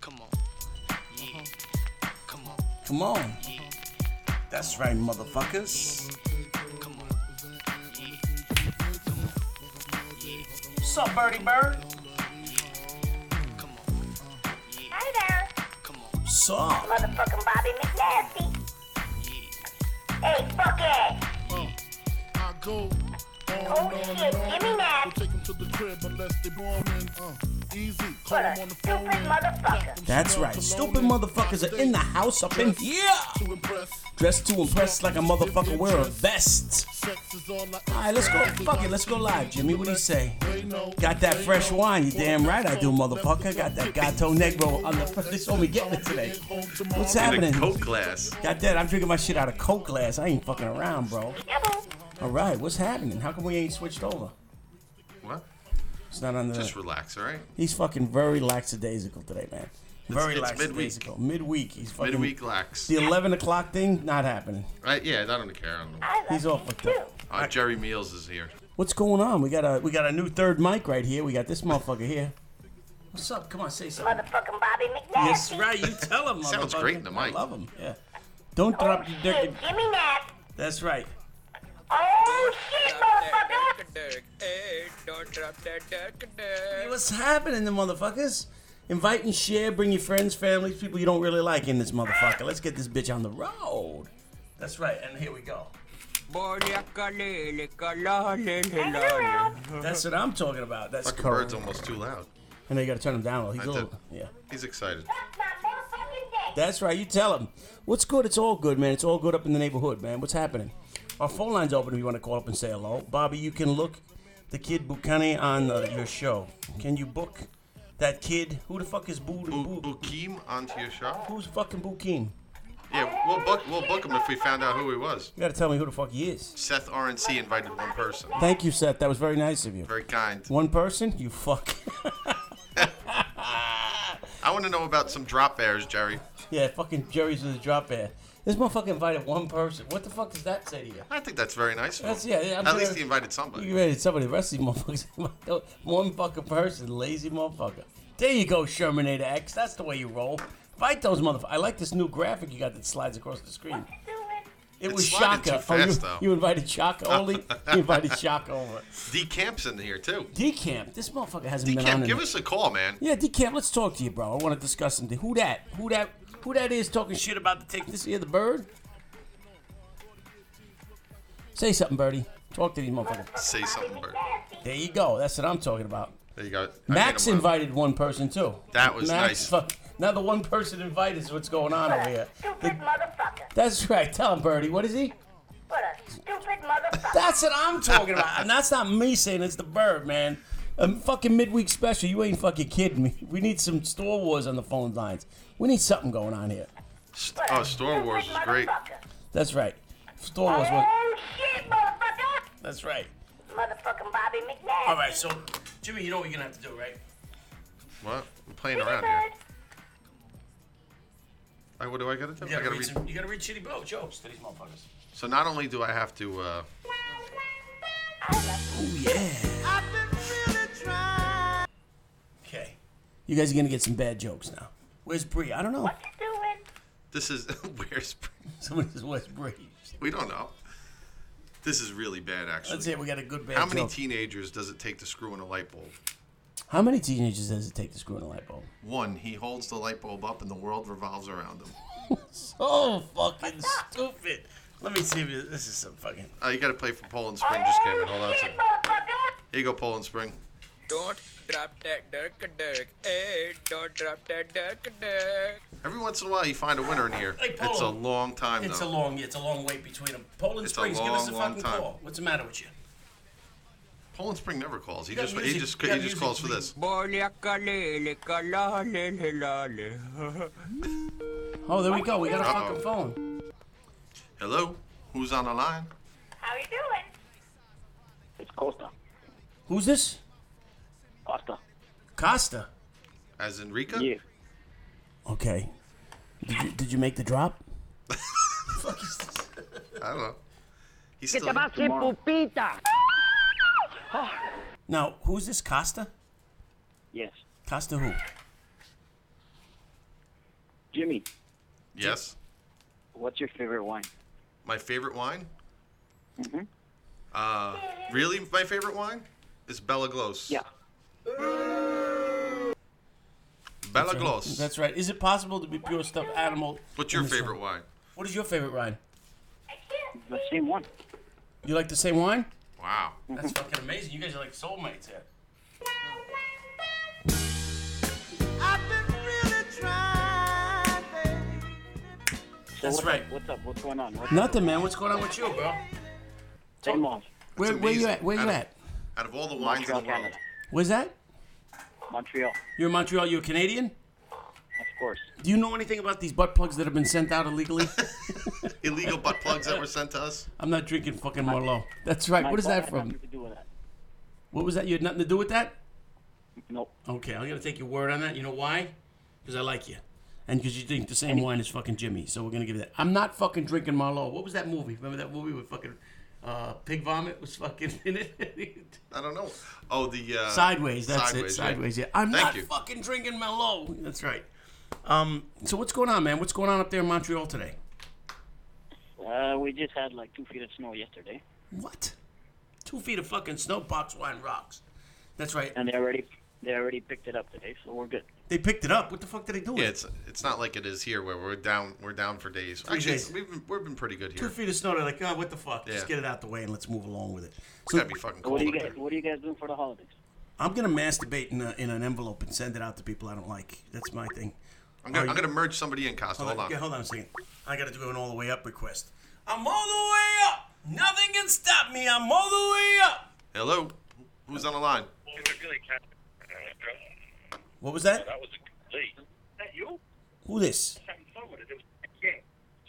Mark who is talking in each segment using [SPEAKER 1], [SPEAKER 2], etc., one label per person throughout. [SPEAKER 1] Come on. Yeah. Come on.
[SPEAKER 2] Come on.
[SPEAKER 1] Yeah.
[SPEAKER 2] That's right, motherfuckers.
[SPEAKER 1] Come on. Yeah. Come on. Yeah.
[SPEAKER 2] What's up, Birdie Bird?
[SPEAKER 1] Yeah. Come on. Yeah.
[SPEAKER 3] Hey there,
[SPEAKER 1] Come on.
[SPEAKER 2] What's up?
[SPEAKER 3] motherfucking Bobby McNasty.
[SPEAKER 1] Yeah.
[SPEAKER 3] Hey, fuckhead.
[SPEAKER 4] I go on
[SPEAKER 3] Oh,
[SPEAKER 4] and on
[SPEAKER 3] shit,
[SPEAKER 4] and on.
[SPEAKER 3] give me that.
[SPEAKER 4] Don't take 'em to the crib unless they bombing. Uh, easy. Call
[SPEAKER 3] What a
[SPEAKER 4] 'em on the phone.
[SPEAKER 3] stupid
[SPEAKER 4] and
[SPEAKER 3] motherfucker.
[SPEAKER 4] got 'em
[SPEAKER 2] That's
[SPEAKER 4] smell
[SPEAKER 2] right.
[SPEAKER 4] cologne
[SPEAKER 2] Stupid
[SPEAKER 4] and
[SPEAKER 2] motherfuckers are
[SPEAKER 4] prostate
[SPEAKER 2] in the house up in here.
[SPEAKER 4] To impress.
[SPEAKER 2] Dressed to impress like a motherfucker wear a vest.
[SPEAKER 4] Sex is all I
[SPEAKER 2] Alright, let's go. Fuck it, let's go live, Jimmy. What do you say? Got that fresh wine, you damn right I do, motherfucker. Got that Gato Negro on the They told me getting it today. What's
[SPEAKER 5] In a
[SPEAKER 2] happening?
[SPEAKER 5] coke glass.
[SPEAKER 2] Got that? I'm drinking my shit out of Coke glass. I ain't fucking around, bro.
[SPEAKER 3] Yabba.
[SPEAKER 2] Alright, what's happening? How come we ain't switched over?
[SPEAKER 5] What?
[SPEAKER 2] It's not on the.
[SPEAKER 5] Just relax, all right?
[SPEAKER 2] He's fucking very lackadaisical today, man. Very
[SPEAKER 5] it's
[SPEAKER 2] lackadaisical. Midweek. He's fucking.
[SPEAKER 5] Midweek lax.
[SPEAKER 2] The 11 o'clock thing, not happening.
[SPEAKER 5] Right? Yeah, I don't care. I don't know.
[SPEAKER 3] I love
[SPEAKER 2] He's
[SPEAKER 3] you
[SPEAKER 2] all fucked
[SPEAKER 3] too.
[SPEAKER 2] up.
[SPEAKER 5] Uh, Jerry Meals is here.
[SPEAKER 2] What's going on? We got a we got a new third mic right here. We got this motherfucker here. What's up? Come on, say something.
[SPEAKER 3] Motherfucking Bobby McNasty.
[SPEAKER 2] Yes, right. You tell him.
[SPEAKER 5] Sounds
[SPEAKER 2] motherfucker.
[SPEAKER 5] great in the
[SPEAKER 2] I
[SPEAKER 5] mic.
[SPEAKER 2] love him. Yeah. Don't
[SPEAKER 3] Oh,
[SPEAKER 2] drop your
[SPEAKER 3] shit,
[SPEAKER 2] dick.
[SPEAKER 3] give me that.
[SPEAKER 2] That's right.
[SPEAKER 3] Oh, shit, motherfucker.
[SPEAKER 2] Hey, what's happening, the motherfuckers? Invite and share. Bring your friends, families, people you don't really like in this motherfucker. Let's get this bitch on the road. That's right. And here we go.
[SPEAKER 3] Hang around.
[SPEAKER 2] That's what I'm talking about. That's
[SPEAKER 5] Fucking bird's
[SPEAKER 2] correct.
[SPEAKER 5] almost too loud.
[SPEAKER 2] And they got to turn him down. a little. He's
[SPEAKER 5] I
[SPEAKER 2] a
[SPEAKER 5] did.
[SPEAKER 2] little, yeah.
[SPEAKER 5] He's excited.
[SPEAKER 3] Suck my motherfucking dick.
[SPEAKER 2] That's right. You tell him. What's good? It's all good, man. It's all good up in the neighborhood, man. What's happening? Our phone line's open if you want to call up and say hello. Bobby, you can look the kid Bukani on uh, your show. Can you book that kid? Who the fuck is Boo?
[SPEAKER 5] Bu-
[SPEAKER 2] Boo-
[SPEAKER 5] Bukim onto your show?
[SPEAKER 2] Who's fucking Bukim?
[SPEAKER 5] Yeah, we'll book we'll book him if we found out who he was.
[SPEAKER 2] You gotta tell me who the fuck he is.
[SPEAKER 5] Seth RNC invited one person.
[SPEAKER 2] Thank you, Seth. That was very nice of you.
[SPEAKER 5] Very kind.
[SPEAKER 2] One person? You fuck.
[SPEAKER 5] I want to know about some drop bears, Jerry.
[SPEAKER 2] yeah, fucking Jerry's with a drop air. This motherfucker invited one person. What the fuck does that say to you?
[SPEAKER 5] I think that's very nice. of him.
[SPEAKER 2] That's yeah. yeah I'm
[SPEAKER 5] At
[SPEAKER 2] sure-
[SPEAKER 5] least he invited somebody.
[SPEAKER 2] You ready? Somebody, the rest of these motherfuckers. One fucking person, lazy motherfucker. There you go, Shermanator X. That's the way you roll. Fight those motherfuckers. I like this new graphic you got that slides across the screen.
[SPEAKER 3] Doing.
[SPEAKER 2] It
[SPEAKER 5] It
[SPEAKER 2] was
[SPEAKER 5] slided
[SPEAKER 2] Shaka.
[SPEAKER 5] too fast,
[SPEAKER 2] oh,
[SPEAKER 5] though.
[SPEAKER 2] you, you invited Shaka only? you invited Shaka over.
[SPEAKER 5] D Camp's in here too.
[SPEAKER 2] D Camp, this motherfucker hasn't
[SPEAKER 5] D
[SPEAKER 2] been on.
[SPEAKER 5] Camp,
[SPEAKER 2] in-
[SPEAKER 5] give us a call, man.
[SPEAKER 2] yeah, D Camp, let's talk to you, bro. I want to discuss something. Who that? Who that? Who that is talking shit about the take this here, the bird? Say something, Birdie. Talk to these motherfuckers.
[SPEAKER 5] Say something, Bird.
[SPEAKER 2] There you go. That's what I'm talking about.
[SPEAKER 5] There you go. I
[SPEAKER 2] Max
[SPEAKER 5] made him laugh.
[SPEAKER 2] invited one person too.
[SPEAKER 5] That was
[SPEAKER 2] Max,
[SPEAKER 5] nice.
[SPEAKER 2] fuck- Now the one person invited is what's going on over here.
[SPEAKER 3] Stupid motherfucker.
[SPEAKER 2] That's right. Tell him, Birdie. What is he?
[SPEAKER 3] What a stupid motherfucker.
[SPEAKER 2] That's what I'm talking about. And that's not me saying it's the bird, man. A fucking midweek special. You ain't fucking kidding me. We need some Star Wars on the phone lines. We need something going on here.
[SPEAKER 5] St- Oh, Star Wars is great.
[SPEAKER 2] That's right. Star Wars. Was,
[SPEAKER 3] Oh, shit, motherfucker.
[SPEAKER 2] that's right.
[SPEAKER 3] Motherfucking Bobby McNasty.
[SPEAKER 2] All right. So, Jimmy, you know what you're gonna have to do, right?
[SPEAKER 5] What? I'm playing
[SPEAKER 3] Give me
[SPEAKER 5] around here.
[SPEAKER 3] that.
[SPEAKER 5] Like, what do I gotta do?
[SPEAKER 2] You
[SPEAKER 5] I
[SPEAKER 2] gotta,
[SPEAKER 5] gotta
[SPEAKER 2] read,
[SPEAKER 5] read.
[SPEAKER 2] some, you gotta read shitty blow jokes to these motherfuckers.
[SPEAKER 5] So not only do I have to. Uh,
[SPEAKER 2] Oh yeah. Okay. You guys are gonna get some bad jokes now. Where's Bree? I don't know.
[SPEAKER 3] What you doing?
[SPEAKER 5] this is where's
[SPEAKER 2] Somebody says Where's Bree?
[SPEAKER 5] we don't know. This is really bad, actually.
[SPEAKER 2] Let's say we got a good bad
[SPEAKER 5] How many
[SPEAKER 2] joke.
[SPEAKER 5] teenagers does it take to screw in a light bulb?
[SPEAKER 2] How many teenagers does it take to screw in a light bulb?
[SPEAKER 5] One, he holds the light bulb up and the world revolves around him. Oh,
[SPEAKER 2] So fucking stupid. Let me see if it- this is some fucking.
[SPEAKER 5] Uh, you gotta play for Poland Spring. Just came in. Hold on
[SPEAKER 3] Oh,
[SPEAKER 5] a
[SPEAKER 3] Shit,
[SPEAKER 5] second.
[SPEAKER 3] motherfucker.
[SPEAKER 5] Here you go, Poland Spring.
[SPEAKER 6] Don't drop that dirk dirk. Hey, don't drop that dirk dirk.
[SPEAKER 5] Every once in a while, you find a winner in here.
[SPEAKER 2] Hey,
[SPEAKER 5] it's a
[SPEAKER 2] Poland.
[SPEAKER 5] long time
[SPEAKER 2] It's a
[SPEAKER 5] though.
[SPEAKER 2] long, it's a long wait between them. Poland
[SPEAKER 5] It's a
[SPEAKER 2] Springs, give us a
[SPEAKER 5] long, long
[SPEAKER 2] fucking
[SPEAKER 5] time.
[SPEAKER 2] call. What's the matter with you?
[SPEAKER 5] Poland Spring never calls. He
[SPEAKER 2] got
[SPEAKER 5] just he
[SPEAKER 2] music-
[SPEAKER 5] just
[SPEAKER 2] you got
[SPEAKER 5] he just
[SPEAKER 2] music,
[SPEAKER 5] calls for
[SPEAKER 2] please.
[SPEAKER 5] this.
[SPEAKER 2] Oh, there we go. We got a
[SPEAKER 5] Uh-oh.
[SPEAKER 2] fucking phone.
[SPEAKER 5] Hello, who's on the line?
[SPEAKER 3] How you doing?
[SPEAKER 7] It's Costa.
[SPEAKER 2] Who's this?
[SPEAKER 7] Costa.
[SPEAKER 2] Costa.
[SPEAKER 5] As Enrica?
[SPEAKER 7] Yeah.
[SPEAKER 2] Okay. Did you, did you make the drop?
[SPEAKER 5] I don't know. He's
[SPEAKER 8] Que
[SPEAKER 5] still.
[SPEAKER 8] te pase pupita.
[SPEAKER 2] Now, who's this? Costa?
[SPEAKER 7] Yes.
[SPEAKER 2] Costa who?
[SPEAKER 7] Jimmy,
[SPEAKER 5] Yes.
[SPEAKER 7] what's your favorite wine?
[SPEAKER 5] My favorite wine?
[SPEAKER 7] Mm-hmm.
[SPEAKER 5] Uh, really, my favorite wine is Bella Glos.
[SPEAKER 7] Yeah.
[SPEAKER 5] Bella Glos.
[SPEAKER 2] That's right. Is it possible to be pure stuffed animal?
[SPEAKER 5] What's your
[SPEAKER 2] in the same-
[SPEAKER 5] favorite wine?
[SPEAKER 2] What is your favorite wine?
[SPEAKER 3] I can't
[SPEAKER 7] The same one.
[SPEAKER 2] You like the same wine?
[SPEAKER 5] Wow.
[SPEAKER 7] Mm.
[SPEAKER 2] That's fucking amazing. You guys are like soulmates here.
[SPEAKER 7] So
[SPEAKER 2] That's
[SPEAKER 7] what's
[SPEAKER 2] right.
[SPEAKER 7] Up? What's up? What's going on? What's
[SPEAKER 2] Nothing, man. What's going on with you, bro?
[SPEAKER 7] Same one.
[SPEAKER 2] Where, where you
[SPEAKER 5] amazing.
[SPEAKER 2] at? Where
[SPEAKER 5] I
[SPEAKER 2] you
[SPEAKER 5] don't-
[SPEAKER 2] at?
[SPEAKER 5] Out of all the wines
[SPEAKER 7] Montreal,
[SPEAKER 5] in the world,
[SPEAKER 7] Canada.
[SPEAKER 2] Where's that?
[SPEAKER 7] Montreal,
[SPEAKER 2] You're in Montreal. You're Canadian.
[SPEAKER 7] of course.
[SPEAKER 2] Do you know anything about these butt plugs that have been sent out illegally?
[SPEAKER 5] illegal butt plugs that were sent to us.
[SPEAKER 2] I'm not drinking fucking Merlot. That's right. What is
[SPEAKER 7] My
[SPEAKER 2] that
[SPEAKER 7] phone had
[SPEAKER 2] from?
[SPEAKER 7] nothing to do with that.
[SPEAKER 2] What was that? You had nothing to do with that?
[SPEAKER 7] Nope.
[SPEAKER 2] Okay, I'm gonna take your word on that. You know why? Because I like you, and because you drink the same wine as fucking Jimmy. So we're gonna give you that. I'm not fucking drinking Merlot. What was that movie? Remember that movie with fucking uh, pig vomit was fucking in it.
[SPEAKER 5] I don't know. Oh, the uh,
[SPEAKER 2] sideways. That's it.
[SPEAKER 5] yeah.
[SPEAKER 2] Sideways. Yeah. I'm
[SPEAKER 5] Thank
[SPEAKER 2] not
[SPEAKER 5] you.
[SPEAKER 2] fucking drinking Merlot. That's right. Um. So what's going on, man? What's going on up there in Montreal today?
[SPEAKER 7] Uh, we just had like two feet of snow yesterday,
[SPEAKER 2] What? Two feet of fucking snow, box wine rocks. That's right.
[SPEAKER 7] and they already they already picked it up today, so we're good.
[SPEAKER 2] They picked it up. What the fuck did they do? with
[SPEAKER 5] Yeah,
[SPEAKER 2] it?
[SPEAKER 5] it's it's not like it is here where we're down we're down for days. Actually,
[SPEAKER 2] days.
[SPEAKER 5] we've been, we've been pretty good
[SPEAKER 2] two
[SPEAKER 5] here.
[SPEAKER 2] feet of snow. They're like, oh, what the fuck? Just
[SPEAKER 5] Yeah.
[SPEAKER 2] get it out the way and let's move along with it.
[SPEAKER 5] It's gotta be fucking cold.
[SPEAKER 7] What are you
[SPEAKER 5] up
[SPEAKER 7] guys
[SPEAKER 5] there.
[SPEAKER 7] What are you guys doing for the holidays?
[SPEAKER 2] I'm gonna masturbate in, a, in an envelope and send it out to people I don't like. That's my thing.
[SPEAKER 5] I'm gonna,
[SPEAKER 2] Are
[SPEAKER 5] I'm
[SPEAKER 2] you-
[SPEAKER 5] gonna merge somebody in, Costa. Hold
[SPEAKER 2] Okay,
[SPEAKER 5] on.
[SPEAKER 2] hold on a second. I gotta do an all the way up request. I'm all the way up. Nothing can stop me. I'm all the way up.
[SPEAKER 5] Hello, who's on the line?
[SPEAKER 2] What was that?
[SPEAKER 8] uh, That was a complete. Is that you?
[SPEAKER 2] Who this?
[SPEAKER 8] Something fun with it. It was yeah.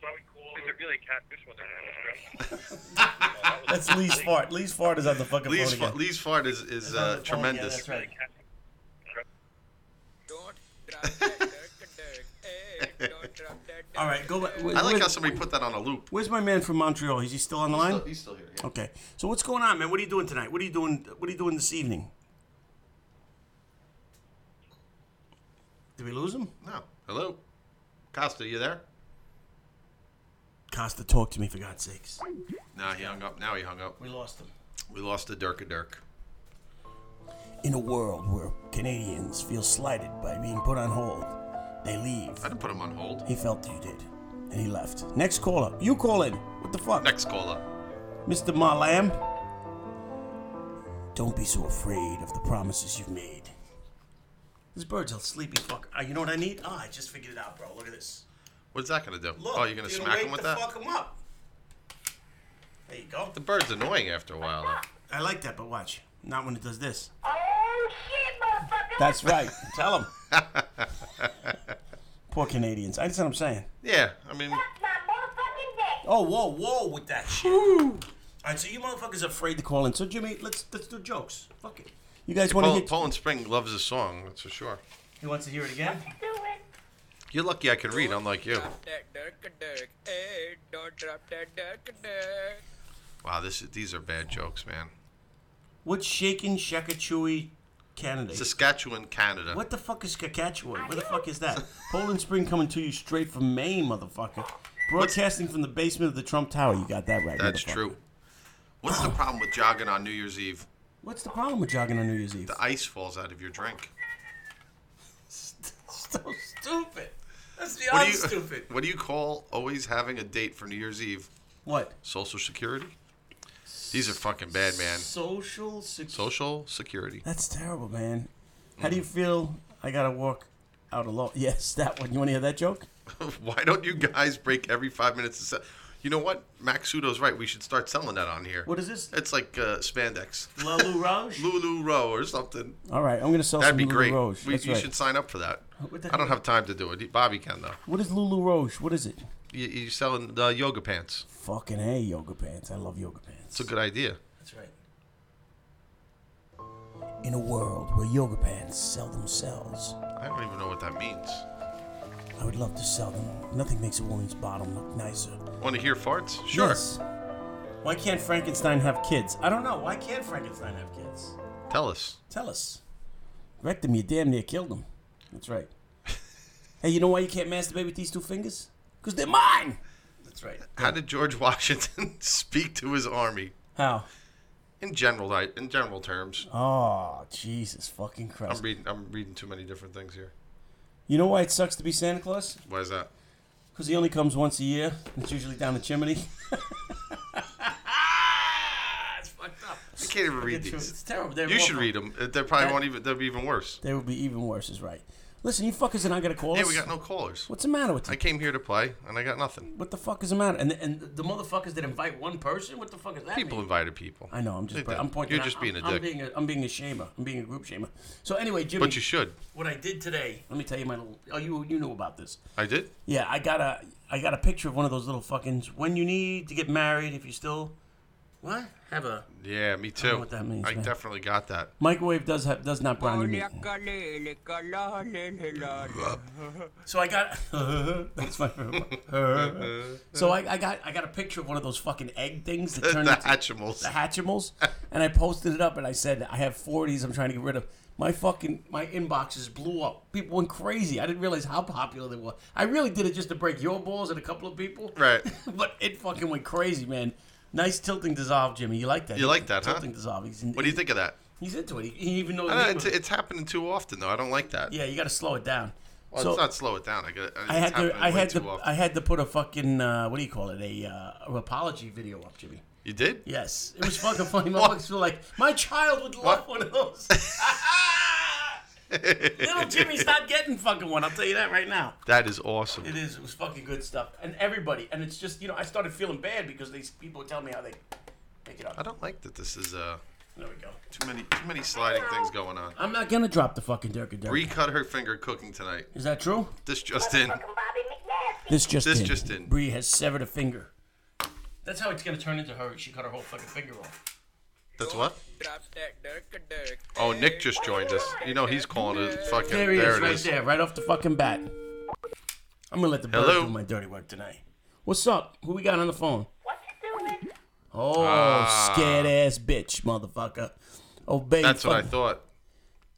[SPEAKER 8] So I would call. Is it really catfish when they're
[SPEAKER 2] That's Lee's fart. Lee's fart is on the fucking
[SPEAKER 5] Lee's
[SPEAKER 2] phone again.
[SPEAKER 5] fa- Lee's fart is is
[SPEAKER 2] Oh,
[SPEAKER 5] uh,
[SPEAKER 2] yeah,
[SPEAKER 5] tremendous.
[SPEAKER 2] that's right.
[SPEAKER 6] Don't drop that dirk dirk. Hey, don't drop that dirk.
[SPEAKER 2] All right, go. back.
[SPEAKER 5] I like
[SPEAKER 2] Where's-
[SPEAKER 5] how somebody put that on a loop.
[SPEAKER 2] Where's my man from Montreal? Is he still on the line?
[SPEAKER 5] He's still here. yeah.
[SPEAKER 2] Okay. So what's going on, man? What are you doing tonight? What are you doing? What are you doing this evening? Did we lose him?
[SPEAKER 5] No. Hello, Costa. You there?
[SPEAKER 2] Costa, talk to me for God's sakes.
[SPEAKER 5] No, he hung up. Now he hung up.
[SPEAKER 2] We lost him.
[SPEAKER 5] We lost the Dirk a Dirk.
[SPEAKER 2] In a world where Canadians feel slighted by being put on hold, they leave.
[SPEAKER 5] I didn't put him on hold.
[SPEAKER 2] He felt you did, and he left. Next caller, you call in. What the fuck,
[SPEAKER 5] Next caller.
[SPEAKER 2] Mr. Malam? Don't be so afraid of the promises you've made. This bird's a sleepy fucker. Ah, you know what I need? Ah, I just figured it out, bro. Look at this.
[SPEAKER 5] What's that gonna do?
[SPEAKER 2] Look,
[SPEAKER 5] oh, you're gonna
[SPEAKER 2] it'll
[SPEAKER 5] smack
[SPEAKER 2] wake
[SPEAKER 5] him with
[SPEAKER 2] the
[SPEAKER 5] that?
[SPEAKER 2] Fuck him up. There you go.
[SPEAKER 5] The bird's annoying after a while. Though.
[SPEAKER 2] I like that, but watch. Not when it does this.
[SPEAKER 3] Oh shit, motherfucker!
[SPEAKER 2] That's right. Tell him. Poor Canadians. That's what I'm saying.
[SPEAKER 5] Yeah, I mean,
[SPEAKER 3] Suck my motherfucking dick.
[SPEAKER 2] Oh, whoa, whoa, with that shit. All right, so you motherfuckers are afraid to call in. So Jimmy, let's let's do jokes. Fuck it. You guys want to
[SPEAKER 5] Pol-
[SPEAKER 2] hear?
[SPEAKER 5] Poland Spring loves his song. That's for sure.
[SPEAKER 2] he wants to hear it again.
[SPEAKER 3] Stupid.
[SPEAKER 5] You're lucky I can read, unlike you.
[SPEAKER 6] Drop that dirk dirk. Hey, don't drop that dirk dirk.
[SPEAKER 5] Wow, this is, these are bad jokes, man.
[SPEAKER 2] What's shaking Shakachui, Canada?
[SPEAKER 5] Saskatchewan, Canada.
[SPEAKER 2] What the fuck is Saskatchewan? Where the fuck is that? Poland Spring coming to you straight from Maine, motherfucker. Broadcasting from the basement of the Trump Tower. You got that right.
[SPEAKER 5] That's
[SPEAKER 2] motherfucker.
[SPEAKER 5] true. What's the problem with jogging on New Year's Eve?
[SPEAKER 2] What's the problem with jogging on New Year's Eve?
[SPEAKER 5] The ice falls out of your drink.
[SPEAKER 2] so stupid. That's the
[SPEAKER 5] What do you
[SPEAKER 2] stupid.
[SPEAKER 5] What do you call always having a date for New Year's Eve?
[SPEAKER 2] What?
[SPEAKER 5] Social security. These are fucking bad, man.
[SPEAKER 2] Social success.
[SPEAKER 5] Social security.
[SPEAKER 2] That's terrible, man. How do you feel? I gotta walk out alone. Yes, that one. You want to hear that joke?
[SPEAKER 5] Why don't you guys break every five minutes? To se- you know what? Max Sudo's right. We should start selling that on here.
[SPEAKER 2] What is this?
[SPEAKER 5] It's like uh, spandex.
[SPEAKER 2] Lalu Rouge.
[SPEAKER 5] Lulu Row or something.
[SPEAKER 2] All right, I'm gonna sell
[SPEAKER 5] That'd
[SPEAKER 2] some
[SPEAKER 5] be
[SPEAKER 2] Lulu
[SPEAKER 5] great.
[SPEAKER 2] Rouge.
[SPEAKER 5] We,
[SPEAKER 2] That's
[SPEAKER 5] you
[SPEAKER 2] right.
[SPEAKER 5] should sign up for that.
[SPEAKER 2] What the
[SPEAKER 5] I don't
[SPEAKER 2] hell?
[SPEAKER 5] have time to do it. Bobby can though.
[SPEAKER 2] What is Lulu Rouge? What is it?
[SPEAKER 5] You, you're selling uh, yoga pants.
[SPEAKER 2] Fucking hey, yoga pants. I love yoga pants.
[SPEAKER 5] It's a good idea.
[SPEAKER 2] That's right. In a world where yoga pants sell themselves,
[SPEAKER 5] I don't even know what that means.
[SPEAKER 2] I would love to sell them. Nothing makes a woman's bottom look nicer.
[SPEAKER 5] Want to hear farts? Sure.
[SPEAKER 2] Yes. Why can't Frankenstein have kids? I don't know. Why can't Frankenstein have kids?
[SPEAKER 5] Tell us.
[SPEAKER 2] Tell us. Wrecked him, you damn near killed him. That's right. Hey, you know why you can't masturbate with these two fingers? Because they're mine. That's right.
[SPEAKER 5] How did George Washington speak to his army
[SPEAKER 2] How?
[SPEAKER 5] in general like, in general terms?
[SPEAKER 2] Oh, Jesus fucking
[SPEAKER 5] I'm
[SPEAKER 2] Christ.
[SPEAKER 5] reading I'm reading too many different things here.
[SPEAKER 2] You know why it sucks to be Santa Claus?
[SPEAKER 5] Why is that?
[SPEAKER 2] Because he only comes once a year. and It's usually down the chimney. it's fucked up.
[SPEAKER 5] I can't even read
[SPEAKER 2] It's,
[SPEAKER 5] these.
[SPEAKER 2] terrible. They're
[SPEAKER 5] You should
[SPEAKER 2] awful.
[SPEAKER 5] read them. They probably
[SPEAKER 2] That-
[SPEAKER 5] won't even. They'll be even worse.
[SPEAKER 2] They would be even worse, is right. Listen, you fuckers are not going to call
[SPEAKER 5] Yeah,
[SPEAKER 2] us.
[SPEAKER 5] we got no callers.
[SPEAKER 2] What's the matter with you?
[SPEAKER 5] I came here to play, and I got nothing.
[SPEAKER 2] What the fuck is the matter? And and the motherfuckers that invite one person? What the fuck is that?
[SPEAKER 5] People
[SPEAKER 2] mean?
[SPEAKER 5] invited people.
[SPEAKER 2] I know. I'm just.
[SPEAKER 5] They did.
[SPEAKER 2] I'm pointing.
[SPEAKER 5] You're
[SPEAKER 2] out-
[SPEAKER 5] just being a
[SPEAKER 2] I'm, I'm
[SPEAKER 5] dick.
[SPEAKER 2] being a. I'm being a shamer. I'm being a group shamer. So anyway, Jimmy,
[SPEAKER 5] But you should.
[SPEAKER 2] what I did today. Let me tell you my little. Oh, you you knew about this.
[SPEAKER 5] I did.
[SPEAKER 2] Yeah, I got a. I got a picture of one of those little fuckings. When you need to get married, if you still. What? Have a
[SPEAKER 5] Yeah, me too.
[SPEAKER 2] know what that means,
[SPEAKER 5] I
[SPEAKER 2] man.
[SPEAKER 5] definitely got that.
[SPEAKER 2] microwave does have does not
[SPEAKER 6] Oh,
[SPEAKER 2] brown your meat. So I got that's my favorite part. so I, I got I got a picture of one of those fucking egg things that
[SPEAKER 5] The
[SPEAKER 2] turn into
[SPEAKER 5] Hatchimals.
[SPEAKER 2] the Hatchimals, and I posted it up and I said I have four of these. I'm trying to get rid of. My fucking my inboxes blew up. People went crazy. I didn't realize how popular they were. I really did it just to break your balls and a couple of people.
[SPEAKER 5] Right.
[SPEAKER 2] but it fucking went crazy, man. Nice tilting dissolve, Jimmy. You like that?
[SPEAKER 5] You like that, huh?
[SPEAKER 2] Tilting dissolve. He's in,
[SPEAKER 5] What do you think of that?
[SPEAKER 2] He's into it. He, he even knows.
[SPEAKER 5] I don't know,
[SPEAKER 2] the name
[SPEAKER 5] it's,
[SPEAKER 2] of it.
[SPEAKER 5] it's happening too often, though. I don't like that.
[SPEAKER 2] yeah, you got to slow it down.
[SPEAKER 5] Well,
[SPEAKER 2] so,
[SPEAKER 5] let's not slow it down. I, got, it's
[SPEAKER 2] I had
[SPEAKER 5] happening
[SPEAKER 2] to. I
[SPEAKER 5] way
[SPEAKER 2] had
[SPEAKER 5] too
[SPEAKER 2] to.
[SPEAKER 5] often.
[SPEAKER 2] I had to put a fucking uh, what do you call it? A uh, an apology video up, Jimmy.
[SPEAKER 5] you did?
[SPEAKER 2] Yes, it was fucking funny. My folks were like, "My child would love
[SPEAKER 5] What?
[SPEAKER 2] one of those." Little Jimmy's not getting fucking one. I'll tell you that right now.
[SPEAKER 5] That is awesome.
[SPEAKER 2] It is. It was fucking good stuff, and everybody. And it's just you know I started feeling bad because these people were telling me how they make it
[SPEAKER 5] I
[SPEAKER 2] up.
[SPEAKER 5] don't like that. This is uh
[SPEAKER 2] There we go.
[SPEAKER 5] too many too many sliding things going on.
[SPEAKER 2] I'm not gonna drop the fucking Dirk and Dirk.
[SPEAKER 5] Bree cut her finger cooking tonight.
[SPEAKER 2] Is that true?
[SPEAKER 5] This just in.
[SPEAKER 3] Fucking Bobby McNasty.
[SPEAKER 2] This just
[SPEAKER 5] This
[SPEAKER 2] in.
[SPEAKER 5] just in.
[SPEAKER 2] Bree has severed a finger. That's how it's gonna turn into her. She cut her whole fucking finger off.
[SPEAKER 5] That's what?
[SPEAKER 6] Drop that dirk dirk.
[SPEAKER 5] Oh, Nick just joined us. You know he's calling it fucking.
[SPEAKER 2] There he is,
[SPEAKER 5] it
[SPEAKER 2] right
[SPEAKER 5] is.
[SPEAKER 2] there, right off the fucking bat. I'm gonna let the bird
[SPEAKER 5] Hello?
[SPEAKER 2] do my dirty work tonight. What's up? Who we got on the phone?
[SPEAKER 3] What you doing?
[SPEAKER 2] Oh, scared ass bitch, motherfucker. Oh, Obey.
[SPEAKER 5] Ah. That's what I
[SPEAKER 2] fucking-
[SPEAKER 5] thought.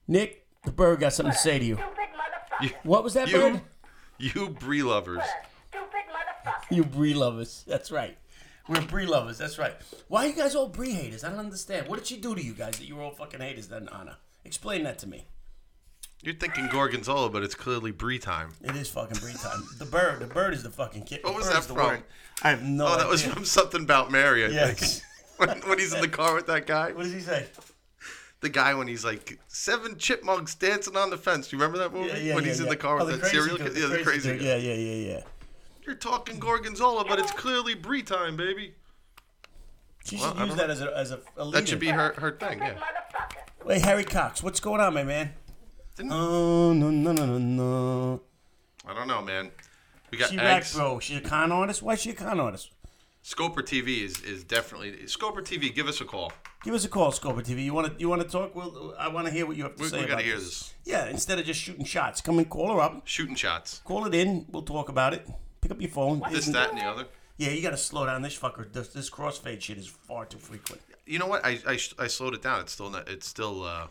[SPEAKER 2] Nick, the bird got something to say to you.
[SPEAKER 3] Stupid motherfucker.
[SPEAKER 2] What was that,
[SPEAKER 5] You,
[SPEAKER 2] bird?
[SPEAKER 5] you Bree lovers.
[SPEAKER 3] Stupid motherfucker.
[SPEAKER 2] You Brie lovers. That's right. We're Brie lovers. That's right. Why are you guys all Brie haters? I don't understand. What did she do to you guys that you were all fucking haters then, Anna? Explain that to me.
[SPEAKER 5] You're thinking Gorgonzola, but it's clearly Bree time.
[SPEAKER 2] It is fucking Brie time. The bird. The bird is the fucking kid.
[SPEAKER 5] What
[SPEAKER 2] the
[SPEAKER 5] was
[SPEAKER 2] bird's
[SPEAKER 5] that
[SPEAKER 2] the
[SPEAKER 5] from?
[SPEAKER 2] word. I have no
[SPEAKER 5] Oh,
[SPEAKER 2] idea.
[SPEAKER 5] that was from something about Mary. I
[SPEAKER 2] Yes.
[SPEAKER 5] think. When, when he's in the car with that guy,
[SPEAKER 2] What does he say?
[SPEAKER 5] the guy when he's like seven chipmunks dancing on the fence. You remember that movie? when he's in the car
[SPEAKER 2] Oh,
[SPEAKER 5] with that
[SPEAKER 2] crazy
[SPEAKER 5] serial
[SPEAKER 2] dude,
[SPEAKER 5] killer. Yeah, the crazy.
[SPEAKER 2] dude.
[SPEAKER 5] guy.
[SPEAKER 2] Yeah, yeah, yeah, yeah.
[SPEAKER 5] You're talking Gorgonzola, but it's clearly Bree time, baby.
[SPEAKER 2] She
[SPEAKER 5] Well,
[SPEAKER 2] should
[SPEAKER 5] I
[SPEAKER 2] use
[SPEAKER 5] don't
[SPEAKER 2] that as a as a, a leader.
[SPEAKER 5] That should be her her thing. Yeah.
[SPEAKER 3] Motherfucker.
[SPEAKER 2] Wait, Harry Cox, what's going on, my man?
[SPEAKER 5] Didn't-
[SPEAKER 2] Oh no no no no no.
[SPEAKER 5] I don't know, man. We got
[SPEAKER 2] She
[SPEAKER 5] eggs.
[SPEAKER 2] back, bro. She a con artist. Why is she a con artist?
[SPEAKER 5] Scoper TV is is definitely Scoper TV. Give us a call.
[SPEAKER 2] Give us a call, Scopa TV. You want to you want to talk? Well, I want to hear what you have to
[SPEAKER 5] We,
[SPEAKER 2] say.
[SPEAKER 5] we
[SPEAKER 2] got
[SPEAKER 5] gotta
[SPEAKER 2] to
[SPEAKER 5] hear this.
[SPEAKER 2] Yeah, instead of just shooting shots, come and call her up.
[SPEAKER 5] Shooting shots.
[SPEAKER 2] Call it in. We'll talk about it. Pick up your phone.
[SPEAKER 5] This,
[SPEAKER 2] Isn't-
[SPEAKER 5] that, and the other.
[SPEAKER 2] Yeah, you got to slow down this fucker. This, this crossfade shit is far too frequent.
[SPEAKER 5] You know what? I, I, I slowed it down. It's still not. It's still uh.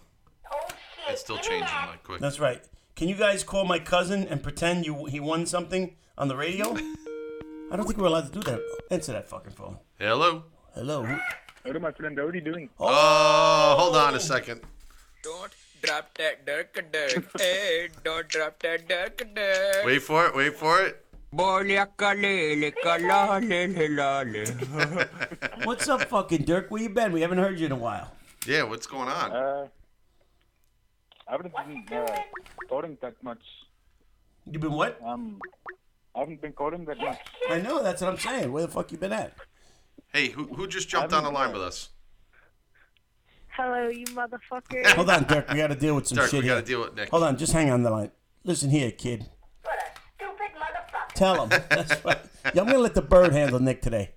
[SPEAKER 3] Oh shit.
[SPEAKER 5] It's still
[SPEAKER 3] Give me
[SPEAKER 5] changing
[SPEAKER 3] that.
[SPEAKER 5] like quick.
[SPEAKER 2] That's right. Can you guys call my cousin and pretend you he won something on the radio? I don't think we're allowed to do that. Answer that fucking phone.
[SPEAKER 5] Hello.
[SPEAKER 2] Hello. who-
[SPEAKER 8] Hello, my friend. How are you doing?
[SPEAKER 5] Oh, hold on a second.
[SPEAKER 6] Don't drop that dirk dirk. Hey, don't drop that dirk dirk.
[SPEAKER 5] Wait for it. Wait for it.
[SPEAKER 2] What's up, fucking Dirk? Where you been? We haven't heard you in a while.
[SPEAKER 5] Yeah. What's going on?
[SPEAKER 8] Uh, I haven't been uh, calling that much.
[SPEAKER 2] You been what?
[SPEAKER 8] Um, I haven't been calling that much.
[SPEAKER 2] I know. That's what I'm saying. Where the fuck you been at?
[SPEAKER 5] Hey, who who just jumped on the line with us?
[SPEAKER 9] Hello, you motherfucker.
[SPEAKER 2] Hold on, Dirk. We got to deal with some
[SPEAKER 5] Dirk,
[SPEAKER 2] shit
[SPEAKER 5] we gotta
[SPEAKER 2] here.
[SPEAKER 5] deal with Nick.
[SPEAKER 2] Hold on. Just hang on the line. Listen here, kid.
[SPEAKER 3] What a stupid motherfucker.
[SPEAKER 2] Tell him. That's right. Yeah, I'm gonna let the bird handle Nick today.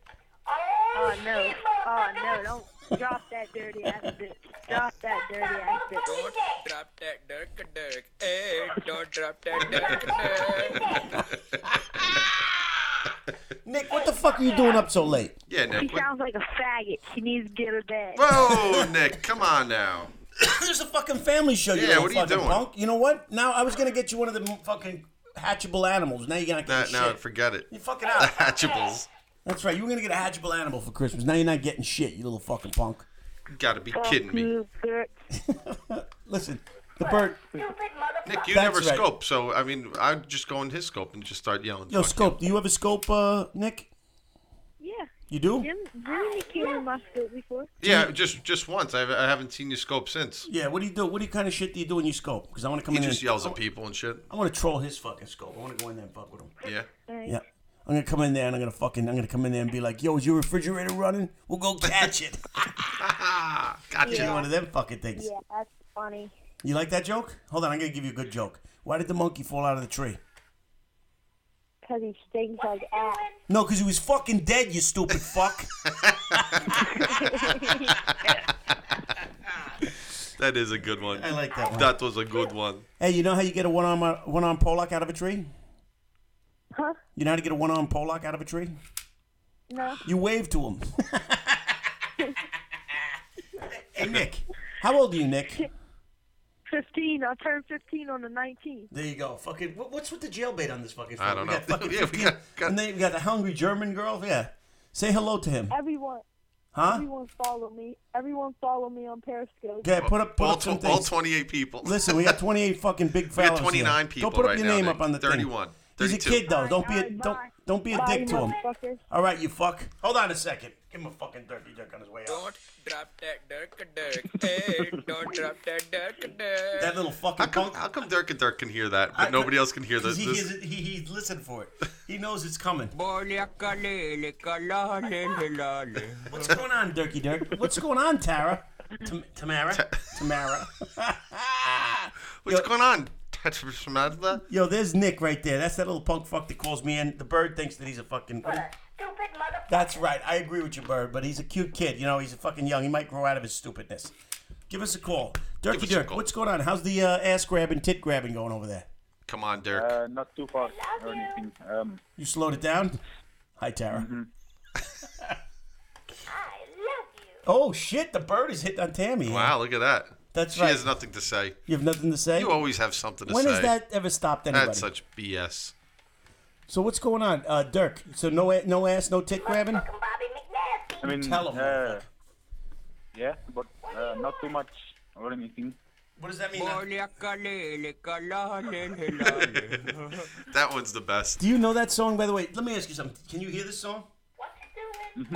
[SPEAKER 3] Oh,
[SPEAKER 9] Oh no.
[SPEAKER 3] shit,
[SPEAKER 9] Oh
[SPEAKER 3] motherfucker.
[SPEAKER 9] no, don't drop that dirty ass bitch. Drop that dirty ass bitch.
[SPEAKER 6] Don't drop that dirk dirk. Hey, don't drop that dirk dirk.
[SPEAKER 2] Nick, what the fuck are you doing up so late?
[SPEAKER 5] Yeah,
[SPEAKER 9] She
[SPEAKER 5] Nick. what-
[SPEAKER 9] sounds like a faggot. She needs to get her bed.
[SPEAKER 5] Whoa, Nick. Come on now.
[SPEAKER 2] There's a fucking family show. You
[SPEAKER 5] Yeah,
[SPEAKER 2] little
[SPEAKER 5] what are you
[SPEAKER 2] fucking
[SPEAKER 5] doing?
[SPEAKER 2] Punk. You know what? Now I was gonna get you one of the m- fucking hatchable animals. Now you're not
[SPEAKER 5] Nah,
[SPEAKER 2] getting
[SPEAKER 5] now
[SPEAKER 2] shit.
[SPEAKER 5] forget it.
[SPEAKER 2] You're fucking out.
[SPEAKER 5] Hatchables.
[SPEAKER 2] That's right. You were gonna get a hatchable animal for Christmas. Now you're not getting shit. You little fucking punk.
[SPEAKER 5] You gotta be kidding me.
[SPEAKER 2] Listen, the bird.
[SPEAKER 3] Stupid motherfucker.
[SPEAKER 5] Nick, you
[SPEAKER 2] That's
[SPEAKER 5] never
[SPEAKER 2] right.
[SPEAKER 5] scope, so I mean, I'd just go in his scope and just start yelling.
[SPEAKER 2] Yo,
[SPEAKER 5] "Fuck
[SPEAKER 2] scope. Do you ever scope, uh, Nick?
[SPEAKER 9] Yeah.
[SPEAKER 2] You do?
[SPEAKER 9] Didn't, didn't he kill him off scope before?
[SPEAKER 5] you." Yeah, just just once. I've, I haven't seen you scope since.
[SPEAKER 2] Yeah. What do you do? What do you kind of shit do you do when you scope? Because I want to come
[SPEAKER 5] He
[SPEAKER 2] in.
[SPEAKER 5] just
[SPEAKER 2] and,
[SPEAKER 5] yells at people and shit.
[SPEAKER 2] I want to troll his fucking scope. I want to go in there and fuck with him.
[SPEAKER 5] Yeah.
[SPEAKER 2] Yeah. I'm gonna come in there and I'm gonna fucking I'm gonna come in there and be like, yo, is your refrigerator running? We'll go catch it.
[SPEAKER 5] Ah, gotcha.
[SPEAKER 2] You know, One of them fucking things.
[SPEAKER 9] Yeah, that's funny.
[SPEAKER 2] You like that joke? Hold on, I'm gonna give you a good joke. Why did the monkey fall out of the tree?
[SPEAKER 9] Because he stinks like ass.
[SPEAKER 2] No, because he was fucking dead, you stupid fuck.
[SPEAKER 5] That is a good one.
[SPEAKER 2] I like that one.
[SPEAKER 5] That was a good one.
[SPEAKER 2] Hey, you know how you get a one arm one arm Pollock out of a tree?
[SPEAKER 9] Huh?
[SPEAKER 2] You know how to get a one arm Pollock out of a tree?
[SPEAKER 9] No.
[SPEAKER 2] You wave to him. hey Nick, how old are you, Nick?
[SPEAKER 9] 15. I turned 15 on the 19th.
[SPEAKER 2] There you go. Fucking what- what's with the jailbait on this fucking?
[SPEAKER 5] I
[SPEAKER 2] phone?
[SPEAKER 5] don't
[SPEAKER 2] We got
[SPEAKER 5] know.
[SPEAKER 2] fucking
[SPEAKER 5] Yeah, we
[SPEAKER 2] 15
[SPEAKER 5] got- got-
[SPEAKER 2] and then you got the hungry German girl. Yeah, say hello to him,
[SPEAKER 9] Everyone,
[SPEAKER 2] huh?
[SPEAKER 9] everyone follow me. Everyone follow me on Periscope.
[SPEAKER 2] Yeah, put up, put
[SPEAKER 5] all,
[SPEAKER 2] up some
[SPEAKER 5] tw- all
[SPEAKER 2] things.
[SPEAKER 5] 28 people.
[SPEAKER 2] Listen, we got 28 fucking big
[SPEAKER 5] we
[SPEAKER 2] fellas.
[SPEAKER 5] got 29
[SPEAKER 2] here.
[SPEAKER 5] people
[SPEAKER 2] Go put up
[SPEAKER 5] right
[SPEAKER 2] your
[SPEAKER 5] now.
[SPEAKER 2] name
[SPEAKER 5] Nick.
[SPEAKER 2] up on the
[SPEAKER 5] 31.
[SPEAKER 2] thing.
[SPEAKER 5] 32.
[SPEAKER 2] He's a kid though. Don't be a
[SPEAKER 9] Alright,
[SPEAKER 2] don't
[SPEAKER 9] bye.
[SPEAKER 2] don't be a
[SPEAKER 9] Bye,
[SPEAKER 2] dick to him.
[SPEAKER 9] motherfuckers.
[SPEAKER 2] All right, you fuck. Hold on a second. Give him a fucking dirty dick on his way out.
[SPEAKER 6] Don't drop that dirk dirk. Hey, don't drop that dirk dirk.
[SPEAKER 2] That little fucking
[SPEAKER 5] How come,
[SPEAKER 2] punk.
[SPEAKER 5] how come Dirk and Dirk can hear that, but
[SPEAKER 2] I-
[SPEAKER 5] nobody else can hear the,
[SPEAKER 2] he,
[SPEAKER 5] this?
[SPEAKER 2] is, he he's listened for it. He knows it's coming.
[SPEAKER 6] Bolekalele, kalalelelale.
[SPEAKER 2] What's going on, Dirky Dirk? What's going on, Tara? Tam- Tamara? Tamara.
[SPEAKER 5] What's
[SPEAKER 2] Yo-
[SPEAKER 5] going on? Tatsmamadla?
[SPEAKER 2] Yo, there's Nick right there. That's that little punk fuck that calls me in. The bird thinks that he's a fucking.
[SPEAKER 3] Stupid motherfucker.
[SPEAKER 2] That's right. I agree with you, bird. But he's a cute kid. You know, he's a fucking young. He might grow out of his stupidness. Give us a call,
[SPEAKER 5] Give
[SPEAKER 2] Dirky
[SPEAKER 5] us a
[SPEAKER 2] Dirk.
[SPEAKER 5] call.
[SPEAKER 2] What's going on? How's the uh, ass grabbing, tit grabbing going over there?
[SPEAKER 5] Come on, Dirk.
[SPEAKER 8] Uh, not too fast or anything. Um,
[SPEAKER 2] You slowed it down. Hi, Tara.
[SPEAKER 3] I love you.
[SPEAKER 2] Oh shit! The bird is hitting on Tammy.
[SPEAKER 5] wow, look at that.
[SPEAKER 2] That's
[SPEAKER 5] she
[SPEAKER 2] right.
[SPEAKER 5] has nothing to say.
[SPEAKER 2] You have nothing to say.
[SPEAKER 5] You always have something to
[SPEAKER 2] when
[SPEAKER 5] say.
[SPEAKER 2] has that ever stopped anybody?
[SPEAKER 5] That's such BS.
[SPEAKER 2] So what's going on, uh, Dirk? So no, a- no ass, no tit grabbing.
[SPEAKER 3] Fucking Bobby McNasty.
[SPEAKER 8] I mean,
[SPEAKER 2] Tell 'em,
[SPEAKER 8] uh,
[SPEAKER 2] motherfucker.
[SPEAKER 8] yeah, but uh, not too much or anything.
[SPEAKER 2] What does that mean?
[SPEAKER 6] Bolekalele, kalalelelale.
[SPEAKER 5] That one's the best.
[SPEAKER 2] Do you know that song? By the way, let me ask you something. Can you hear this song?
[SPEAKER 3] What you doing?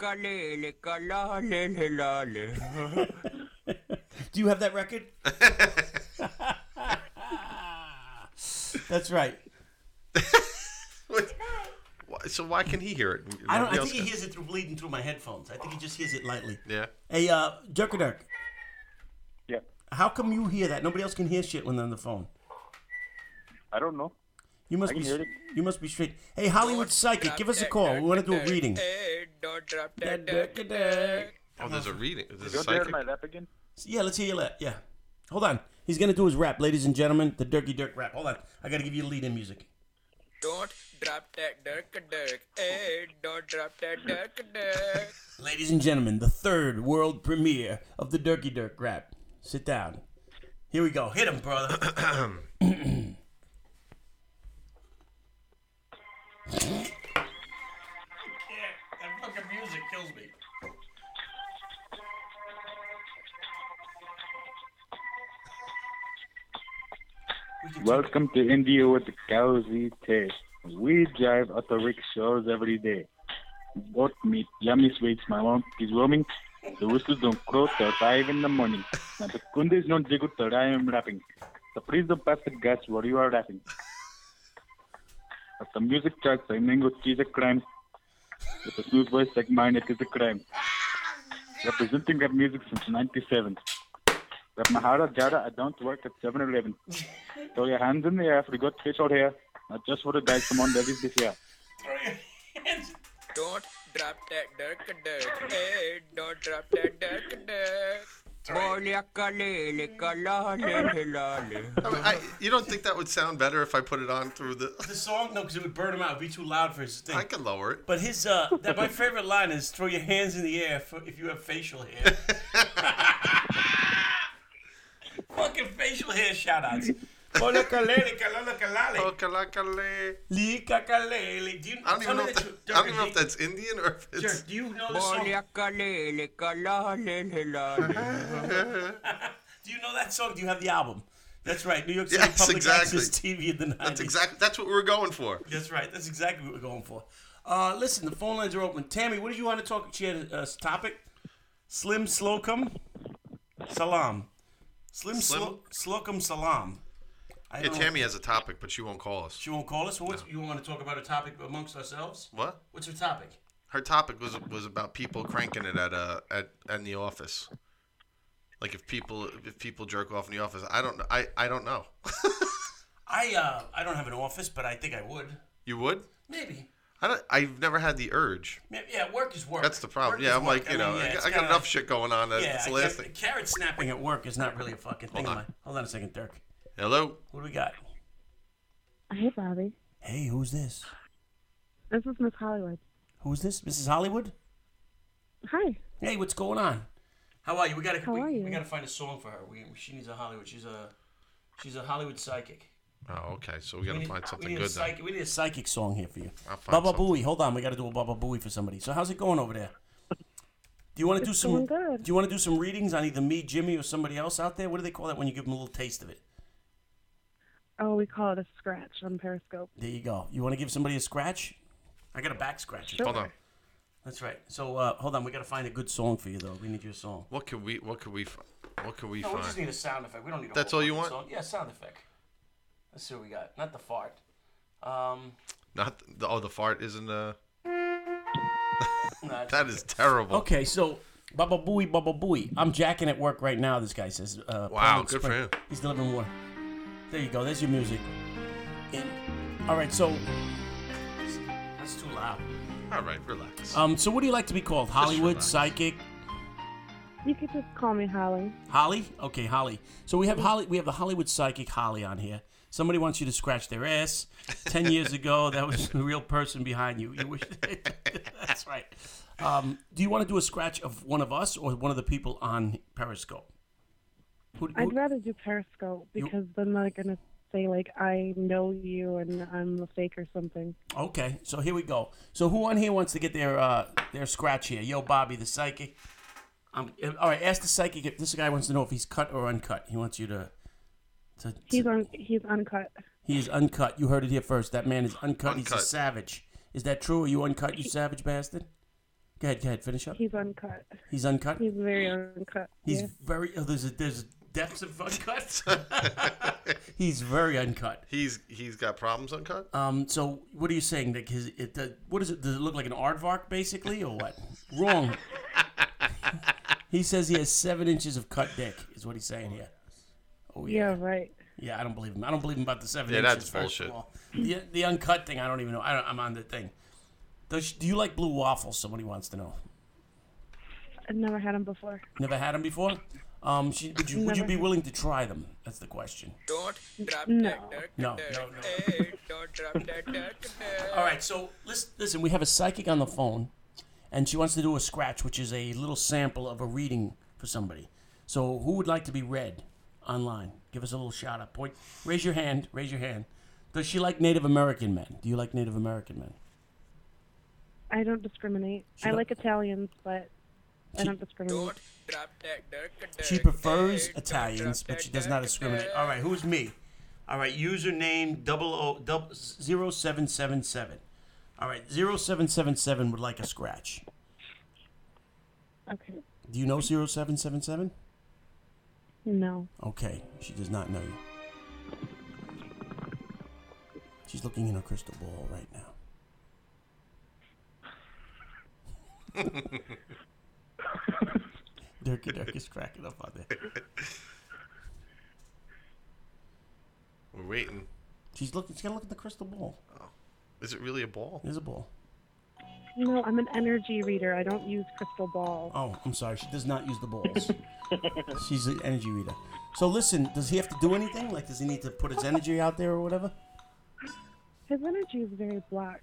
[SPEAKER 6] Bolekalele, kalalelelale.
[SPEAKER 2] Do you have that record? That's right.
[SPEAKER 5] Why- So why can he hear it?
[SPEAKER 2] I don't.
[SPEAKER 5] Nobody
[SPEAKER 2] I
[SPEAKER 5] else
[SPEAKER 2] think he
[SPEAKER 5] can.
[SPEAKER 2] hears it through bleeding through my headphones. I think he just hears it lightly.
[SPEAKER 5] Yeah.
[SPEAKER 2] Hey, uh, Dirk or Dirk,
[SPEAKER 8] Yeah,
[SPEAKER 2] how come you hear that? Nobody else can hear shit when they're on the phone.
[SPEAKER 8] I don't know.
[SPEAKER 2] You must
[SPEAKER 8] I can
[SPEAKER 2] be.
[SPEAKER 8] hear it.
[SPEAKER 2] You must be straight. Hey, Hollywood psychic, give us a call. We want to do a reading.
[SPEAKER 6] Hey, don't drop
[SPEAKER 2] That
[SPEAKER 6] that
[SPEAKER 2] Dirk or
[SPEAKER 6] dirk dirk.
[SPEAKER 2] Dirk.
[SPEAKER 5] Oh, there's a reading. There's a
[SPEAKER 8] Don't hear
[SPEAKER 5] psychic.
[SPEAKER 8] my lap again.
[SPEAKER 2] Yeah, let's hear your lap. Yeah. Hold on. He's gonna do his rap, ladies and gentlemen. The Dirky Dirk rap. Hold on. I gotta give you lead in music.
[SPEAKER 6] Don't drop that dirk dirk. Hey, don't drop that dirk dirk.
[SPEAKER 2] Ladies and gentlemen, the third world premiere of the Dirky Dirk rap. Sit down. Here we go. Hit him, brother. that fucking music kills me.
[SPEAKER 8] Welcome to India with the cows eat taste. We drive auto rickshaws every day. Goat meat, yummy sweets, my mouth is roaming. The whistles don't crow till five in the morning. Now the kundes don't jiggle till I am rapping. So please don't pass the gas while you are rapping. But the music charts I mango cheese a crime. With a smooth voice like mine, it is a crime. Representing rap music since 97. Rap Mahara Jara, I don't work at 7 Eleven. Throw your hands in the air if we got fish out here. Not just for the guys, come on, ladies, this year.
[SPEAKER 6] Don't drop that dirk dirk. Hey, don't drop that dirk dirk. Bolekalele, kalalelelale.
[SPEAKER 5] I mean, I, you don't think that would sound better if I put it on through the?
[SPEAKER 2] The song, no, because it would burn him out. It'd be too loud for his thing.
[SPEAKER 5] I can lower it.
[SPEAKER 2] But his uh, that my favorite line is throw your hands in the air for, if you have facial hair. Fucking facial hair shout outs. Hola, Kalele, Kalala, Kalale.
[SPEAKER 5] Okalakale.
[SPEAKER 2] Lika Kalele. Do you,
[SPEAKER 5] I don't even know if that, I don't even know if that's Indian or if
[SPEAKER 2] Jerk,
[SPEAKER 5] it's.
[SPEAKER 2] do you know this song?
[SPEAKER 6] Bolia
[SPEAKER 2] Do you know that song? Do you have the album? That's right. New York City
[SPEAKER 5] Yes,
[SPEAKER 2] Public
[SPEAKER 5] exactly.
[SPEAKER 2] Access TV in the 90s.
[SPEAKER 5] That's exactly that's what we were going for.
[SPEAKER 2] That's right. That's exactly what we're going for. Uh, listen, the phone lines are open. Tammy, what did you want to talk? She had a uh, topic. Slim Slocum, salam. Slim, Slo-
[SPEAKER 5] Slim?
[SPEAKER 2] Slocum, salam. I
[SPEAKER 5] Yeah,
[SPEAKER 2] don't-
[SPEAKER 5] Tammy has a topic, but she won't call us.
[SPEAKER 2] She won't call us. Well, what's, You want to talk about a topic amongst ourselves?
[SPEAKER 5] What?
[SPEAKER 2] What's your topic?
[SPEAKER 5] Her topic was was about people cranking it at uh at, at the office. Like if people if people jerk off in the office, I don't I I don't know.
[SPEAKER 2] I uh, I don't have an office, but I think I would.
[SPEAKER 5] you would?
[SPEAKER 2] Maybe.
[SPEAKER 5] I don't, I've never had the urge.
[SPEAKER 2] Ma- Yeah, work is work.
[SPEAKER 5] That's the problem.
[SPEAKER 2] Work is
[SPEAKER 5] yeah, I'm like
[SPEAKER 2] work.
[SPEAKER 5] you know
[SPEAKER 2] mean, yeah,
[SPEAKER 5] I,
[SPEAKER 2] it's
[SPEAKER 5] I got
[SPEAKER 2] gotta-
[SPEAKER 5] enough shit going on. That's
[SPEAKER 2] Yeah,
[SPEAKER 5] it's the
[SPEAKER 2] I
[SPEAKER 5] last
[SPEAKER 2] got-
[SPEAKER 5] thing.
[SPEAKER 2] carrot snapping at work is not really a fucking thing.
[SPEAKER 5] Hold
[SPEAKER 2] Hold on, Hold on a second, Dirk.
[SPEAKER 5] Hello.
[SPEAKER 2] What do we got?
[SPEAKER 9] Hey, Bobby.
[SPEAKER 2] Hey, who's this?
[SPEAKER 9] This is Miss Hollywood.
[SPEAKER 2] Who's this? Mrs. Hollywood?
[SPEAKER 9] Hi.
[SPEAKER 2] Hey, what's going on? How are you? We gotta
[SPEAKER 9] How
[SPEAKER 2] we,
[SPEAKER 9] are you?
[SPEAKER 2] we gotta find a song for her. We, she needs a Hollywood. She's a she's a Hollywood psychic.
[SPEAKER 5] Oh, okay. So we gotta
[SPEAKER 2] we need,
[SPEAKER 5] find
[SPEAKER 2] we
[SPEAKER 5] something
[SPEAKER 2] need
[SPEAKER 5] good
[SPEAKER 2] A
[SPEAKER 5] then.
[SPEAKER 2] psychic, we need a psychic song here for you.
[SPEAKER 5] I'll find
[SPEAKER 2] Baba
[SPEAKER 5] something.
[SPEAKER 2] Booey. Hold on, we gotta do a Baba Booey for somebody. So how's it going over there? Do you want to do some?
[SPEAKER 9] going good.
[SPEAKER 2] Do you want to do some readings on either me, Jimmy, or somebody else out there? What do they call that when you give them a little taste of it?
[SPEAKER 9] Oh, we call it a scratch on Periscope.
[SPEAKER 2] There you go. You want to give somebody a scratch? I got a back scratch.
[SPEAKER 5] Hold on.
[SPEAKER 2] That's right. So uh, hold on, we gotta find a good song for you though. We need your song.
[SPEAKER 5] What can we what can we f- what can we
[SPEAKER 2] No, we
[SPEAKER 5] find?
[SPEAKER 2] just need a sound effect. We don't need a
[SPEAKER 5] That's
[SPEAKER 2] whole
[SPEAKER 5] all you
[SPEAKER 2] fucking
[SPEAKER 5] want?
[SPEAKER 2] Song. Yeah, sound effect. Let's see what we got. Not the fart. Um,
[SPEAKER 5] Not the, oh the fart isn't uh
[SPEAKER 2] no,
[SPEAKER 5] that is terrible.
[SPEAKER 2] Oh. okay, so Baba Booey, Baba Booey. I'm jacking at work right now. This guy says. Uh,
[SPEAKER 5] Wow,
[SPEAKER 2] Poland
[SPEAKER 5] good for
[SPEAKER 2] Spring.
[SPEAKER 5] him.
[SPEAKER 2] He's delivering water. There you go. There's your music. And, all right, so that's too loud.
[SPEAKER 5] All right, relax.
[SPEAKER 2] Um, so what do you like to be called? Hollywood
[SPEAKER 5] relax.
[SPEAKER 2] psychic,
[SPEAKER 9] You could just call me Holly.
[SPEAKER 2] Holly? Okay, Holly. So we have Holly. We have the Hollywood psychic Holly on here. Somebody wants you to scratch their ass. Ten years ago, that was the real person behind you. You wish. That's right. Um, do you want to do a scratch of one of us or one of the people on Periscope? Who, who-
[SPEAKER 9] I'd rather do Periscope
[SPEAKER 2] You-
[SPEAKER 9] because then they're gonna say like I know you and I'm a fake or something.
[SPEAKER 2] okay, so here we go. So who on here wants to get their uh, their scratch here? Yo, Bobby, the psychic. Um, all right, ask the psychic if this guy wants to know if he's cut or uncut. He wants you to. to, to
[SPEAKER 9] He's on. He's uncut.
[SPEAKER 2] He is uncut. You heard it here first. That man is uncut. He's a
[SPEAKER 5] Uncut.
[SPEAKER 2] savage. Is that true? Are you uncut, you savage bastard? Go ahead, go ahead. Finish up.
[SPEAKER 9] He's uncut.
[SPEAKER 2] He's uncut.
[SPEAKER 9] He's very uncut.
[SPEAKER 2] He's
[SPEAKER 9] yeah.
[SPEAKER 2] very. Oh, there's a, there's depths of uncut. He's very uncut.
[SPEAKER 5] He's he's got problems uncut.
[SPEAKER 2] Um. So what are you saying? Like his, it, the, what is it? Does it look like an aardvark basically, or what? Wrong. he says he has seven inches of cut dick. Is what he's saying here. Oh
[SPEAKER 9] Yeah, right.
[SPEAKER 2] Yeah, I don't believe him. I don't believe him about the seven
[SPEAKER 5] Yeah,
[SPEAKER 2] inches.
[SPEAKER 5] that's
[SPEAKER 2] first of
[SPEAKER 5] bullshit.
[SPEAKER 2] all. The, the uncut thing, I don't even know. I don't, I'm on the thing. Does, do you like blue waffles? Somebody wants to know.
[SPEAKER 9] I've never had him before.
[SPEAKER 2] Never had them before. Um, she, would you would you be willing to try them? That's the question.
[SPEAKER 6] Don't drop
[SPEAKER 9] No.
[SPEAKER 6] that duck
[SPEAKER 2] No,
[SPEAKER 6] duck.
[SPEAKER 2] no, no.
[SPEAKER 6] Hey, don't drop that duck duck.
[SPEAKER 2] All right, so listen, listen. We have a psychic on the phone, and she wants to do a scratch, which is a little sample of a reading for somebody. So who would like to be read online? Give us a little shout out. Point. Raise your hand. Raise your hand. Does she like Native American men? Do you like Native American men?
[SPEAKER 9] I don't discriminate. I
[SPEAKER 2] don't-
[SPEAKER 9] like Italians, but I don't discriminate.
[SPEAKER 6] Don't drop that duck duck.
[SPEAKER 2] She prefers
[SPEAKER 6] Hey, don't
[SPEAKER 2] Italians,
[SPEAKER 6] drop
[SPEAKER 2] but
[SPEAKER 6] that
[SPEAKER 2] she does not
[SPEAKER 6] duck
[SPEAKER 2] discriminate.
[SPEAKER 6] duck.
[SPEAKER 2] All right, who's me? All right, username double o double zero seven seven seven. All right, zero seven seven seven would like a scratch.
[SPEAKER 9] Okay.
[SPEAKER 2] Do you know zero seven seven seven?
[SPEAKER 9] No.
[SPEAKER 2] Okay, she does not know you. She's looking in her crystal ball right now. Dirk Dirk is cracking up on that.
[SPEAKER 5] We're waiting.
[SPEAKER 2] She's looking. She's gonna look at the crystal ball.
[SPEAKER 5] Is it really a ball?
[SPEAKER 2] There's a ball.
[SPEAKER 9] No, I'm an energy reader. I don't use crystal balls.
[SPEAKER 2] Oh, I'm sorry. She does not use the balls. She's an energy reader. So listen, does he have to do anything? Like, does he need to put his energy out there or whatever?
[SPEAKER 9] His energy is very blocked.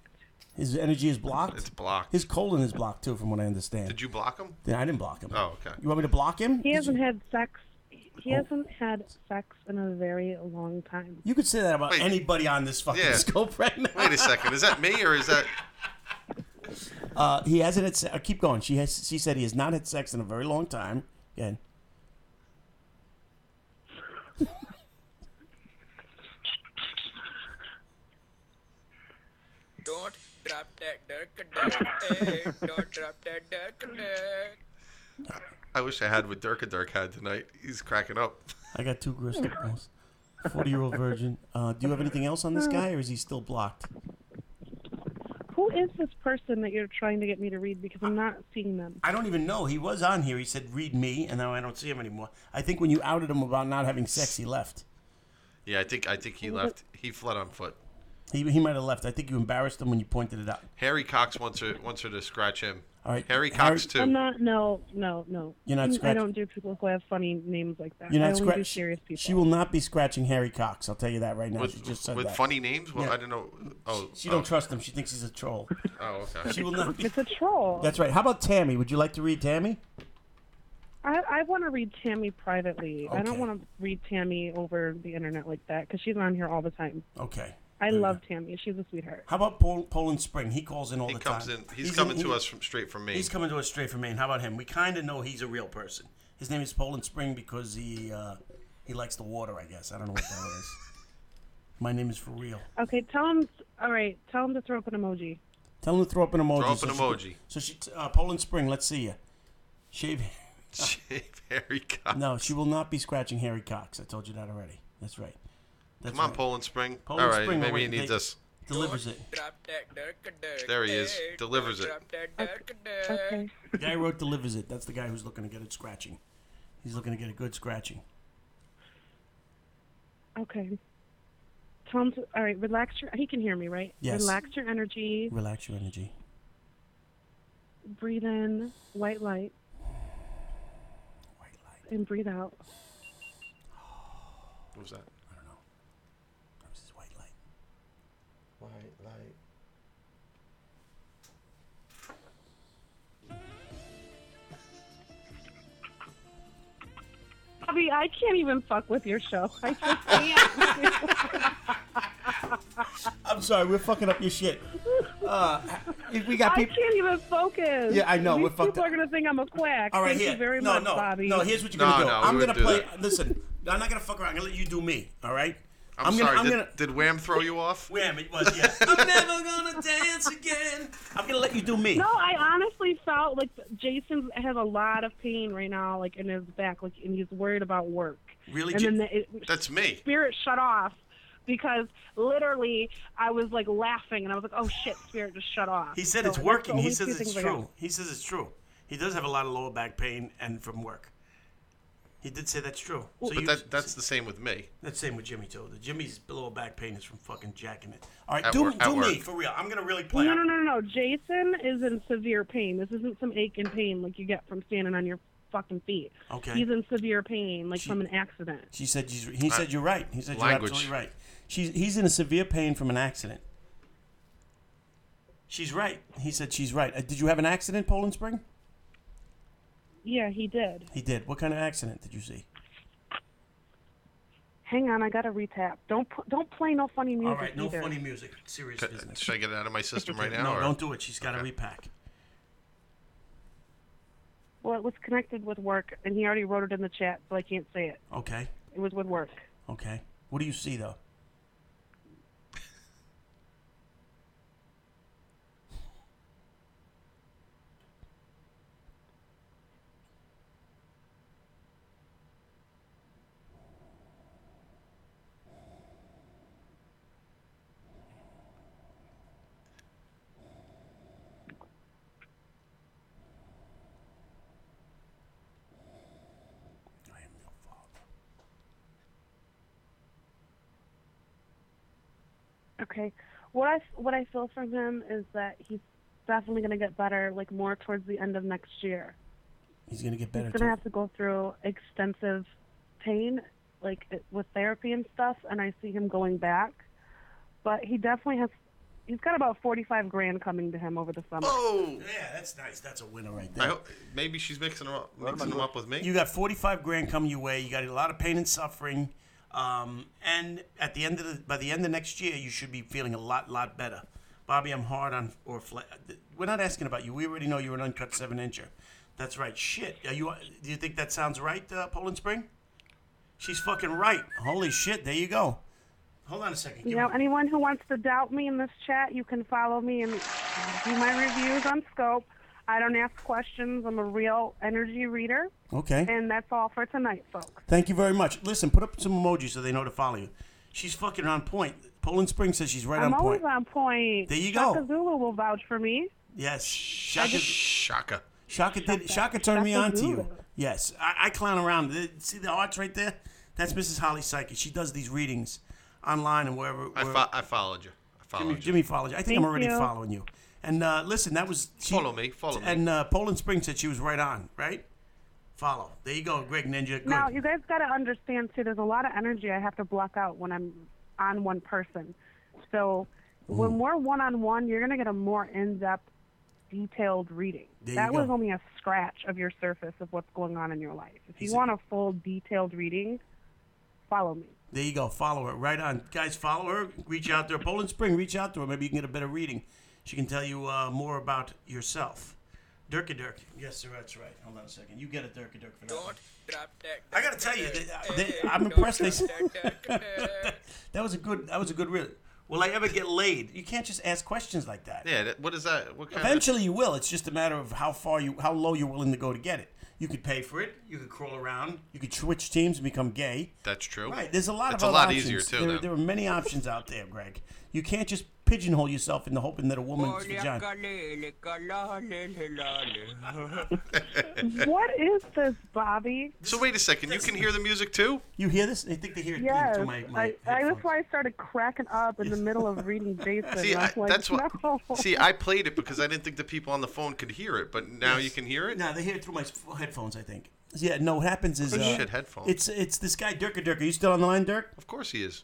[SPEAKER 2] His energy is blocked.
[SPEAKER 5] It's blocked.
[SPEAKER 2] his colon is blocked too, from what I understand.
[SPEAKER 5] Did you block him?
[SPEAKER 2] Then I didn't block him.
[SPEAKER 5] Oh, okay.
[SPEAKER 2] You want me to block him?
[SPEAKER 9] He
[SPEAKER 2] Did
[SPEAKER 9] hasn't
[SPEAKER 2] you-
[SPEAKER 9] had sex.
[SPEAKER 2] Oh.
[SPEAKER 9] He hasn't had sex in a very long time.
[SPEAKER 2] You could say that about
[SPEAKER 5] Wait.
[SPEAKER 2] anybody on this fucking
[SPEAKER 5] Yeah.
[SPEAKER 2] scope right now.
[SPEAKER 5] Wait a second. Is that me or is that?
[SPEAKER 2] Uh, he hasn't had. Se- uh, keep going. She has. She said he has not had sex in a very long time. Again.
[SPEAKER 6] Don't drop that dirk dirk. Hey, don't drop that dirk dirk.
[SPEAKER 5] I wish I had what Dirk and Dirk had tonight. He's cracking up.
[SPEAKER 2] I got two grist balls. Forty-year-old virgin. Uh, do you have anything else on this guy, or is he still blocked?
[SPEAKER 9] Who is this person that you're trying to get me to read? Because I'm not seeing them.
[SPEAKER 2] I don't even know. He was on here. He said, "Read me," and now I don't see him anymore. I think when you outed him about not having sex, he left.
[SPEAKER 5] Yeah, I think I think he left. He fled on foot.
[SPEAKER 2] He, he might have left. I think you embarrassed him when you pointed it out.
[SPEAKER 5] Harry Cox wants her wants her to scratch him.
[SPEAKER 2] All right,
[SPEAKER 5] Harry
[SPEAKER 2] Harry-
[SPEAKER 5] Cox
[SPEAKER 9] I'm
[SPEAKER 5] too.
[SPEAKER 9] not. No, no, no.
[SPEAKER 2] You're not
[SPEAKER 9] I
[SPEAKER 2] scratch-
[SPEAKER 9] don't do people who have funny names like that.
[SPEAKER 2] You're
[SPEAKER 9] I
[SPEAKER 2] not
[SPEAKER 9] only do
[SPEAKER 2] scratching.
[SPEAKER 9] serious people.
[SPEAKER 2] She will not be scratching Harry Cox. I'll tell you that right now. she
[SPEAKER 5] With,
[SPEAKER 2] just said
[SPEAKER 5] with
[SPEAKER 2] that.
[SPEAKER 5] funny names? Well,
[SPEAKER 2] Yeah.
[SPEAKER 5] I don't know. Oh,
[SPEAKER 2] She
[SPEAKER 5] oh,
[SPEAKER 2] don't trust him. She thinks he's a troll.
[SPEAKER 5] oh, okay.
[SPEAKER 2] She will not be.
[SPEAKER 9] It's a troll.
[SPEAKER 2] That's right. How about Tammy? Would you like to read Tammy?
[SPEAKER 9] I, I want to read Tammy privately. I don't
[SPEAKER 2] Okay.
[SPEAKER 9] want to read Tammy over the internet like that because she's on here all the time.
[SPEAKER 2] Okay.
[SPEAKER 9] I
[SPEAKER 2] There you
[SPEAKER 9] love
[SPEAKER 2] go.
[SPEAKER 9] Tammy. She's a sweetheart.
[SPEAKER 2] How about Pol- Poland Spring? He calls in all
[SPEAKER 5] He
[SPEAKER 2] the
[SPEAKER 5] comes in.
[SPEAKER 2] time.
[SPEAKER 5] He's, coming
[SPEAKER 2] he-
[SPEAKER 5] to us from straight from Maine.
[SPEAKER 2] He's coming to us straight from Maine. How about him? We kind of know he's a real person. His name is Poland Spring because he uh, he likes the water. I guess I don't know what that is. My name is for real.
[SPEAKER 9] Okay, tell him. All right, tell him to throw up an emoji.
[SPEAKER 2] Tell him to throw up an emoji.
[SPEAKER 5] Throw up
[SPEAKER 2] so
[SPEAKER 5] an
[SPEAKER 2] she
[SPEAKER 5] emoji.
[SPEAKER 2] can- so she uh, Poland Spring. Let's see you. Shave.
[SPEAKER 5] Shave Harry Cox.
[SPEAKER 2] No, she will not be scratching Harry Cox. I told you that already. That's right. That's
[SPEAKER 5] Come on,
[SPEAKER 2] right.
[SPEAKER 5] Poland Spring.
[SPEAKER 2] Poland
[SPEAKER 5] All right,
[SPEAKER 2] Spring,
[SPEAKER 5] maybe
[SPEAKER 2] wait,
[SPEAKER 5] you need
[SPEAKER 2] they-
[SPEAKER 5] this.
[SPEAKER 2] Delivers it.
[SPEAKER 6] Drop that dirk dirk.
[SPEAKER 5] There he is.
[SPEAKER 6] Hey,
[SPEAKER 5] Delivers
[SPEAKER 6] don't
[SPEAKER 5] it.
[SPEAKER 6] Drop that dirk dirk.
[SPEAKER 9] Okay.
[SPEAKER 2] The guy who wrote delivers it. That's the guy who's looking to get it scratching. He's looking to get a good scratching.
[SPEAKER 9] Okay. Tell him to, all right, relax your. He can hear me, right?
[SPEAKER 2] Yes.
[SPEAKER 9] Relax your energy.
[SPEAKER 2] Relax your energy.
[SPEAKER 9] Breathe in white light
[SPEAKER 2] White light.
[SPEAKER 9] and breathe out.
[SPEAKER 5] What was that?
[SPEAKER 2] I don't know. That was his white light.
[SPEAKER 5] White light.
[SPEAKER 9] Bobby, I can't even fuck with your show. I just can't.
[SPEAKER 2] I'm sorry, we're fucking up your shit. Uh, if we got
[SPEAKER 9] I
[SPEAKER 2] people.
[SPEAKER 9] can't even focus.
[SPEAKER 2] Yeah, I know,
[SPEAKER 9] These
[SPEAKER 2] we're fucked
[SPEAKER 9] people
[SPEAKER 2] up.
[SPEAKER 9] are gonna think I'm a quack.
[SPEAKER 2] All right,
[SPEAKER 9] Thank
[SPEAKER 2] here.
[SPEAKER 9] you very
[SPEAKER 2] no,
[SPEAKER 9] much,
[SPEAKER 2] no,
[SPEAKER 9] Bobby.
[SPEAKER 2] no. Here's what you're
[SPEAKER 5] No,
[SPEAKER 2] gonna do.
[SPEAKER 5] no, we
[SPEAKER 2] I'm gonna
[SPEAKER 5] wouldn't do
[SPEAKER 2] play.
[SPEAKER 5] that.
[SPEAKER 2] Listen, I'm not gonna fuck around. I'm gonna let you do me. All right.
[SPEAKER 5] I'm,
[SPEAKER 2] gonna.
[SPEAKER 5] sorry.
[SPEAKER 2] I'm
[SPEAKER 5] did,
[SPEAKER 2] gonna.
[SPEAKER 5] did Wham throw you off?
[SPEAKER 2] Wham! It was yeah. I'm never gonna dance again. I'm gonna let you do me.
[SPEAKER 9] No, I honestly felt like Jason has a lot of pain right now, like in his back, like, and he's worried about work.
[SPEAKER 2] Really,
[SPEAKER 9] And
[SPEAKER 2] Ja-
[SPEAKER 9] then the, it,
[SPEAKER 5] That's me.
[SPEAKER 9] spirit shut off because literally I was like laughing and I was like, oh shit, spirit just shut off.
[SPEAKER 2] He said
[SPEAKER 9] So
[SPEAKER 2] it's
[SPEAKER 9] that's
[SPEAKER 2] working.
[SPEAKER 9] the
[SPEAKER 2] He
[SPEAKER 9] only
[SPEAKER 2] says
[SPEAKER 9] two
[SPEAKER 2] it's
[SPEAKER 9] things I got.
[SPEAKER 2] true. He says it's true. He does have a lot of lower back pain and from work. He did say that's true. So
[SPEAKER 5] But
[SPEAKER 2] you-
[SPEAKER 5] that that's the same with me.
[SPEAKER 2] that's same with Jimmy too. The Jimmy's lower back pain is from fucking jacking it. All right,
[SPEAKER 5] At
[SPEAKER 2] do,
[SPEAKER 5] work- at
[SPEAKER 2] do me
[SPEAKER 5] work.
[SPEAKER 2] for real. I'm gonna really play.
[SPEAKER 9] No, no, no, no, no. Jason is in severe pain. This isn't some ache and pain like you get from standing on your fucking feet.
[SPEAKER 2] Okay.
[SPEAKER 9] He's in severe pain, like from an accident.
[SPEAKER 2] She said she's, he said you're right. He said you're
[SPEAKER 5] Language.
[SPEAKER 2] absolutely right. She's he's in a severe pain from an accident. She's right. He said she's right. Uh, did you have an accident, Poland Spring?
[SPEAKER 9] Yeah, he did.
[SPEAKER 2] He did. What kind of accident did you see?
[SPEAKER 9] Hang on, I gotta retap. Don't pu- don't play no funny music
[SPEAKER 2] All right, no
[SPEAKER 9] either.
[SPEAKER 2] funny music. Serious business.
[SPEAKER 5] Should I get it out of my system right now?
[SPEAKER 2] no,
[SPEAKER 5] or-
[SPEAKER 2] don't do it. She's got to
[SPEAKER 5] uh, Okay.
[SPEAKER 2] repack.
[SPEAKER 9] Well, it was connected with work, and he already wrote it in the chat, so I can't say it.
[SPEAKER 2] Okay.
[SPEAKER 9] It was with work.
[SPEAKER 2] Okay. What do you see though? I am your father.
[SPEAKER 9] Okay. What I what I feel from him is that he's definitely gonna get better, like more towards the end of next year.
[SPEAKER 2] He's gonna get better.
[SPEAKER 9] He's gonna have to go through extensive pain, like it- with therapy and stuff, and I see him going back. But he definitely has he's got about forty five grand coming to him over the summer.
[SPEAKER 5] Oh,
[SPEAKER 2] Yeah, that's nice. That's a winner right
[SPEAKER 5] I
[SPEAKER 2] there.
[SPEAKER 5] hope, maybe she's mixing them up, mixing them up with me.
[SPEAKER 2] You got 45 grand coming your way. You got a lot of pain and suffering. Um, and at the end of the, by the end of next year, you should be feeling a lot, lot better. Bobby, I'm hard on or flat. We're not asking about you. We already know you're an uncut seven incher. That's right. Shit. Are you? Do you think that sounds right, uh, Poland Spring? She's fucking right. Holy shit. There you go. Hold on a second.
[SPEAKER 9] You
[SPEAKER 2] Give
[SPEAKER 9] know,
[SPEAKER 2] me-
[SPEAKER 9] anyone who wants to doubt me in this chat, you can follow me and do my reviews on Scope. I don't ask questions. I'm a real energy reader,
[SPEAKER 2] okay.
[SPEAKER 9] and that's all for tonight, folks.
[SPEAKER 2] Thank you very much. Listen, put up some emojis so they know to follow you. She's fucking on point. Poland Spring says she's right
[SPEAKER 9] I'm
[SPEAKER 2] on
[SPEAKER 9] always
[SPEAKER 2] point.
[SPEAKER 9] on point.
[SPEAKER 2] There you
[SPEAKER 9] Shaka
[SPEAKER 2] go.
[SPEAKER 9] Zulu will vouch for me.
[SPEAKER 2] Yes. Shaka,
[SPEAKER 5] Shaka.
[SPEAKER 2] Shaka did. Shaka turned me
[SPEAKER 9] Shaka
[SPEAKER 2] on to you.
[SPEAKER 9] Zulu.
[SPEAKER 2] Yes, I, I clown around. The- See the hearts right there? That's Mrs. Holly Psyche. She does these readings online and wherever.
[SPEAKER 5] I,
[SPEAKER 2] where-
[SPEAKER 5] fo- I followed you. I followed
[SPEAKER 2] Jimmy,
[SPEAKER 5] you.
[SPEAKER 2] Jimmy follows you. I think I'm
[SPEAKER 9] Thank
[SPEAKER 2] already
[SPEAKER 9] you.
[SPEAKER 2] following you. And uh, listen, that was she-
[SPEAKER 5] Follow me, follow me.
[SPEAKER 2] And uh, Poland Spring said she was right on. Right? Follow. There you go, Greg Ninja. Good.
[SPEAKER 9] Now, you guys got to understand, too, there's a lot of energy I have to block out when I'm on one person. So when we're one on one, you're going to get a more in depth, detailed reading.
[SPEAKER 2] There you
[SPEAKER 9] that was
[SPEAKER 2] go.
[SPEAKER 9] only a scratch of your surface of what's going on in your life. If you want a full, detailed reading, follow me.
[SPEAKER 2] There you go. Follow her. Right on. Guys, follow her. Reach out to her. Poland Spring, reach out to her. Maybe you can get a better reading. She can tell you uh, more about yourself. Dirk a Dirk. Yes, sir, that's right. Hold on a second. You get a Dirk a Dirk for that. one.
[SPEAKER 6] Don't drop that.
[SPEAKER 2] I gotta tell you, they, they,
[SPEAKER 6] Hey,
[SPEAKER 2] I'm
[SPEAKER 6] don't
[SPEAKER 2] impressed. They,
[SPEAKER 6] drop that duck, duck.
[SPEAKER 2] that was a good. That was a good reel. Will I ever get laid? You can't just ask questions like that.
[SPEAKER 5] Yeah, that, what is that? What kind of?
[SPEAKER 2] Eventually, you will. It's just a matter of how far you, how low you're willing to go to get it. You could pay for it. You could crawl around. You could switch teams and become gay.
[SPEAKER 5] That's true.
[SPEAKER 2] Right. There's a lot
[SPEAKER 5] It's
[SPEAKER 2] of
[SPEAKER 5] a
[SPEAKER 2] other
[SPEAKER 5] lot
[SPEAKER 2] options.
[SPEAKER 5] easier, too,
[SPEAKER 2] There,
[SPEAKER 5] then.
[SPEAKER 2] there are many options out there, Greg. You can't just pigeonhole yourself into hoping that a woman's vagina.
[SPEAKER 9] what is this, Bobby?
[SPEAKER 5] So wait a second. You can hear the music too.
[SPEAKER 2] You hear this? They think they hear it
[SPEAKER 9] Yes.
[SPEAKER 2] through my, my
[SPEAKER 9] I, I, that's
[SPEAKER 2] headphones.
[SPEAKER 9] why I started cracking up in the middle of reading Jason.
[SPEAKER 5] See,
[SPEAKER 9] I'm
[SPEAKER 5] I,
[SPEAKER 9] like,
[SPEAKER 5] that's what.
[SPEAKER 9] no.
[SPEAKER 5] See, I played it because I didn't think the people on the phone could hear it, but now you can hear it.
[SPEAKER 2] No, they hear it through my f- headphones. I think. Yeah. No, what happens is uh,
[SPEAKER 5] Shit, headphones.
[SPEAKER 2] It's it's this guy Dirk Dirk. Are you still on the line, Dirk?
[SPEAKER 5] Of course he is.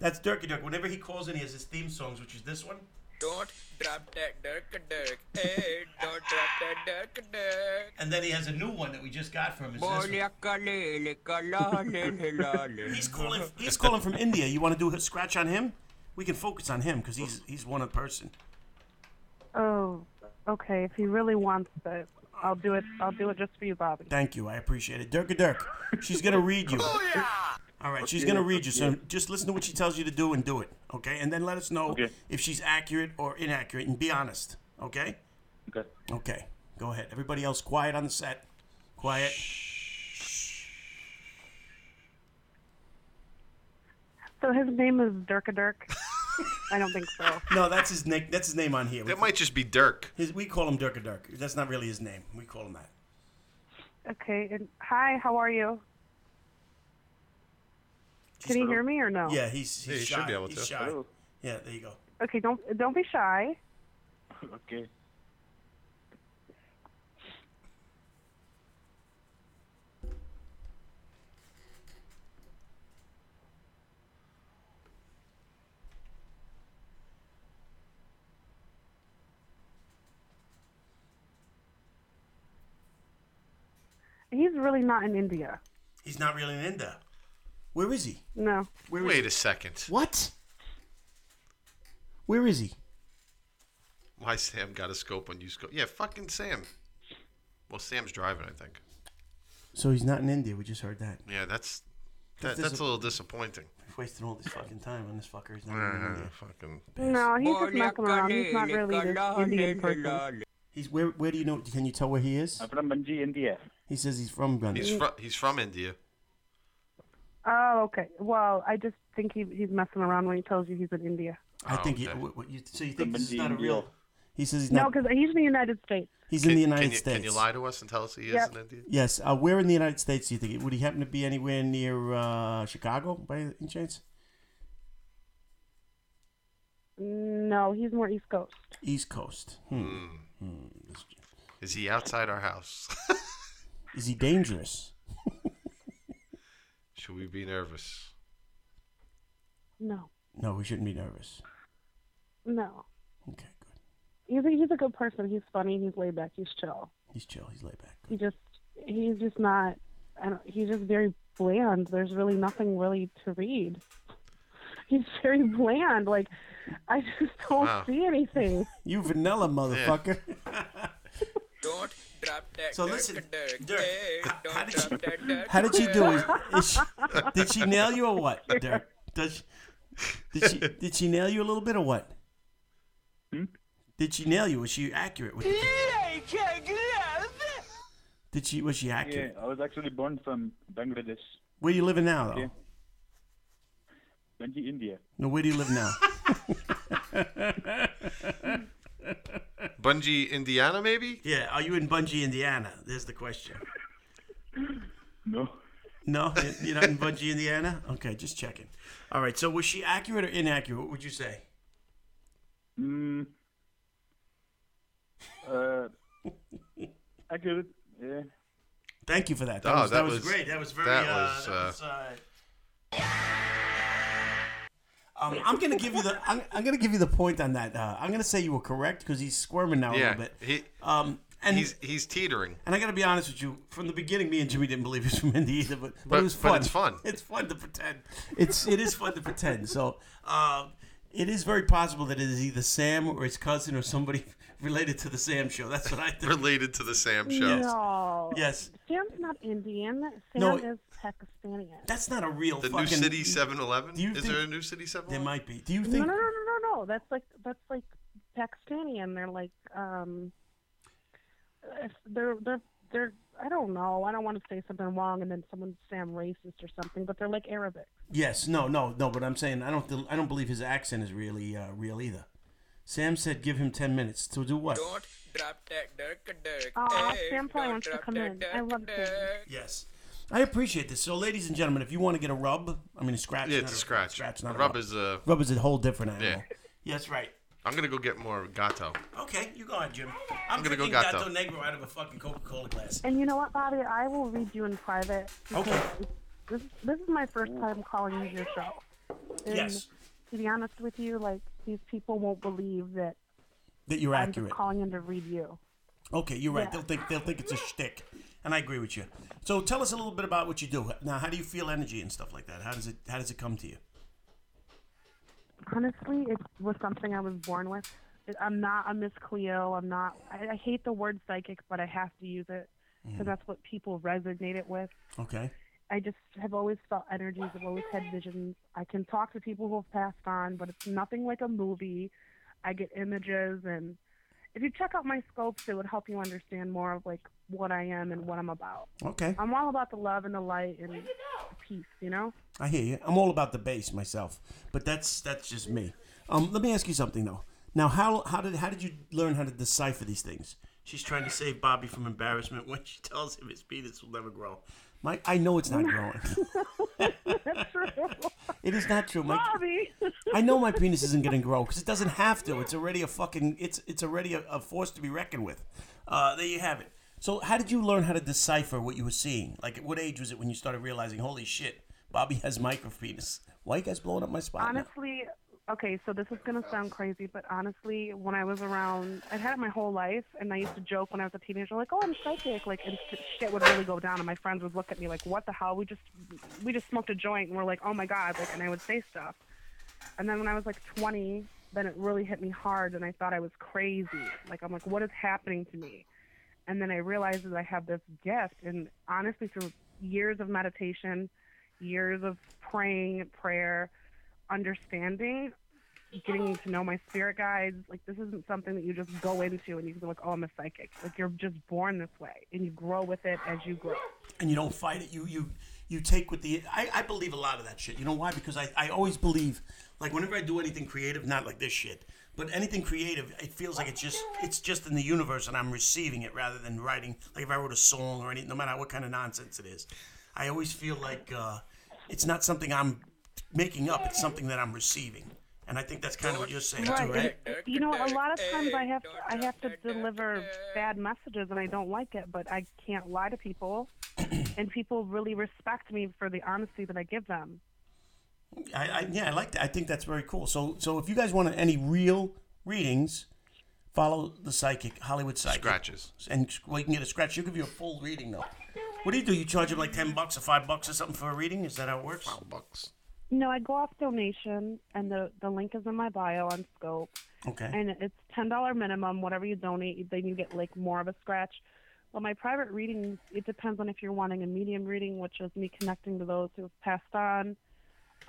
[SPEAKER 2] That's Dirk Dirk. Whenever he calls in, he has his theme songs, which is this one.
[SPEAKER 6] Don't drop that duck, duck. Hey, eh. don't drop that duck, duck.
[SPEAKER 2] And then he has a new one that we just got from him. It's this one. He's
[SPEAKER 6] He's
[SPEAKER 2] calling. He's calling from India. You want to do a scratch on him? We can focus on him because he's he's one person.
[SPEAKER 9] Oh, okay. If he really wants this, I'll do it. I'll do it just for you, Bobby.
[SPEAKER 2] Thank you. I appreciate it. Dirk Dirk. She's gonna read you. All right, she's gonna read you. So just listen to what she tells you to do and do it. Okay, and then let us know
[SPEAKER 8] Okay.
[SPEAKER 2] if she's accurate or inaccurate, and be honest. Okay.
[SPEAKER 8] Okay.
[SPEAKER 2] Okay. Go ahead. Everybody else, quiet on the set. Quiet.
[SPEAKER 9] So his name is Dirka Dirk. I don't think so.
[SPEAKER 2] No, that's his nick. That's his name on here. We,
[SPEAKER 5] That might just be Dirk.
[SPEAKER 2] his, we call him Dirk Dirk. That's not really his name. We call him that.
[SPEAKER 9] Okay. And hi, how are you? Can you hear me or no?
[SPEAKER 2] Yeah, he's he's
[SPEAKER 5] Yeah, you
[SPEAKER 2] shy.
[SPEAKER 5] should be able
[SPEAKER 2] he's
[SPEAKER 5] to.
[SPEAKER 2] shy.
[SPEAKER 8] Hello.
[SPEAKER 2] Yeah, there you go.
[SPEAKER 9] Okay. Don't don't be shy.
[SPEAKER 8] Okay.
[SPEAKER 9] He's really not in India.
[SPEAKER 2] He's not really an Inda. Where is he?
[SPEAKER 9] No.
[SPEAKER 2] Where is
[SPEAKER 5] Wait
[SPEAKER 2] he?
[SPEAKER 5] a second.
[SPEAKER 2] What? Where is he?
[SPEAKER 5] Why Sam got a scope when you scope? Yeah, fucking Sam. Well, Sam's driving, I think.
[SPEAKER 2] So he's not in India. We just heard that.
[SPEAKER 5] Yeah, that's that,
[SPEAKER 2] That's
[SPEAKER 5] that's
[SPEAKER 2] a-
[SPEAKER 5] a little disappointing.
[SPEAKER 2] We've wasted all this fucking time on this fucker. He's not in
[SPEAKER 5] Uh,
[SPEAKER 2] India.
[SPEAKER 5] fucking.
[SPEAKER 9] No, he's just messing around. He's not really this Indian person.
[SPEAKER 2] He's where? Where do you know? Can you tell where he is?
[SPEAKER 8] I'm from Manji, India.
[SPEAKER 2] He says he's from
[SPEAKER 5] He's
[SPEAKER 2] Gandhi.
[SPEAKER 5] from he's from India.
[SPEAKER 9] Oh, okay. Well, I just think he, he's messing around when he tells you he's in India.
[SPEAKER 2] I think. He,
[SPEAKER 5] okay.
[SPEAKER 2] what, what you, so you think this is
[SPEAKER 8] Gandhi,
[SPEAKER 2] not a real?
[SPEAKER 8] India.
[SPEAKER 2] He says he's
[SPEAKER 9] No,
[SPEAKER 2] not.
[SPEAKER 9] because he's in the United States.
[SPEAKER 2] he's in the United
[SPEAKER 5] can you,
[SPEAKER 2] States.
[SPEAKER 5] Can you lie to us and tell us he is
[SPEAKER 9] Yep.
[SPEAKER 5] in India?
[SPEAKER 2] Yes. Uh, where in the United States do you think it would he happen to be anywhere near uh, Chicago by any chance?
[SPEAKER 9] No, he's more East Coast.
[SPEAKER 2] East Coast. Hmm.
[SPEAKER 5] Is he outside our house?
[SPEAKER 2] Is he dangerous?
[SPEAKER 5] Should we be nervous?
[SPEAKER 9] No,
[SPEAKER 2] No, we shouldn't be nervous.
[SPEAKER 9] no.
[SPEAKER 2] Okay, good.
[SPEAKER 9] He's a, he's a good person. He's funny. He's laid back. He's chill.
[SPEAKER 2] He's chill. He's laid back.
[SPEAKER 9] He just he's just not. I don't. He's just very bland. There's really nothing really to read. He's very bland. Like I just don't
[SPEAKER 5] Wow.
[SPEAKER 9] see anything.
[SPEAKER 2] You vanilla motherfucker.
[SPEAKER 6] Don't drop that.
[SPEAKER 2] So
[SPEAKER 6] dirt,
[SPEAKER 2] listen,
[SPEAKER 6] dirt.
[SPEAKER 2] Dirk,
[SPEAKER 6] Hey, don't
[SPEAKER 2] how did
[SPEAKER 6] drop
[SPEAKER 2] you-
[SPEAKER 6] that dirt,
[SPEAKER 2] How did you do?
[SPEAKER 6] dirt.
[SPEAKER 2] Is, is she, did she nail you or what, Dirk? Does did she did she nail you a little bit or what?
[SPEAKER 8] Hmm?
[SPEAKER 2] Did she nail you? Was she accurate? With you? Did she was she
[SPEAKER 8] Yeah,
[SPEAKER 2] accurate?
[SPEAKER 8] I was actually born from Bangladesh,
[SPEAKER 2] Where you living now though?
[SPEAKER 8] Yeah. then to India.
[SPEAKER 2] No, where do you live now?
[SPEAKER 5] Bungie, Indiana, maybe?
[SPEAKER 2] yeah, are you in Bungie, Indiana? There's the question.
[SPEAKER 8] No,
[SPEAKER 2] No, you're not in Bungie, Indiana. Okay, just checking. All right, so was she accurate or inaccurate? What would you say?
[SPEAKER 8] mm, uh, accurate. Yeah,
[SPEAKER 2] Thank you for that. That,
[SPEAKER 5] Oh,
[SPEAKER 2] was, that,
[SPEAKER 5] that
[SPEAKER 2] was,
[SPEAKER 5] was-
[SPEAKER 2] great. That was very.
[SPEAKER 5] that
[SPEAKER 2] uh,
[SPEAKER 5] was,
[SPEAKER 2] that
[SPEAKER 5] uh,
[SPEAKER 2] was, uh, um, I'm gonna give you the. I'm, I'm gonna give you the point on that. Uh, I'm gonna say you were correct because he's squirming now a
[SPEAKER 5] Yeah.
[SPEAKER 2] little bit.
[SPEAKER 5] He,
[SPEAKER 2] Um, and
[SPEAKER 5] he's he's teetering.
[SPEAKER 2] and I gotta be honest with you. From the beginning, me and Jimmy didn't believe he was from India either, but, but, it
[SPEAKER 5] But-
[SPEAKER 2] was
[SPEAKER 5] but
[SPEAKER 2] fun.
[SPEAKER 5] it's fun.
[SPEAKER 2] It's fun to pretend. It's it is fun to pretend. So, um, it is very possible that it is either Sam or his cousin or somebody related to the Sam show. That's what I think.
[SPEAKER 5] Related to the Sam show.
[SPEAKER 9] No.
[SPEAKER 2] Yes,
[SPEAKER 9] Sam's not Indian. Sam
[SPEAKER 2] No, it-
[SPEAKER 9] is Pakistani.
[SPEAKER 2] that's not a real
[SPEAKER 5] The new
[SPEAKER 2] fucking
[SPEAKER 5] city 7-Eleven?
[SPEAKER 2] Do you
[SPEAKER 5] Is
[SPEAKER 2] think-
[SPEAKER 5] there a new city
[SPEAKER 2] There
[SPEAKER 5] 7-Eleven?
[SPEAKER 2] might be. Do you
[SPEAKER 9] No, no,
[SPEAKER 2] think?
[SPEAKER 9] no, no, no, no. That's like that's like Pakistani, and they're like um, if they're they're they're I don't know. I don't want to say something wrong, and then someone say I'm racist or something. But they're like Arabic.
[SPEAKER 2] Yes, no, no, no. But I'm saying I don't. I don't believe his accent is really uh, real either. Sam said, "Give him ten minutes to do what?"
[SPEAKER 6] Don't drop that dirt, dirt.
[SPEAKER 9] Aw,
[SPEAKER 6] Hey,
[SPEAKER 9] Sam probably
[SPEAKER 6] don't
[SPEAKER 9] wants to
[SPEAKER 6] drop
[SPEAKER 9] come
[SPEAKER 6] that
[SPEAKER 9] in. I
[SPEAKER 6] dirt,
[SPEAKER 9] love Sam.
[SPEAKER 6] dirt.
[SPEAKER 2] Yes, I appreciate this. So, ladies and gentlemen, if you want to get a rub, I mean a scratch.
[SPEAKER 5] Yeah,
[SPEAKER 2] not
[SPEAKER 5] it's a scratch.
[SPEAKER 2] Scratch, not a
[SPEAKER 5] Rub
[SPEAKER 2] rub.
[SPEAKER 5] is a...
[SPEAKER 2] Rub is a whole different animal.
[SPEAKER 5] Yeah.
[SPEAKER 2] Yes, right.
[SPEAKER 5] I'm going to go get more gato.
[SPEAKER 2] Okay, you go on, Jim. I'm,
[SPEAKER 5] gonna go
[SPEAKER 2] drinking
[SPEAKER 5] Gato.
[SPEAKER 2] Gato Negro out of a fucking Coca-Cola glass.
[SPEAKER 9] And you know what, Bobby? I will read you in private. because
[SPEAKER 2] Okay.
[SPEAKER 9] This this is my first time calling you your show. And
[SPEAKER 2] Yes,
[SPEAKER 9] To be honest with you, like these people won't believe that
[SPEAKER 2] that you're
[SPEAKER 9] I'm just
[SPEAKER 2] accurate.
[SPEAKER 9] calling in to read you.
[SPEAKER 2] Okay, you're right.
[SPEAKER 9] Yeah.
[SPEAKER 2] They'll think they'll think it's a shtick, and I agree with you. So, tell us a little bit about what you do now. How do you feel energy and stuff like that? How does it How does it come to you?
[SPEAKER 9] Honestly, it was something I was born with. It- I'm not a Miss Cleo. I'm not. I, I hate the word psychic, but I have to use it because that's what people resonate it with.
[SPEAKER 2] Okay.
[SPEAKER 9] I just have always felt energies. I've always had visions. I can talk to people who have passed on, but it's nothing like a movie. I get images, and if you check out my scopes, it would help you understand more of like what I am and what I'm about.
[SPEAKER 2] Okay.
[SPEAKER 9] I'm all about the love and the light and the peace, you know.
[SPEAKER 2] I hear you. I'm all about the bass myself, but that's that's just me. Um, let me ask you something though. Now, how how did how did you learn how to decipher these things? She's trying to save Bobby from embarrassment when she tells him his penis will never grow. Mike, I know it's not growing.
[SPEAKER 9] That's true,
[SPEAKER 2] it is not true, Mike.
[SPEAKER 9] Bobby.
[SPEAKER 2] I know my penis isn't going to grow because it doesn't have to. It's already a fucking. It's it's already a, a force to be reckoned with. Uh, there you have it. So, how did you learn how to decipher what you were seeing? Like, at what age was it when you started realizing, holy shit, Bobby has micro penis? Why you guys blowing up my spot? now?
[SPEAKER 9] honestly, okay, so this is gonna sound crazy, but honestly, when I was around, I'd had it my whole life, and I used to joke when I was a teenager, like, "Oh, I'm psychic," like, and shit would really go down, and my friends would look at me like, "What the hell? We just, we just smoked a joint, and we're like, oh my god," like, and I would say stuff. And then when I was like 20, then it really hit me hard, and I thought I was crazy. Like, I'm like, what is happening to me? And then I realized that I have this gift, and honestly, through years of meditation, years of praying, prayer, understanding, getting to know my spirit guides, like this isn't something that you just go into and you can be like, oh, I'm a psychic. Like you're just born this way, and you grow with it as you grow.
[SPEAKER 2] and you don't fight it. You you you take with the. I, I believe a lot of that shit. You know why? Because I, I always believe like whenever I do anything creative, not like this shit, but anything creative, it feels like it's just it's just in the universe, and I'm receiving it rather than writing. Like if I wrote a song or anything, no matter what kind of nonsense it is, I always feel like uh, it's not something I'm making up. It's something that I'm receiving, and I think that's kind of what you're saying too,
[SPEAKER 9] and
[SPEAKER 2] right?
[SPEAKER 9] it- you know, a lot of times I have I have to deliver bad messages, and I don't like it, but I can't lie to people, and people really respect me for the honesty that I give them.
[SPEAKER 2] I, I yeah, I like that. I think that's very cool. So so if you guys want any real readings, follow the psychic, Hollywood psychic.
[SPEAKER 5] Scratches.
[SPEAKER 2] And s- well, you can get a scratch. She'll give you a full reading, though. What do you do? You charge him like 10 bucks or 5 bucks or something for a reading? Is that how it works?
[SPEAKER 5] Bucks.
[SPEAKER 9] No, I go off donation, and the the link is in my bio on Scope,
[SPEAKER 2] Okay.
[SPEAKER 9] and it's ten dollar minimum. Whatever you donate, then you get like more of a scratch. Well, my private readings, it depends on if you're wanting a medium reading, which is me connecting to those who have passed on.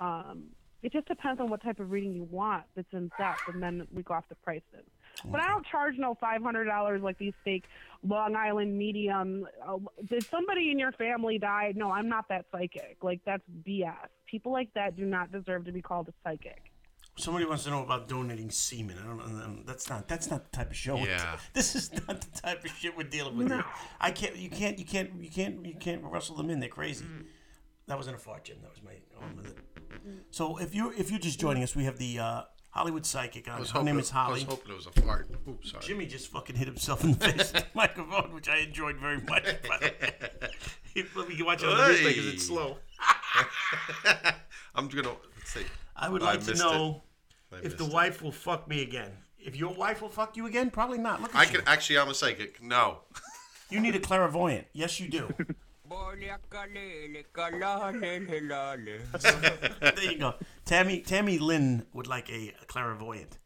[SPEAKER 9] Um, it just depends on what type of reading you want that's in depth, and then we go off the prices. But I don't charge no five hundred dollars like these fake Long Island medium. Uh, did somebody in your family die? No, I'm not that psychic. Like that's BS. People like that do not deserve to be called a psychic.
[SPEAKER 2] Somebody wants to know about donating semen. I don't know. That's not. That's not the type of show.
[SPEAKER 5] Yeah.
[SPEAKER 2] This is not the type of shit we're dealing with. here. I can't. You can't. You can't. You can't. You can't wrestle them in. They're crazy. That wasn't a fart, Jim. That was my. own with it. So if you if you're just joining us, we have the uh, Hollywood psychic
[SPEAKER 5] I
[SPEAKER 2] on.
[SPEAKER 5] was
[SPEAKER 2] Her
[SPEAKER 5] hoping
[SPEAKER 2] name
[SPEAKER 5] it-
[SPEAKER 2] is
[SPEAKER 5] I was
[SPEAKER 2] Holly.
[SPEAKER 5] hoping it was a fart. Oops, sorry.
[SPEAKER 2] Jimmy just fucking hit himself in the face with the microphone, which I enjoyed very much. by the way. Let me watch it on the replay 'cause it's
[SPEAKER 5] Hey.
[SPEAKER 2] slow.
[SPEAKER 5] I'm gonna let's see.
[SPEAKER 2] I would
[SPEAKER 5] I
[SPEAKER 2] like to
[SPEAKER 5] missed
[SPEAKER 2] know
[SPEAKER 5] I
[SPEAKER 2] if the
[SPEAKER 5] missed it.
[SPEAKER 2] wife will fuck me again. If your wife will fuck you again, probably not. Look at
[SPEAKER 5] I
[SPEAKER 2] you.
[SPEAKER 5] could actually. I'm a psychic. No.
[SPEAKER 2] You need a clairvoyant. Yes, you do. there you go. Tammy Tammy Lynn would like a, a clairvoyant.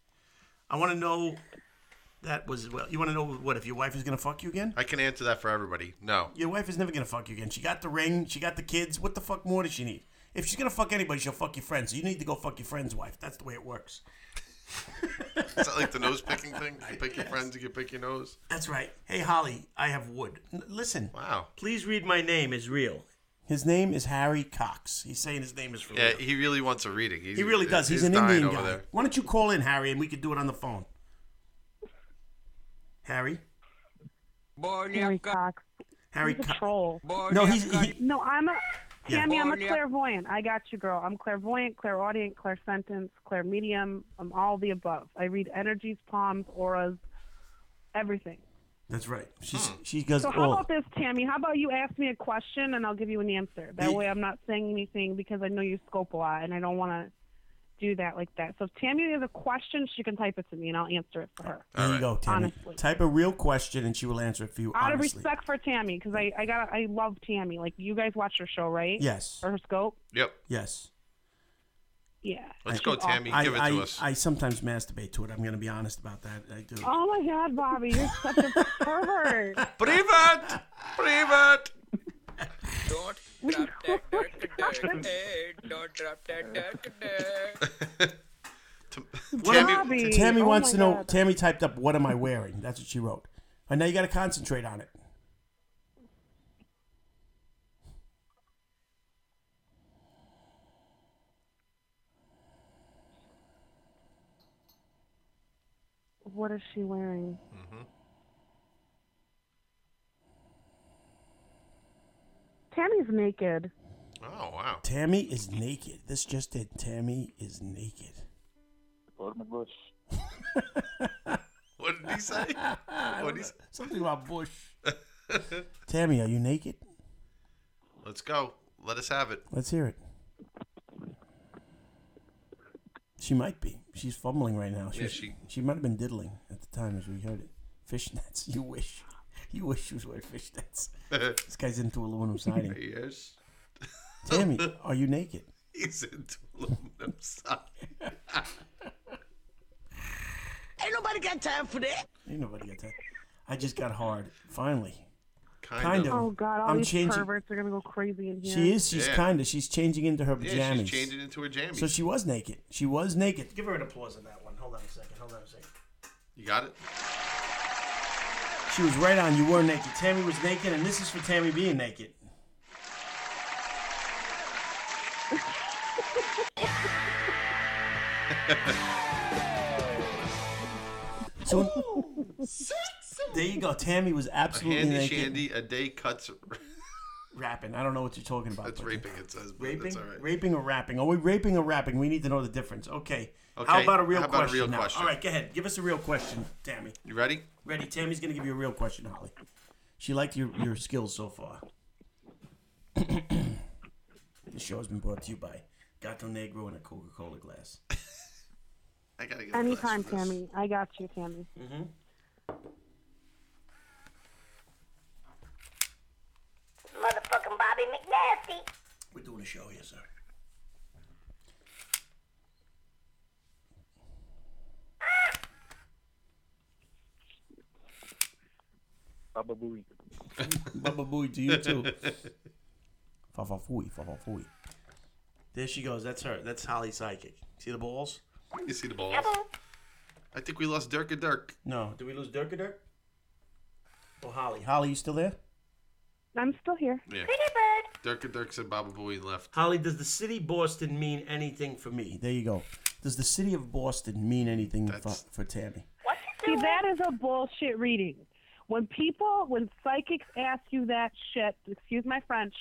[SPEAKER 2] I want to know. That was well. You want to know what? If your wife is gonna fuck you again?
[SPEAKER 5] I can answer that for everybody. No.
[SPEAKER 2] Your wife is never gonna fuck you again. She got the ring. She got the kids. What the fuck more does she need? If she's gonna fuck anybody, she'll fuck your friend. So you need to go fuck your friend's wife. That's the way it works.
[SPEAKER 5] Is that like the nose picking thing? You pick your friends, you can pick your nose.
[SPEAKER 2] That's right. Hey Holly, I have wood. N- listen.
[SPEAKER 5] Wow.
[SPEAKER 2] Please read my name is real. His name is Harry Cox. He's saying his name is real.
[SPEAKER 5] Yeah, he really wants a reading. He's,
[SPEAKER 2] He really does. He's, an
[SPEAKER 5] dying
[SPEAKER 2] Indian
[SPEAKER 5] over
[SPEAKER 2] guy.
[SPEAKER 5] there.
[SPEAKER 2] Why don't you call in, Harry, and we could do it on the phone? Harry?
[SPEAKER 9] Harry Cox,
[SPEAKER 2] Harry
[SPEAKER 9] he's a
[SPEAKER 2] Co-
[SPEAKER 9] troll.
[SPEAKER 2] No, he's. He,
[SPEAKER 9] No, I'm a
[SPEAKER 2] Yeah.
[SPEAKER 9] Tammy. I'm a
[SPEAKER 6] Born-
[SPEAKER 9] clairvoyant. I got you, girl. I'm clairvoyant, clairaudient, clairsentence, clairmedium. I'm all the above. I read energies, palms, auras, everything.
[SPEAKER 2] that's right. She's, She does
[SPEAKER 9] So how
[SPEAKER 2] all.
[SPEAKER 9] about this, Tammy? How about you ask me a question and I'll give you an answer. That
[SPEAKER 2] The-
[SPEAKER 9] way, I'm not saying anything because I know you scope a lot and I don't want to do that like that. So if Tammy has a question, she can type it to me and I'll answer it for her.
[SPEAKER 2] There you go, Tammy.
[SPEAKER 9] Honestly.
[SPEAKER 2] Type a real question, and she will answer it for you
[SPEAKER 9] Out of
[SPEAKER 2] honestly.
[SPEAKER 9] respect for Tammy, because I I got I love Tammy. Like you guys watch her show, right?
[SPEAKER 2] Yes.
[SPEAKER 9] Or her scope.
[SPEAKER 5] Yep.
[SPEAKER 2] Yes.
[SPEAKER 9] Yeah.
[SPEAKER 5] Let's
[SPEAKER 9] She's
[SPEAKER 5] go,
[SPEAKER 9] awesome.
[SPEAKER 5] Tammy.
[SPEAKER 2] I,
[SPEAKER 5] Give it
[SPEAKER 2] I,
[SPEAKER 5] to us.
[SPEAKER 2] I sometimes masturbate to it. I'm going to be honest about that. I do.
[SPEAKER 9] Oh my God, Bobby, you're such a pervert.
[SPEAKER 5] Privat! Privat!
[SPEAKER 6] Don't drop that dirk dirk. Hey, don't drop that dirk dirk.
[SPEAKER 5] T- Tammy,
[SPEAKER 9] Bobby.
[SPEAKER 2] Tammy
[SPEAKER 9] oh
[SPEAKER 2] wants
[SPEAKER 9] my
[SPEAKER 2] to know.
[SPEAKER 9] God.
[SPEAKER 2] Tammy typed up, "What am I wearing?" That's what she wrote. And now you got to concentrate on it.
[SPEAKER 9] What is she wearing?
[SPEAKER 5] Mm-hmm.
[SPEAKER 9] Tammy's naked.
[SPEAKER 5] oh, wow.
[SPEAKER 2] Tammy is naked. This just did. Tammy is naked.
[SPEAKER 5] What did he say? What did he say?
[SPEAKER 2] Something about Bush. Tammy, are you naked?
[SPEAKER 5] Let's go. Let us have it.
[SPEAKER 2] Let's hear it. She might be. She's fumbling right now. She's, she
[SPEAKER 5] she-
[SPEAKER 2] might have been diddling at the time as we heard it. Fishnets. You wish. You wish she was wearing fishnets. This guy's into aluminum siding.
[SPEAKER 5] yes.
[SPEAKER 2] Tammy, are you naked?
[SPEAKER 5] He's into aluminum side.
[SPEAKER 2] Ain't nobody got that. I just got hard. Finally.
[SPEAKER 5] Kind,
[SPEAKER 2] Kind
[SPEAKER 5] of.
[SPEAKER 2] of.
[SPEAKER 9] Oh God, all
[SPEAKER 2] I'm
[SPEAKER 9] these
[SPEAKER 2] changing-
[SPEAKER 9] perverts are gonna go crazy in here.
[SPEAKER 2] She is. She's
[SPEAKER 5] Yeah.
[SPEAKER 2] kind of. She's changing into her
[SPEAKER 5] Yeah,
[SPEAKER 2] pajamas.
[SPEAKER 5] she's changing into her jammies.
[SPEAKER 2] So she was naked. She was naked. Give her an applause on that one. Hold on a second. Hold on a second.
[SPEAKER 5] you got it?
[SPEAKER 2] She was right on. You were naked. Tammy was naked, and this is for Tammy being naked. so there you go. Tammy was
[SPEAKER 5] A
[SPEAKER 2] absolutely
[SPEAKER 5] handy
[SPEAKER 2] naked.
[SPEAKER 5] shandy, a day cuts.
[SPEAKER 2] Rapping. I don't know what you're talking about.
[SPEAKER 5] That's
[SPEAKER 2] but-
[SPEAKER 5] raping, it says. But
[SPEAKER 2] Raping,
[SPEAKER 5] That's all right.
[SPEAKER 2] raping or rapping? Are we raping or rapping? We need to know the difference. Okay. How
[SPEAKER 5] Okay,
[SPEAKER 2] about a real
[SPEAKER 5] how about a
[SPEAKER 2] question
[SPEAKER 5] real
[SPEAKER 2] now?
[SPEAKER 5] question?
[SPEAKER 2] All right, go ahead. Give us a real question, Tammy.
[SPEAKER 5] You ready?
[SPEAKER 2] Ready? Tammy's gonna give you a real question, Holly. She liked your, your skills so far. the show has been brought to you by Gato Negro and a Coca Cola glass.
[SPEAKER 5] I gotta get a glass
[SPEAKER 9] Anytime,
[SPEAKER 5] for this.
[SPEAKER 9] Tammy. I got you, Tammy.
[SPEAKER 3] Motherfucking Bobby McNasty.
[SPEAKER 2] We're doing a show here, sir.
[SPEAKER 8] Baba Booey.
[SPEAKER 2] Baba Booey to you too. Fa fa fooey, fa fa fooey. There she goes. That's her. That's Holly Psychic. See the balls?
[SPEAKER 5] You see the balls? I think we lost Dirk and Dirk.
[SPEAKER 2] No. Did we lose Dirk or Dirk? Oh, Holly. Holly, you still there?
[SPEAKER 9] I'm still here.
[SPEAKER 5] Yeah.
[SPEAKER 3] Pretty bird.
[SPEAKER 5] Dirk and Dirk said Baba Booey left.
[SPEAKER 2] Holly, does the city Boston mean anything for me? There you go. Does the city of Boston mean anything for,
[SPEAKER 5] That's-
[SPEAKER 2] for Tammy?
[SPEAKER 3] What
[SPEAKER 9] See,
[SPEAKER 3] you doing?
[SPEAKER 9] that is a bullshit reading. When people, when psychics ask you that shit, excuse my French,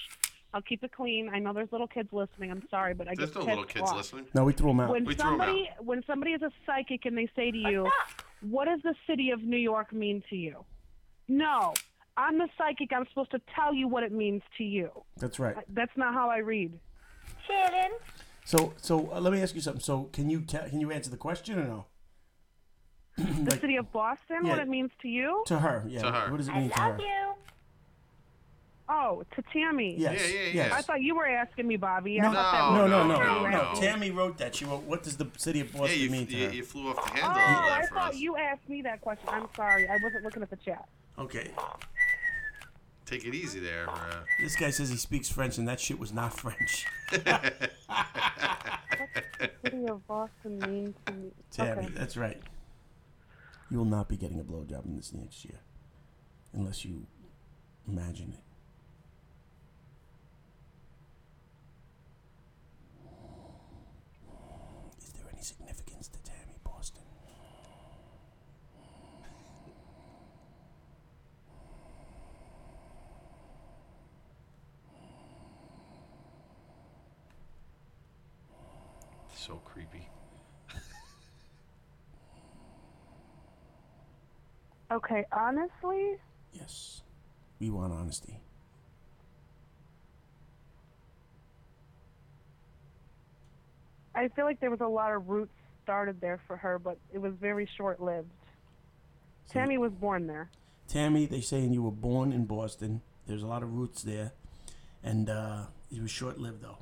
[SPEAKER 9] I'll keep it clean. I know there's little kids listening. I'm sorry, but I
[SPEAKER 5] There's
[SPEAKER 9] get
[SPEAKER 5] no
[SPEAKER 9] pissed
[SPEAKER 5] little kids
[SPEAKER 9] off.
[SPEAKER 5] listening.
[SPEAKER 2] No, Uh, we threw him out.
[SPEAKER 9] When
[SPEAKER 5] We threw 'em
[SPEAKER 9] somebody, when somebody is a psychic and they say to you, "What does the city of New York mean to you?" No, I'm the psychic. I'm supposed to tell you what it means to you.
[SPEAKER 2] That's right.
[SPEAKER 9] That's not how I read.
[SPEAKER 3] Chilling.
[SPEAKER 2] So, so uh, let me ask you something. So, can you te- can you answer the question or no?
[SPEAKER 9] The
[SPEAKER 2] Like-
[SPEAKER 9] city of Boston, what
[SPEAKER 2] Yeah.
[SPEAKER 9] it means to you?
[SPEAKER 2] To her, yeah.
[SPEAKER 5] To her.
[SPEAKER 2] What does it
[SPEAKER 3] I
[SPEAKER 2] mean to her?
[SPEAKER 3] love you.
[SPEAKER 9] Oh, to Tammy.
[SPEAKER 2] Yes.
[SPEAKER 5] Yeah, yeah, yeah.
[SPEAKER 9] I
[SPEAKER 2] yes.
[SPEAKER 9] thought you were asking me, Bobby.
[SPEAKER 2] No.
[SPEAKER 9] I thought that
[SPEAKER 2] No,
[SPEAKER 9] was
[SPEAKER 2] no, no,
[SPEAKER 5] No,
[SPEAKER 2] no,
[SPEAKER 5] no, no.
[SPEAKER 2] Tammy wrote that. She wrote, "What does the city of
[SPEAKER 5] Yeah,
[SPEAKER 2] Boston
[SPEAKER 5] you,
[SPEAKER 2] mean to
[SPEAKER 5] you,
[SPEAKER 2] her?"
[SPEAKER 5] you flew off the
[SPEAKER 9] Oh,
[SPEAKER 5] handle with
[SPEAKER 9] I
[SPEAKER 5] that for
[SPEAKER 9] thought
[SPEAKER 5] us.
[SPEAKER 9] you asked me that question. I'm sorry. I wasn't looking at the chat.
[SPEAKER 2] Okay.
[SPEAKER 5] Take it easy there. Uh,
[SPEAKER 2] This guy says he speaks French, and that shit was not French.
[SPEAKER 9] City of Boston means to me.
[SPEAKER 2] Tammy,
[SPEAKER 9] Okay.
[SPEAKER 2] that's right. You will not be getting a blowjob in this next year, unless you imagine it. Is there any significance to Tammy Boston?
[SPEAKER 5] so creepy.
[SPEAKER 9] Okay, honestly,
[SPEAKER 2] Yes, we want honesty.
[SPEAKER 9] I feel like there was a lot of roots started there for her, but it was very short lived. Tammy was born there.
[SPEAKER 2] Tammy, they saying you were born in Boston. There's a lot of roots there, and uh, it was short lived though.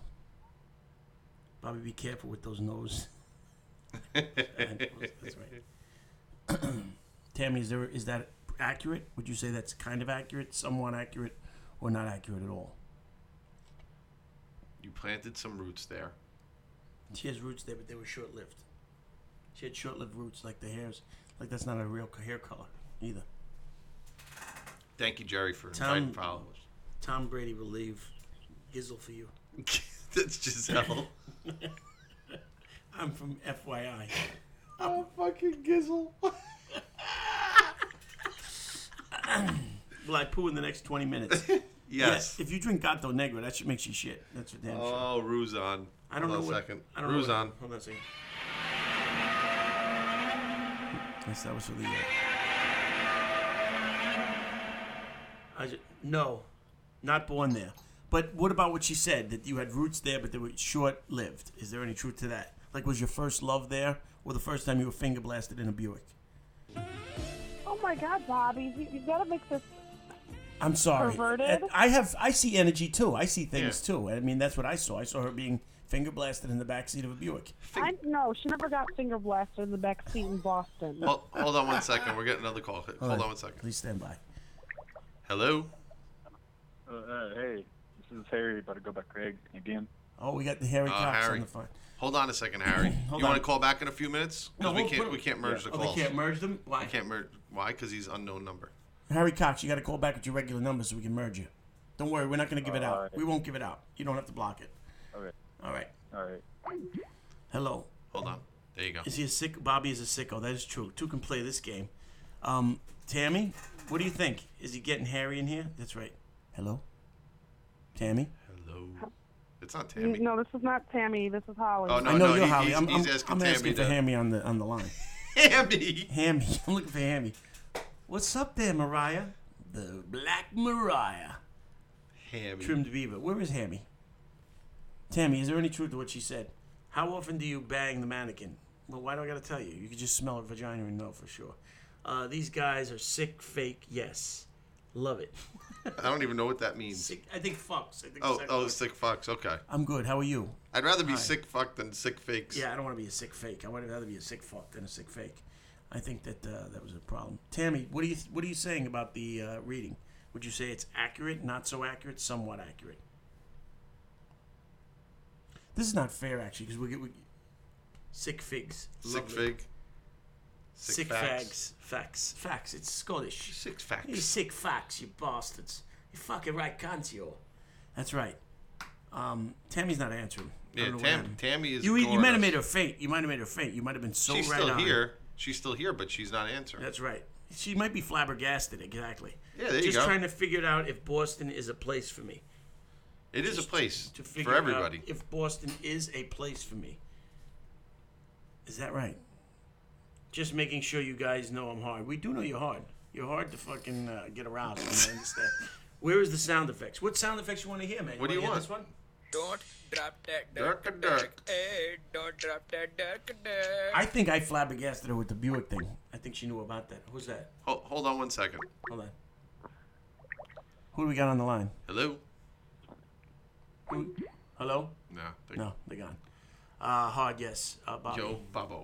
[SPEAKER 2] Bobby, be careful with those nose. That's right. Tammy, is there is that accurate? Would you say that's kind of accurate, somewhat accurate, or not accurate at all?
[SPEAKER 5] You planted some roots there.
[SPEAKER 2] She has roots there, but they were short lived. She had short lived roots, like the hairs. Like that's not a real hair color either.
[SPEAKER 5] Thank you, Jerry, for
[SPEAKER 2] Tom-
[SPEAKER 5] inviting followers.
[SPEAKER 2] Tom Brady will leave Gizzle for you.
[SPEAKER 5] That's Giselle.
[SPEAKER 2] I'm from FYI.
[SPEAKER 5] oh, fucking Gizzle.
[SPEAKER 2] Will I poo in the next 20 minutes?
[SPEAKER 5] yes.
[SPEAKER 2] Yeah, if you drink Gato Negro, that shit makes you shit. That's for damn sure.
[SPEAKER 5] Oh, Ruzon.
[SPEAKER 2] I don't
[SPEAKER 5] Hold
[SPEAKER 2] know
[SPEAKER 5] on
[SPEAKER 2] what.
[SPEAKER 5] a second.
[SPEAKER 2] I don't know what-
[SPEAKER 5] Ruzon.
[SPEAKER 2] Hold on a second. Yes, that was for the. Uh, I ju- no, not born there. But what about what she said that you had roots there, but they were short-lived? Is there any truth to that? Like, was your first love there, or the first time you were finger blasted in a Buick?
[SPEAKER 9] Oh my God, Bobby, you, you gotta make this.
[SPEAKER 2] I'm sorry.
[SPEAKER 9] Perverted?
[SPEAKER 2] I have I see energy too. I see things
[SPEAKER 5] Yeah.
[SPEAKER 2] too. I mean that's what I saw. I saw her being finger blasted in the backseat of a Buick.
[SPEAKER 9] I no, she never got finger blasted in the back seat in Boston.
[SPEAKER 5] Hold, hold on one second. We're getting another call. Hold on one second.
[SPEAKER 2] Please stand by.
[SPEAKER 5] Hello?
[SPEAKER 8] Uh, uh, hey, this is Harry. About to go by Craig again.
[SPEAKER 2] Oh, we got the Harry
[SPEAKER 5] Uh,
[SPEAKER 2] Cox
[SPEAKER 5] Harry.
[SPEAKER 2] on the phone.
[SPEAKER 5] Hold on a second, Harry.
[SPEAKER 2] Hold
[SPEAKER 5] you
[SPEAKER 2] on.
[SPEAKER 5] want to call back in a few minutes?
[SPEAKER 2] No,
[SPEAKER 5] Because we
[SPEAKER 2] hold-
[SPEAKER 5] can't
[SPEAKER 2] put-
[SPEAKER 5] we can't merge the
[SPEAKER 2] Oh,
[SPEAKER 5] calls.
[SPEAKER 2] they can't merge them. Why?
[SPEAKER 5] Can't merge. Why? Because he's unknown number.
[SPEAKER 2] Harry Cox, you got to call back with your regular number so we can merge you. Don't worry, we're not going to give it out.
[SPEAKER 8] Alright.
[SPEAKER 2] We won't give it out. You don't have to block it.
[SPEAKER 8] Alright.
[SPEAKER 2] All right.
[SPEAKER 8] All right.
[SPEAKER 2] Hello.
[SPEAKER 5] Hold on. There you go.
[SPEAKER 2] Is he a sick? Bobby is a sicko. That is true. Two can play this game. Um, Tammy, what do you think? Is he getting Harry in here? That's right. Hello. Tammy.
[SPEAKER 5] Hello. It's not Tammy.
[SPEAKER 9] No, this is not Tammy. This is Holly.
[SPEAKER 5] Oh, no.
[SPEAKER 2] I know you're
[SPEAKER 5] he-
[SPEAKER 2] Holly.
[SPEAKER 5] he's-
[SPEAKER 2] I'm,
[SPEAKER 5] he's
[SPEAKER 2] I'm,
[SPEAKER 5] asking
[SPEAKER 2] I'm asking
[SPEAKER 5] Tammy
[SPEAKER 2] for
[SPEAKER 5] to-
[SPEAKER 2] Hammy on the on the line.
[SPEAKER 5] Tammy.
[SPEAKER 2] Hammy, I'm looking for Hammy. What's up there, Mariah? The Black Mariah,
[SPEAKER 5] Hammy.
[SPEAKER 2] trimmed beaver. Where is Hammy? Tammy, is there any truth to what she said? How often do you bang the mannequin? Well, why do I gotta tell you? You could just smell a vagina and know for sure. Uh, these guys are sick, fake, yes. Love it.
[SPEAKER 5] I don't even know what that means.
[SPEAKER 2] Sick, I think fucks. I think
[SPEAKER 5] Oh,
[SPEAKER 2] sick
[SPEAKER 5] oh,
[SPEAKER 2] fucks.
[SPEAKER 5] sick fucks. Okay.
[SPEAKER 2] I'm good. How are you?
[SPEAKER 5] I'd rather be
[SPEAKER 2] Hi.
[SPEAKER 5] sick fuck than sick fakes.
[SPEAKER 2] Yeah, I don't want to be a sick fake. I would rather be a sick fuck than a sick fake. I think that uh, that was a problem. Tammy, what are you what are you saying about the uh, reading? Would you say it's accurate, not so accurate, somewhat accurate? This is not fair, actually, because we get we, sick figs,
[SPEAKER 5] Sick
[SPEAKER 2] Lovely.
[SPEAKER 5] fig.
[SPEAKER 2] sick, fags, facts, facts. It's Scottish.
[SPEAKER 5] Sick
[SPEAKER 2] You
[SPEAKER 5] facts.
[SPEAKER 2] sick fucks, you bastards. You fucking right, cunts, you. all. That's right. Um, Tammy's not answering. I don't
[SPEAKER 5] Yeah,
[SPEAKER 2] know what
[SPEAKER 5] Tam,
[SPEAKER 2] happened.
[SPEAKER 5] Tammy is.
[SPEAKER 2] You, e- you
[SPEAKER 5] adoring
[SPEAKER 2] might have
[SPEAKER 5] us.
[SPEAKER 2] made her faint. You might have made her faint. You might have been so
[SPEAKER 5] She's
[SPEAKER 2] right
[SPEAKER 5] still
[SPEAKER 2] on.
[SPEAKER 5] here. She's still here, but she's not answering.
[SPEAKER 2] That's right. She might be flabbergasted. Exactly.
[SPEAKER 5] Yeah, there you
[SPEAKER 2] Just
[SPEAKER 5] go.
[SPEAKER 2] trying to figure out if Boston is a place for me.
[SPEAKER 5] it is a place
[SPEAKER 2] To figure
[SPEAKER 5] for everybody.
[SPEAKER 2] out if Boston is a place for me. Is that right? Just making sure you guys know I'm hard. We do know you're hard. You're hard to fucking uh, get aroused. I understand. Where is the sound effects? What sound effects you want to hear, man? You
[SPEAKER 5] What do
[SPEAKER 2] wanna
[SPEAKER 5] you
[SPEAKER 2] hear
[SPEAKER 5] want?
[SPEAKER 2] This one?
[SPEAKER 6] Don't drop that
[SPEAKER 5] Dirk
[SPEAKER 6] dirk
[SPEAKER 5] and
[SPEAKER 6] dirk.
[SPEAKER 5] dirk.
[SPEAKER 6] Hey, don't drop that dirk dirk.
[SPEAKER 2] I think I flabbergasted her with the Buick thing. I think she knew about that. Who's that?
[SPEAKER 5] Ho- hold on one second.
[SPEAKER 2] Hold on. Who do we got on the line?
[SPEAKER 5] Hello.
[SPEAKER 2] Who- Hello?
[SPEAKER 5] No. they-
[SPEAKER 2] No, they're gone. Uh, hard yes. Uh, Bobby.
[SPEAKER 5] Yo, Bubbo.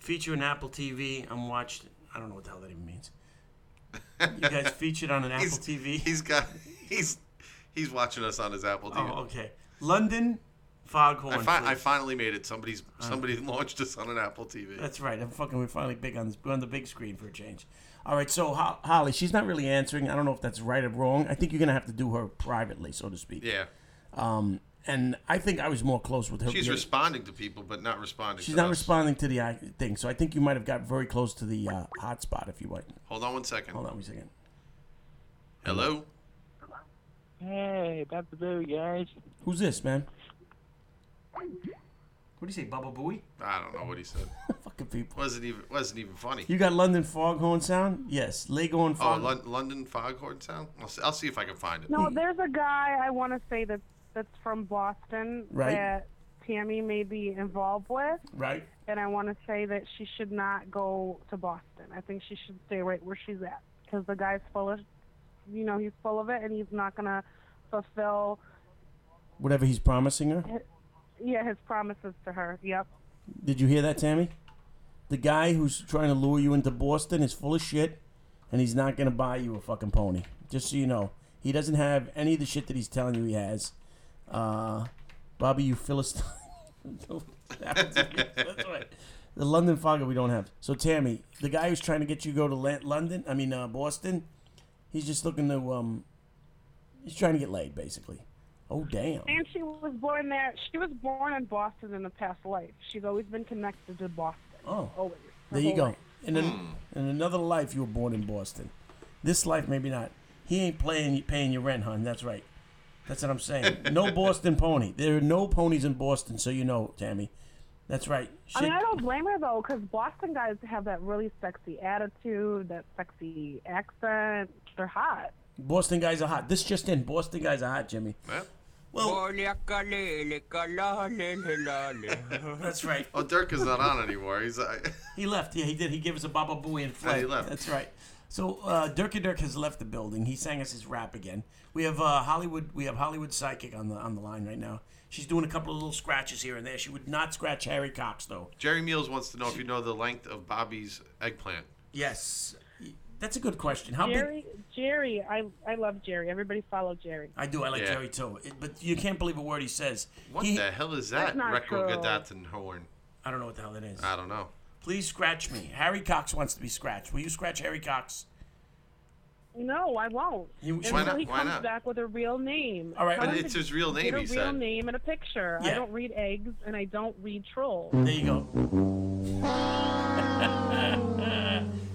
[SPEAKER 2] Feature on Apple TV. I'm watched. I don't know what the hell that even means. You guys featured on an Apple
[SPEAKER 5] He's-
[SPEAKER 2] TV.
[SPEAKER 5] He's got. He's. He's watching us on his Apple TV.
[SPEAKER 2] oh, okay. London Foghorn.
[SPEAKER 5] I, fi- I
[SPEAKER 2] Flea.
[SPEAKER 5] finally made it. Somebody's somebody launched us on an Apple TV.
[SPEAKER 2] Uh. That's right. I'm fucking. We're finally big on this on the big screen for a change. All right. So Ho- Holly, she's not really answering. I don't know if that's right or wrong. I think you're gonna have to do her privately, so to speak.
[SPEAKER 5] yeah,
[SPEAKER 2] And I think I was more close with her.
[SPEAKER 5] she's
[SPEAKER 2] Yeah.
[SPEAKER 5] responding to people, but not responding.
[SPEAKER 2] She's
[SPEAKER 5] to
[SPEAKER 2] not
[SPEAKER 5] us.
[SPEAKER 2] responding to the uh, thing, so I think you might have got very close to the uh, hot spot, if you would.
[SPEAKER 5] Hold on one second.
[SPEAKER 2] Hold on one second.
[SPEAKER 5] Hello.
[SPEAKER 7] Hey, about the boo, guys.
[SPEAKER 2] Who's this, man? What do you say, Bubba Booey?
[SPEAKER 5] I don't know what he said.
[SPEAKER 2] Fucking people.
[SPEAKER 5] wasn't even wasn't even funny.
[SPEAKER 2] You got London Foghorn sound? Yes. Lego and
[SPEAKER 5] Oh,
[SPEAKER 2] Foghorn.
[SPEAKER 5] Lon- London Foghorn Sound. I'll see, I'll see if I can find it.
[SPEAKER 9] No, there's a guy I want to say that that's from Boston
[SPEAKER 2] Right.
[SPEAKER 9] that Tammy may be involved with,
[SPEAKER 2] right.
[SPEAKER 9] and I want to say that she should not go to Boston. I think she should stay right where she's at because the guy's full of, you know, he's full of it, and he's not gonna fulfill
[SPEAKER 2] Whatever he's promising her.
[SPEAKER 9] yeah his promises to her. Yep.
[SPEAKER 2] Did you hear that, Tammy? The guy who's trying to lure you into Boston is full of shit, and he's not gonna buy you a fucking pony. Just so you know, he doesn't have any of the shit that he's telling you he has. Uh, Bobby, you philistine. That's right. The London Fogger we don't have. So Tammy, the guy who's trying to get you to go to La- London, I mean uh, Boston, he's just looking to um, he's trying to get laid basically. Oh damn.
[SPEAKER 9] And she was born there. She was born in Boston in a past life. She's always been connected to Boston.
[SPEAKER 2] Oh.
[SPEAKER 9] Always. her
[SPEAKER 2] There you
[SPEAKER 9] whole
[SPEAKER 2] go.
[SPEAKER 9] life.
[SPEAKER 2] In, an, in another life, you were born in Boston. This life, maybe not. He ain't playing, paying your rent, hon. That's right. That's what I'm saying. No Boston pony. There are no ponies in Boston, so you know, Tammy. That's right.
[SPEAKER 9] I mean,
[SPEAKER 2] Shit.
[SPEAKER 9] I don't blame her though, because Boston guys have that really sexy attitude, that sexy accent. They're hot.
[SPEAKER 2] Boston guys are hot. This just in. Boston guys are hot, Jimmy.
[SPEAKER 5] Yeah.
[SPEAKER 2] Well, that's right.
[SPEAKER 5] Oh, Dirk is not on anymore. He's uh,
[SPEAKER 2] He left. Yeah, he did. He gave us a Baba Booey and fled.
[SPEAKER 5] he left.
[SPEAKER 2] That's right. So uh, Dirk Dirk has left the building. He sang us his rap again. We have uh, Hollywood. We have Hollywood psychic on the on the line right now. She's doing a couple of little scratches here and there. She would not scratch Harry Cox though.
[SPEAKER 5] Jerry Meals wants to know if you know the length of Bobby's eggplant.
[SPEAKER 2] Yes, that's a good question. How big?
[SPEAKER 9] Jerry, Jerry, I I love Jerry. Everybody follow Jerry.
[SPEAKER 2] I do. I like
[SPEAKER 5] Yeah.
[SPEAKER 2] Jerry too. It- but you can't believe a word he says.
[SPEAKER 5] What
[SPEAKER 2] He-
[SPEAKER 5] the hell is that?
[SPEAKER 9] That's not true.
[SPEAKER 5] Rekrogadatenhorn.
[SPEAKER 2] I don't know what the hell that is.
[SPEAKER 5] I don't know.
[SPEAKER 2] Please scratch me. Harry Cox wants to be scratched. Will you scratch Harry Cox?
[SPEAKER 9] No, I won't.
[SPEAKER 2] You-
[SPEAKER 9] Until
[SPEAKER 5] Why not?
[SPEAKER 9] he
[SPEAKER 5] Why
[SPEAKER 9] comes
[SPEAKER 5] not?
[SPEAKER 9] back with a real name.
[SPEAKER 2] All right,
[SPEAKER 9] Tell
[SPEAKER 5] But
[SPEAKER 9] him
[SPEAKER 5] it's
[SPEAKER 9] to
[SPEAKER 5] his real
[SPEAKER 9] get
[SPEAKER 5] name.
[SPEAKER 9] a
[SPEAKER 5] He
[SPEAKER 9] real
[SPEAKER 5] said.
[SPEAKER 9] name and a picture.
[SPEAKER 2] Yeah.
[SPEAKER 9] I don't read eggs, and I don't read trolls.
[SPEAKER 2] There you go.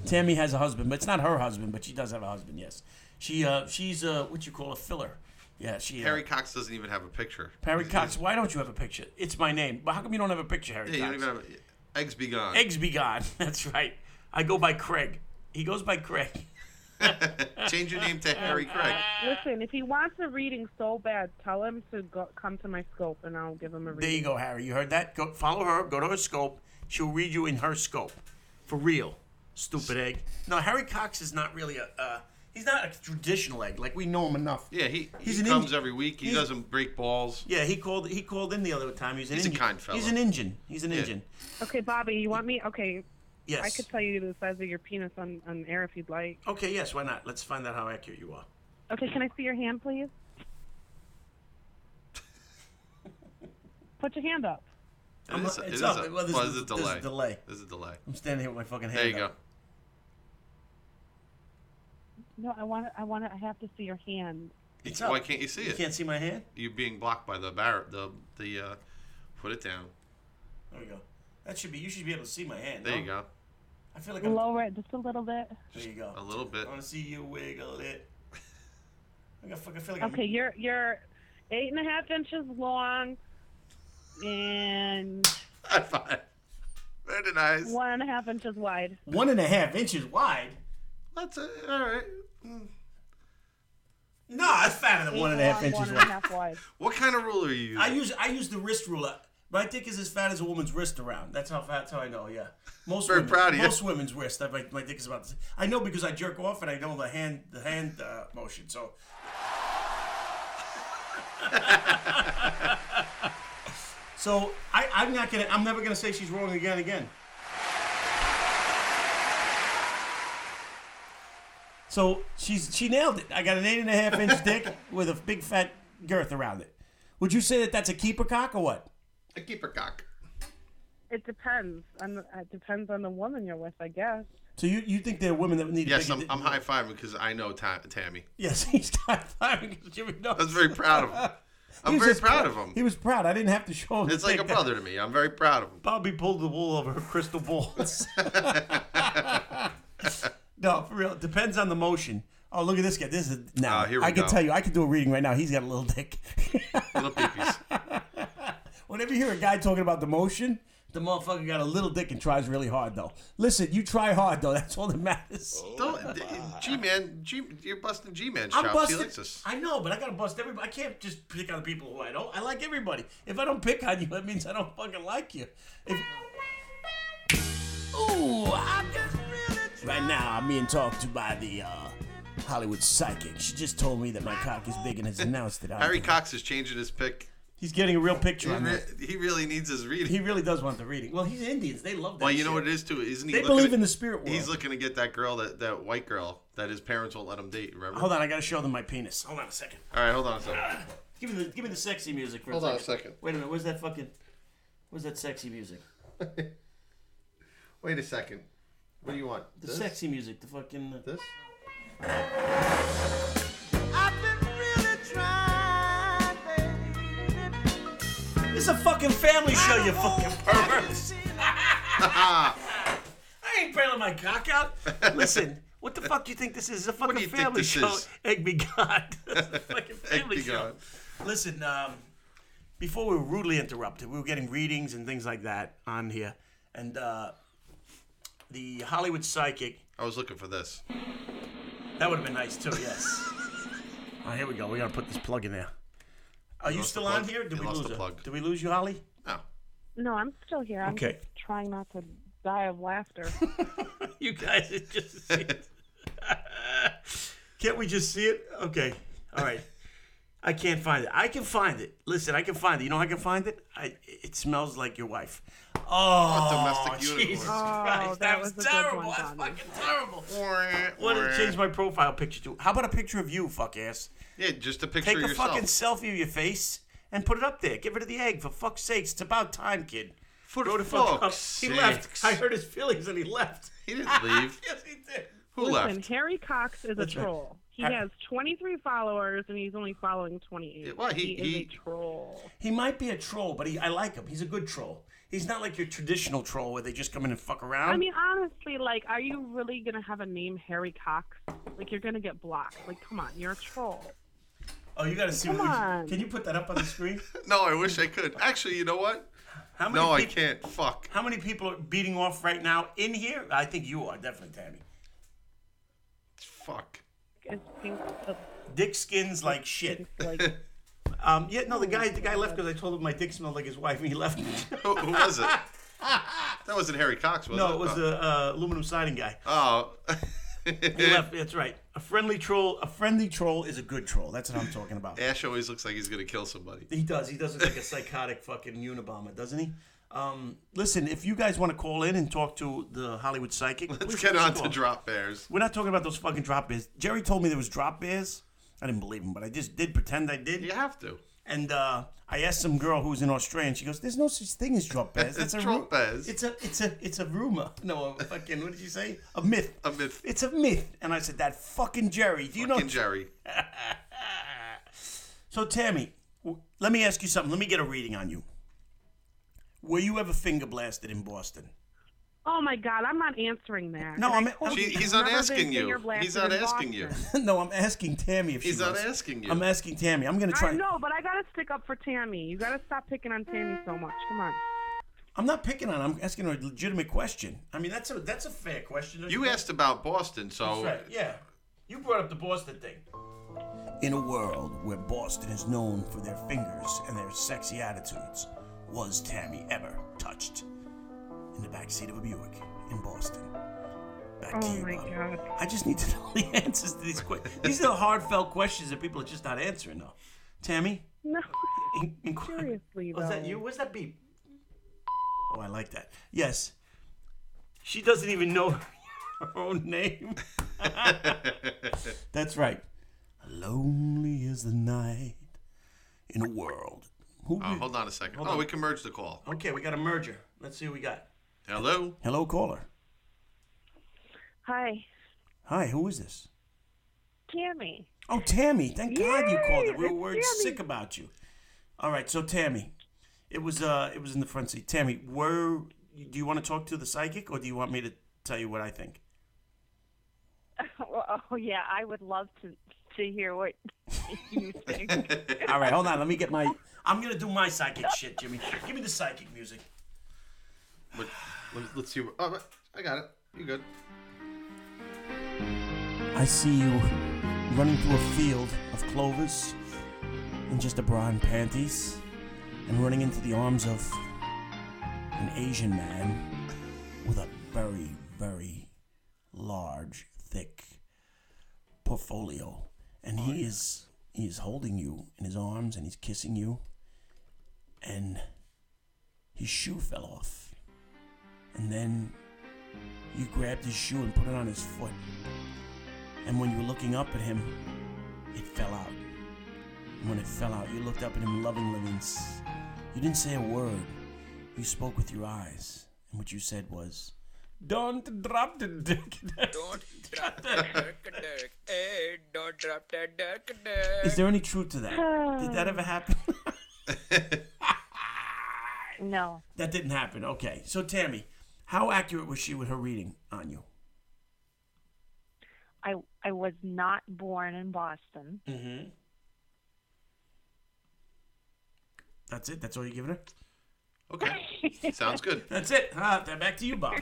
[SPEAKER 2] Tammy has a husband, but it's not her husband, but she does have a husband. Yes, she uh, she's uh, what you call a filler. Yeah, she. Uh,
[SPEAKER 5] Harry Cox doesn't even have a picture.
[SPEAKER 2] Harry Cox. Why don't you have a picture? It's my name. But how come you don't have a picture, Harry
[SPEAKER 5] Yeah, you
[SPEAKER 2] Cox?
[SPEAKER 5] don't even have a, eggs be gone.
[SPEAKER 2] Eggs be gone. That's right. I go by Craig. He goes by Craig.
[SPEAKER 5] Change your name to Harry Craig.
[SPEAKER 9] Listen, if he wants a reading so bad, tell him to go, come to my scope, and I'll give him a
[SPEAKER 2] There you
[SPEAKER 9] reading.
[SPEAKER 2] go, Harry. You heard that? Go follow her. Go to her scope. She'll read you in her scope. For real, stupid egg. No, Harry Cox is not really a. Uh, he's not a traditional egg. Like we know him enough.
[SPEAKER 5] Yeah, he,
[SPEAKER 2] He's
[SPEAKER 5] he
[SPEAKER 2] an
[SPEAKER 5] comes
[SPEAKER 2] Indian.
[SPEAKER 5] every week. He
[SPEAKER 2] He's-
[SPEAKER 5] doesn't break balls.
[SPEAKER 2] Yeah, he called. He called in the other time. He's an
[SPEAKER 5] He's a
[SPEAKER 2] Indian.
[SPEAKER 5] kind fella.
[SPEAKER 2] He's an Indian. He's an
[SPEAKER 5] Yeah.
[SPEAKER 2] Indian.
[SPEAKER 9] Okay, Bobby, you want me? Okay,
[SPEAKER 2] Yes.
[SPEAKER 9] I could tell you the size of your penis on, on air if you'd like.
[SPEAKER 2] Okay. Yes. Why not? Let's find out how accurate you are.
[SPEAKER 9] Okay, can I see your hand, please? Put your hand up.
[SPEAKER 5] It is,
[SPEAKER 2] not-
[SPEAKER 5] it
[SPEAKER 2] it's
[SPEAKER 5] is
[SPEAKER 2] up.
[SPEAKER 5] a,
[SPEAKER 2] Well,
[SPEAKER 5] well,
[SPEAKER 2] there's-
[SPEAKER 5] there's a
[SPEAKER 2] there's a
[SPEAKER 5] delay.
[SPEAKER 2] delay.
[SPEAKER 5] There's a delay.
[SPEAKER 2] I'm standing here with my fucking hand.
[SPEAKER 5] There you go.
[SPEAKER 2] up.
[SPEAKER 9] No, I want. to I want. to I have to see your hand.
[SPEAKER 2] It's
[SPEAKER 5] Why
[SPEAKER 2] up.
[SPEAKER 5] can't you see
[SPEAKER 2] You
[SPEAKER 5] it?
[SPEAKER 2] can't see my hand.
[SPEAKER 5] You're being blocked by the bar. The the uh, put it down.
[SPEAKER 2] There we go. That should be. You should be able to see my hand.
[SPEAKER 5] There
[SPEAKER 2] no?
[SPEAKER 5] you go.
[SPEAKER 2] I feel like I'm.
[SPEAKER 9] Lower it just a little bit.
[SPEAKER 2] There you go.
[SPEAKER 5] A little bit.
[SPEAKER 2] I want to see you wiggle it. I got fucking feel like
[SPEAKER 9] Okay,
[SPEAKER 2] I'm.
[SPEAKER 9] you're you're eight and a half inches long, and
[SPEAKER 5] High five. Very nice.
[SPEAKER 9] one and a half inches wide.
[SPEAKER 2] One and a half inches wide.
[SPEAKER 5] That's it. All right. Mm.
[SPEAKER 2] No, it's fatter than one and a half
[SPEAKER 9] Long,
[SPEAKER 2] inches
[SPEAKER 9] one and a
[SPEAKER 2] wide.
[SPEAKER 9] half wide.
[SPEAKER 5] What kind of ruler are you
[SPEAKER 2] I
[SPEAKER 5] using?
[SPEAKER 2] use I use the wrist ruler. My dick is as fat as a woman's wrist around. That's how fat. That's how I know. Yeah. Most
[SPEAKER 5] Very
[SPEAKER 2] women,
[SPEAKER 5] proud of you.
[SPEAKER 2] most women's wrist. I, my, my dick is about. The, same. I know because I jerk off and I know the hand the hand uh, motion. So. so I, I'm not gonna. I'm never gonna say she's wrong again. Again. So she's she nailed it. I got an eight and a half inch dick with a big fat girth around it. Would you say that that's a keeper cock or what?
[SPEAKER 5] a keeper cock.
[SPEAKER 9] It depends. On the, it depends on the woman you're with, I guess.
[SPEAKER 2] So you, you think there are women that need?
[SPEAKER 5] Yes,
[SPEAKER 2] a
[SPEAKER 5] I'm,
[SPEAKER 2] bigger
[SPEAKER 5] I'm
[SPEAKER 2] dick?
[SPEAKER 5] high fiving because I know Ta- Tammy.
[SPEAKER 2] Yes, he's high fiving Jimmy knows.
[SPEAKER 5] I was very proud of him.
[SPEAKER 2] He
[SPEAKER 5] I'm
[SPEAKER 2] was
[SPEAKER 5] very
[SPEAKER 2] just
[SPEAKER 5] proud
[SPEAKER 2] pr-
[SPEAKER 5] of
[SPEAKER 2] He
[SPEAKER 5] him.
[SPEAKER 2] was proud. I didn't have to show him. the
[SPEAKER 5] It's like
[SPEAKER 2] dick
[SPEAKER 5] a
[SPEAKER 2] that-
[SPEAKER 5] brother to me. I'm very proud of him.
[SPEAKER 2] Bobby pulled the wool over her crystal balls. no, for real. Depends on the motion. Oh, look at this guy. This is now.
[SPEAKER 5] Ah, here we
[SPEAKER 2] I can
[SPEAKER 5] go.
[SPEAKER 2] tell you. I can do a reading right now. He's got a little dick.
[SPEAKER 5] Little peepees.
[SPEAKER 2] Whenever you hear a guy talking about the motion, the motherfucker got a little dick and tries really hard though. Listen, you try hard though. That's all that matters.
[SPEAKER 5] Don't, G man, G, you're busting G man
[SPEAKER 2] Oh, I'm
[SPEAKER 5] chops. He
[SPEAKER 2] busting.
[SPEAKER 5] likes us.
[SPEAKER 2] I know, but I gotta bust everybody. I can't just pick on people who I don't. I like everybody. If I don't pick on you, that means I don't fucking like you. If... Ooh, I'm just really Right now, I'm being talked to by the uh, Hollywood psychic. She just told me that my cock is big and has announced it.
[SPEAKER 5] Harry Cox is changing his pick.
[SPEAKER 2] He's getting a real picture
[SPEAKER 5] He,
[SPEAKER 2] on
[SPEAKER 5] re-
[SPEAKER 2] that.
[SPEAKER 5] he really needs his reading.
[SPEAKER 2] He really does want the reading. Well, he's Indians. They love that.
[SPEAKER 5] Well, you know
[SPEAKER 2] shit.
[SPEAKER 5] what it is too. Isn't he?
[SPEAKER 2] They
[SPEAKER 5] looking
[SPEAKER 2] believe
[SPEAKER 5] at-
[SPEAKER 2] in the spirit world.
[SPEAKER 5] He's looking to get that girl, that, that white girl, that his parents won't let him date. Remember?
[SPEAKER 2] Hold on, I gotta show them my penis. Hold on a second.
[SPEAKER 5] All right, hold on a second.
[SPEAKER 2] Give me the give me the sexy music for
[SPEAKER 5] Hold
[SPEAKER 2] a
[SPEAKER 5] on
[SPEAKER 2] second.
[SPEAKER 5] a second.
[SPEAKER 2] Wait a minute. Where's that fucking? Where's that sexy music?
[SPEAKER 5] Wait a second. What do you want?
[SPEAKER 2] The sexy music. The fucking. uh,
[SPEAKER 5] This?
[SPEAKER 2] This is a fucking family show, you fucking perverts. I ain't bailing my cock out. Listen, what the fuck do you think this is? It's a fucking
[SPEAKER 5] do you think
[SPEAKER 2] family
[SPEAKER 5] this
[SPEAKER 2] show.
[SPEAKER 5] is?
[SPEAKER 2] Egg be God. This is a fucking
[SPEAKER 5] Egg
[SPEAKER 2] family
[SPEAKER 5] be
[SPEAKER 2] show. Listen, um, before we were rudely interrupted, we were getting readings and things like that on here. And uh, the Hollywood psychic,
[SPEAKER 5] I was looking for this.
[SPEAKER 2] that would have been nice too, yes. oh, here we go. We got to put this plug in there. Are you
[SPEAKER 5] lost
[SPEAKER 2] still
[SPEAKER 5] the plug.
[SPEAKER 2] on here? Did
[SPEAKER 5] You
[SPEAKER 2] we
[SPEAKER 5] lost
[SPEAKER 2] lose
[SPEAKER 5] the
[SPEAKER 2] you?
[SPEAKER 5] plug.
[SPEAKER 2] Did we lose you, Holly?
[SPEAKER 5] No.
[SPEAKER 9] No, I'm still here. I'm
[SPEAKER 2] Okay.
[SPEAKER 9] just trying not to die of laughter.
[SPEAKER 2] You guys it's just see it. Can't we just see it? Okay. All right. I can't find it. I can find it. Listen, I can find it. You know how I can find it? I it smells like your wife. Oh,
[SPEAKER 5] domestic unicorn.
[SPEAKER 2] Jesus
[SPEAKER 5] Oh,
[SPEAKER 2] Christ. That,
[SPEAKER 9] that
[SPEAKER 2] was,
[SPEAKER 9] was a good
[SPEAKER 2] terrible.
[SPEAKER 9] one,
[SPEAKER 2] That's
[SPEAKER 9] Johnny.
[SPEAKER 2] fucking terrible. What did it change my profile picture to? How about a picture of you, fuck ass?
[SPEAKER 5] Yeah, just a picture
[SPEAKER 2] Take
[SPEAKER 5] of
[SPEAKER 2] a
[SPEAKER 5] yourself.
[SPEAKER 2] fucking selfie of your face and put it up there. Get rid of the egg, for fuck's sakes. It's about time, kid.
[SPEAKER 5] For
[SPEAKER 2] Grow the fuck up. He left. I heard his feelings and he left.
[SPEAKER 5] He didn't leave.
[SPEAKER 2] yes, he did.
[SPEAKER 5] Who
[SPEAKER 9] Listen,
[SPEAKER 5] left?
[SPEAKER 9] Harry Cox is a
[SPEAKER 2] right.
[SPEAKER 9] troll. He
[SPEAKER 2] Ha-
[SPEAKER 9] has 23 followers and he's only following 28.
[SPEAKER 5] Well, he-
[SPEAKER 9] is
[SPEAKER 5] he-
[SPEAKER 9] a troll.
[SPEAKER 2] He might be a troll, but he, I like him. He's a good troll. He's not like your traditional troll where they just come in and fuck around.
[SPEAKER 9] I mean, honestly, like, are you really gonna have a name Harry Cox? Like, you're gonna get blocked. Like, come on, you're a troll.
[SPEAKER 2] oh, you got to see.
[SPEAKER 9] Come
[SPEAKER 2] what we-
[SPEAKER 9] on.
[SPEAKER 2] Can you put that up on the screen?
[SPEAKER 5] No, I wish I could. Actually, you know what?
[SPEAKER 2] How many
[SPEAKER 5] No, I
[SPEAKER 2] peop-
[SPEAKER 5] can't. Fuck.
[SPEAKER 2] How many people are beating off right now in here? I think you are definitely, Tammy.
[SPEAKER 5] Fuck.
[SPEAKER 9] It's pink, uh,
[SPEAKER 2] Dick skins like shit.
[SPEAKER 9] like,
[SPEAKER 2] Um, yeah, no, the guy, the guy left because I told him my dick smelled like his wife, and he left.
[SPEAKER 5] Who, who was it? That wasn't Harry Cox, was it?
[SPEAKER 2] No, it was
[SPEAKER 5] Oh.
[SPEAKER 2] the uh, aluminum siding guy.
[SPEAKER 5] Oh.
[SPEAKER 2] He left. That's right. A friendly troll. A friendly troll is a good troll. That's what I'm talking about.
[SPEAKER 5] Ash always looks like he's gonna kill somebody.
[SPEAKER 2] He does. He does look like a psychotic fucking Unabomber, doesn't he? Um, listen, if you guys want to call in and talk to the Hollywood psychic,
[SPEAKER 5] Let's
[SPEAKER 2] please
[SPEAKER 5] get
[SPEAKER 2] give us a
[SPEAKER 5] on to
[SPEAKER 2] call.
[SPEAKER 5] drop bears.
[SPEAKER 2] We're not talking about those fucking drop bears. Jerry told me there was drop bears. I didn't believe him, but I just did pretend I did.
[SPEAKER 5] You have to.
[SPEAKER 2] And uh, I asked some girl who's in Australia, and she goes, "There's no such thing as drop bears.
[SPEAKER 5] It's
[SPEAKER 2] It's a
[SPEAKER 5] drop bears.
[SPEAKER 2] It's a it's a it's a rumor. No, a fucking what did you say? A myth.
[SPEAKER 5] A myth.
[SPEAKER 2] It's a myth." And I said, "That fucking Jerry. Do you know
[SPEAKER 5] Fucking Jerry.
[SPEAKER 2] So, Tammy, w- let me ask you something. Let me get a reading on you. Were you ever finger blasted in Boston?
[SPEAKER 9] Oh my God, I'm not answering that.
[SPEAKER 2] No, I'm.
[SPEAKER 5] She, he's not
[SPEAKER 9] Never been
[SPEAKER 5] asking you.
[SPEAKER 9] finger blasted
[SPEAKER 5] He's not
[SPEAKER 9] in
[SPEAKER 5] asking you.
[SPEAKER 9] Boston.
[SPEAKER 2] no, I'm asking Tammy if
[SPEAKER 5] He's
[SPEAKER 2] she
[SPEAKER 5] not
[SPEAKER 2] was.
[SPEAKER 5] asking you.
[SPEAKER 2] I'm asking Tammy. I'm gonna try.
[SPEAKER 9] I know, but I gotta stick up for Tammy. You gotta stop picking on Tammy so much. Come on.
[SPEAKER 2] I'm not picking on. her. I'm asking her a legitimate question. I mean, that's a that's a fair question. don't
[SPEAKER 5] You
[SPEAKER 2] think?
[SPEAKER 5] asked about Boston, so
[SPEAKER 2] That's right. Yeah. You brought up the Boston thing. In a world where Boston is known for their fingers and their sexy attitudes, was Tammy ever touched in the backseat of a Buick in Boston? Back to
[SPEAKER 9] Oh
[SPEAKER 2] you,
[SPEAKER 9] my
[SPEAKER 2] Bob.
[SPEAKER 9] God.
[SPEAKER 2] I just need to know the answers to these questions. These are the heartfelt questions that people are just not answering, though. Tammy?
[SPEAKER 9] No,
[SPEAKER 2] In- inquire-
[SPEAKER 9] Seriously,
[SPEAKER 2] Was Oh, that
[SPEAKER 9] though.
[SPEAKER 2] you? Where's that beep? Oh, I like that. Yes. She doesn't even know her own name. That's right. Lonely is the night in a world. Who
[SPEAKER 5] Uh, hold on a second.
[SPEAKER 2] Hold
[SPEAKER 5] oh,
[SPEAKER 2] on.
[SPEAKER 5] we can merge the call.
[SPEAKER 2] Okay, we got a merger. Let's see what we got.
[SPEAKER 5] Hello.
[SPEAKER 2] Hello, caller.
[SPEAKER 3] Hi,
[SPEAKER 2] Hi, who is this?
[SPEAKER 3] Tammy.
[SPEAKER 2] Oh, Tammy. Thank God you called it. We
[SPEAKER 9] it's
[SPEAKER 2] were
[SPEAKER 9] Tammy.
[SPEAKER 2] sick about you. All right, so Tammy, it was uh, it was in the front seat. Tammy, were do you want to talk to the psychic, or do you want me to tell you what I think?
[SPEAKER 3] Oh yeah, I would love to to hear what you think.
[SPEAKER 2] All right, hold on. Let me get my. I'm gonna do my psychic shit, Jimmy. Give me the psychic music.
[SPEAKER 5] But, let, let's see. what- Oh, I got it. You good?
[SPEAKER 2] I see you running through a field of clovers in just a bra and panties and running into the arms of an Asian man with a very, very large, thick portfolio. And he is he is holding you in his arms and he's kissing you. And his shoe fell off. And then you grabbed his shoe and put it on his foot and when you were looking up at him, it fell out. And when it fell out, you looked up at him lovingly and s- you didn't say a word. You spoke with your eyes, and what you said was, "Don't drop the dick."
[SPEAKER 6] Don't drop that dirk dirk. Hey, eh, don't drop that dirk dirk.
[SPEAKER 2] Is there any truth to that? Did that ever happen?
[SPEAKER 3] No,
[SPEAKER 2] that didn't happen. Okay, so Tammy, how accurate was she with her reading on you?
[SPEAKER 3] I I was not born in Boston.
[SPEAKER 2] Mm-hmm. That's it. That's all you're giving her.
[SPEAKER 5] Okay. Sounds good.
[SPEAKER 2] That's it. Ah, th- back to you, Bob.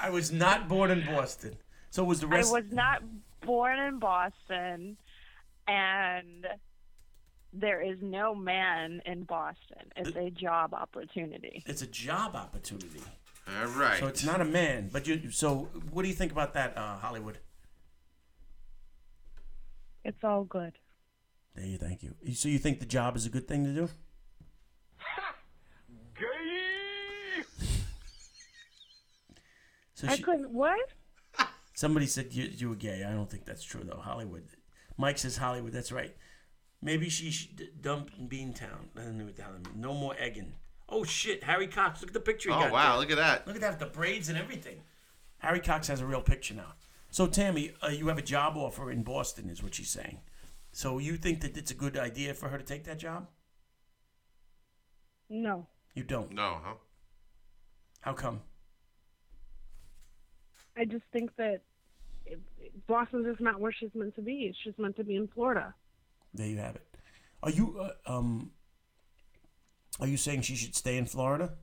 [SPEAKER 2] I was not born in Boston. So was the
[SPEAKER 3] I
[SPEAKER 2] rest.
[SPEAKER 3] was not born in Boston, and there is no man in Boston. It's a job opportunity.
[SPEAKER 2] It's a job opportunity.
[SPEAKER 5] All right.
[SPEAKER 2] So it's not a man. But you. So what do you think about that, uh, Hollywood?
[SPEAKER 9] It's all good.
[SPEAKER 2] There you. Thank you. So you think the job is a good thing to do? So
[SPEAKER 9] I
[SPEAKER 2] she,
[SPEAKER 9] couldn't. What?
[SPEAKER 2] somebody said you you were gay. I don't think that's true though. Hollywood. Mike says Hollywood. That's right. Maybe she should d- dump Beantown. I don't know what the hell I mean. No more egging. Oh shit, Harry Cox. Look at the picture. he
[SPEAKER 5] oh
[SPEAKER 2] got
[SPEAKER 5] wow,
[SPEAKER 2] there.
[SPEAKER 5] look at that.
[SPEAKER 2] Look at that, the braids and everything. Harry Cox has a real picture now. So, Tammy, uh, you have a job offer in Boston, is what she's saying. So, you think that it's a good idea for her to take that job?
[SPEAKER 9] No.
[SPEAKER 2] You don't.
[SPEAKER 5] No, huh?
[SPEAKER 2] How come?
[SPEAKER 9] I just think that it- it- Boston's just not where she's meant to be. She's meant to be in Florida.
[SPEAKER 2] There you have it. Are you uh, um? Are you saying she should stay in Florida?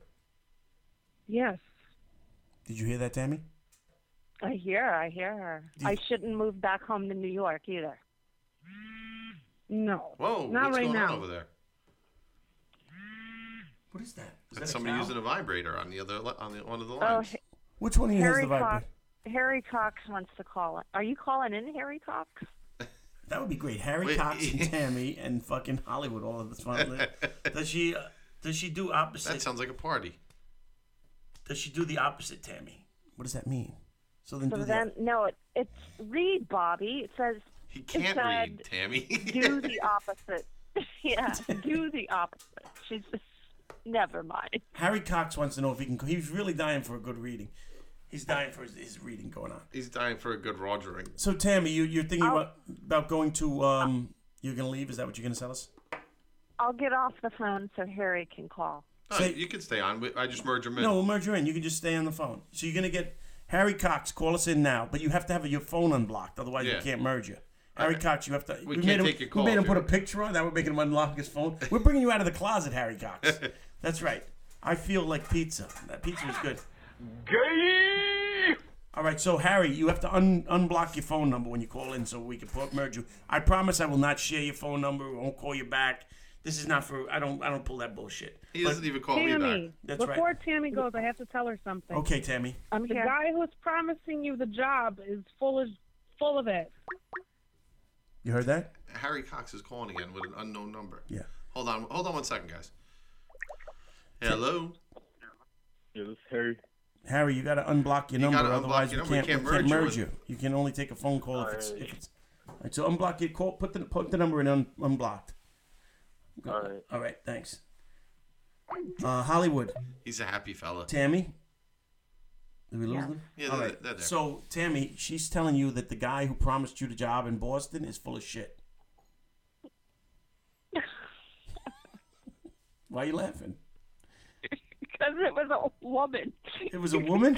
[SPEAKER 9] Yes.
[SPEAKER 2] Did you hear that, Tammy?
[SPEAKER 3] I hear her. I hear her.
[SPEAKER 2] Do you-
[SPEAKER 3] I shouldn't move back home to New York either.
[SPEAKER 9] No.
[SPEAKER 5] Whoa,
[SPEAKER 9] Not
[SPEAKER 5] what's
[SPEAKER 9] right
[SPEAKER 5] going
[SPEAKER 9] now.
[SPEAKER 5] on over there?
[SPEAKER 2] What is that? Is
[SPEAKER 5] That's
[SPEAKER 2] that a
[SPEAKER 5] somebody
[SPEAKER 2] cow?
[SPEAKER 5] using a vibrator on the other li- on the one of the
[SPEAKER 3] Oh,
[SPEAKER 5] lines.
[SPEAKER 3] H-
[SPEAKER 2] Which one of you has
[SPEAKER 3] Harry
[SPEAKER 2] the
[SPEAKER 3] Cox.
[SPEAKER 2] vibrator?
[SPEAKER 3] Harry Cox wants to call in. Are you calling in, Harry Cox?
[SPEAKER 2] That would be great. Harry
[SPEAKER 5] Wait.
[SPEAKER 2] Cox and Tammy and fucking Hollywood all at the front. does she? Uh, does she do opposite?
[SPEAKER 5] that sounds like a party.
[SPEAKER 2] does she do the opposite, Tammy? What does that mean? So then
[SPEAKER 3] So
[SPEAKER 2] do
[SPEAKER 3] then,
[SPEAKER 2] that.
[SPEAKER 3] no, it, it's read, Bobby. It says
[SPEAKER 5] He can't
[SPEAKER 3] said,
[SPEAKER 5] read, Tammy.
[SPEAKER 3] do the opposite. yeah, do the opposite. She's just, never mind.
[SPEAKER 2] Harry Cox wants to know if he can. He's really dying for a good reading. He's dying for his, his reading going on.
[SPEAKER 5] He's dying for a good rogering.
[SPEAKER 2] So Tammy, you, you're thinking about about going to.
[SPEAKER 3] Uh,
[SPEAKER 2] Um, you're gonna leave. Is that what you're gonna tell us?
[SPEAKER 3] I'll get off the phone so Harry can call.
[SPEAKER 5] Oh,
[SPEAKER 2] Say-
[SPEAKER 5] you can stay on. We- I just merged him in.
[SPEAKER 2] No, we'll merge you in. You can just stay on the phone. So you're gonna get Harry Cox. Call us in now, but you have to have your phone unblocked. Otherwise, we
[SPEAKER 5] Yeah.
[SPEAKER 2] can't merge you. Harry Cox, you have to.
[SPEAKER 5] We can't
[SPEAKER 2] made
[SPEAKER 5] take
[SPEAKER 2] him,
[SPEAKER 5] your call,
[SPEAKER 2] We made him put a
[SPEAKER 5] dude.
[SPEAKER 2] picture on that. We're making him unlock his phone. We're bringing you out of the closet, Harry Cox. That's right. I feel like pizza. That pizza was good. All right, so Harry, you have to un- unblock your phone number when you call in so we can put- merge you. I promise I will not share your phone number. I won't call you back. This is not for. I don't. I don't pull that bullshit.
[SPEAKER 5] He doesn't even call me back.
[SPEAKER 9] Tammy,
[SPEAKER 2] That's right.
[SPEAKER 9] before Tammy goes, I have to tell her something.
[SPEAKER 2] Okay, Tammy.
[SPEAKER 3] I'm
[SPEAKER 9] The
[SPEAKER 3] here.
[SPEAKER 9] guy who's promising you the job is full of full of it.
[SPEAKER 2] You heard that?
[SPEAKER 5] Harry Cox is calling again with an unknown number.
[SPEAKER 2] Yeah.
[SPEAKER 5] Hold on. Hold on one second, guys. Hello.
[SPEAKER 8] Yeah, this Harry.
[SPEAKER 2] Harry, you got to unblock your number,
[SPEAKER 5] gotta unblock
[SPEAKER 2] otherwise
[SPEAKER 5] your
[SPEAKER 2] we
[SPEAKER 5] number.
[SPEAKER 2] can't,
[SPEAKER 5] We
[SPEAKER 2] we
[SPEAKER 5] can't
[SPEAKER 2] can't
[SPEAKER 5] merge you
[SPEAKER 2] merge you. You can only take a phone call if it's. If it's all right, so unblock your call. Put the put the number in un, unblocked.
[SPEAKER 8] All right.
[SPEAKER 2] All right, thanks. Uh, Hollywood,
[SPEAKER 5] He's a happy fella.
[SPEAKER 2] Tammy. Did we lose them?
[SPEAKER 5] Yeah,
[SPEAKER 2] All
[SPEAKER 5] they're-
[SPEAKER 2] right.
[SPEAKER 5] they're there.
[SPEAKER 2] So Tammy, she's telling you that the guy who promised you the job in Boston is full of shit. Why are you laughing?
[SPEAKER 3] Because it was a woman.
[SPEAKER 2] It was a woman.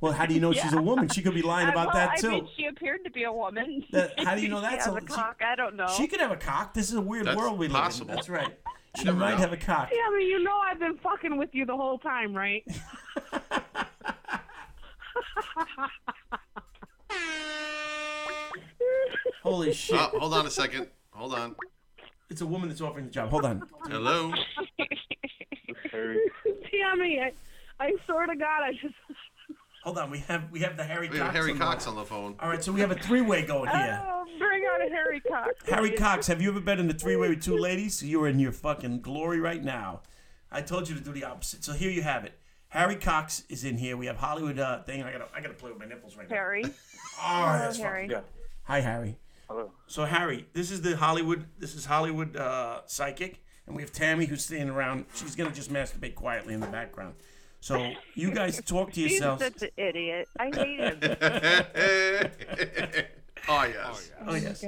[SPEAKER 2] Well, how do you know she's
[SPEAKER 3] Yeah.
[SPEAKER 2] a woman? She could be lying about
[SPEAKER 3] well,
[SPEAKER 2] that too.
[SPEAKER 3] I mean, she appeared to be a woman.
[SPEAKER 2] That- how do you know
[SPEAKER 3] She
[SPEAKER 2] that's
[SPEAKER 3] has
[SPEAKER 2] a-
[SPEAKER 3] a
[SPEAKER 2] she-
[SPEAKER 3] cock? I don't know.
[SPEAKER 2] She could have a cock. This is a weird
[SPEAKER 5] That's
[SPEAKER 2] world we live
[SPEAKER 5] possible.
[SPEAKER 2] in. That's right. She
[SPEAKER 5] never
[SPEAKER 2] might
[SPEAKER 5] know.
[SPEAKER 2] have a cock.
[SPEAKER 9] Tammy, you know I've been fucking with you the whole time, right?
[SPEAKER 2] Holy shit.
[SPEAKER 5] Oh, hold on a second. Hold on.
[SPEAKER 2] It's a woman that's offering the job. Hold on.
[SPEAKER 5] Hello.
[SPEAKER 8] This Harry.
[SPEAKER 9] Tammy, I, I swear to God, I just
[SPEAKER 2] Hold on. We have we have the Harry
[SPEAKER 5] We
[SPEAKER 2] Cox.
[SPEAKER 5] have Harry
[SPEAKER 2] on the line.
[SPEAKER 5] Cox on the phone.
[SPEAKER 2] All right, so we have a three-way going here.
[SPEAKER 3] Oh, bring out a Harry Cox.
[SPEAKER 2] Harry Cox, have you ever been in a three-way with two ladies? You're in your fucking glory right now. I told you to do the opposite. So here you have it. Harry Cox is in here. We have Hollywood uh, thing. I gotta I gotta play with my nipples right now.
[SPEAKER 3] Harry.
[SPEAKER 2] Oh, that's fucking
[SPEAKER 3] Harry.
[SPEAKER 2] Hi, Harry.
[SPEAKER 8] Hello.
[SPEAKER 2] So Harry, this is the Hollywood. This is Hollywood uh, psychic, and we have Tammy who's standing around. She's gonna just masturbate quietly in the background. So you guys talk to
[SPEAKER 3] He's
[SPEAKER 2] yourselves.
[SPEAKER 3] such an idiot. I hate him.
[SPEAKER 5] oh yes.
[SPEAKER 2] Oh yes.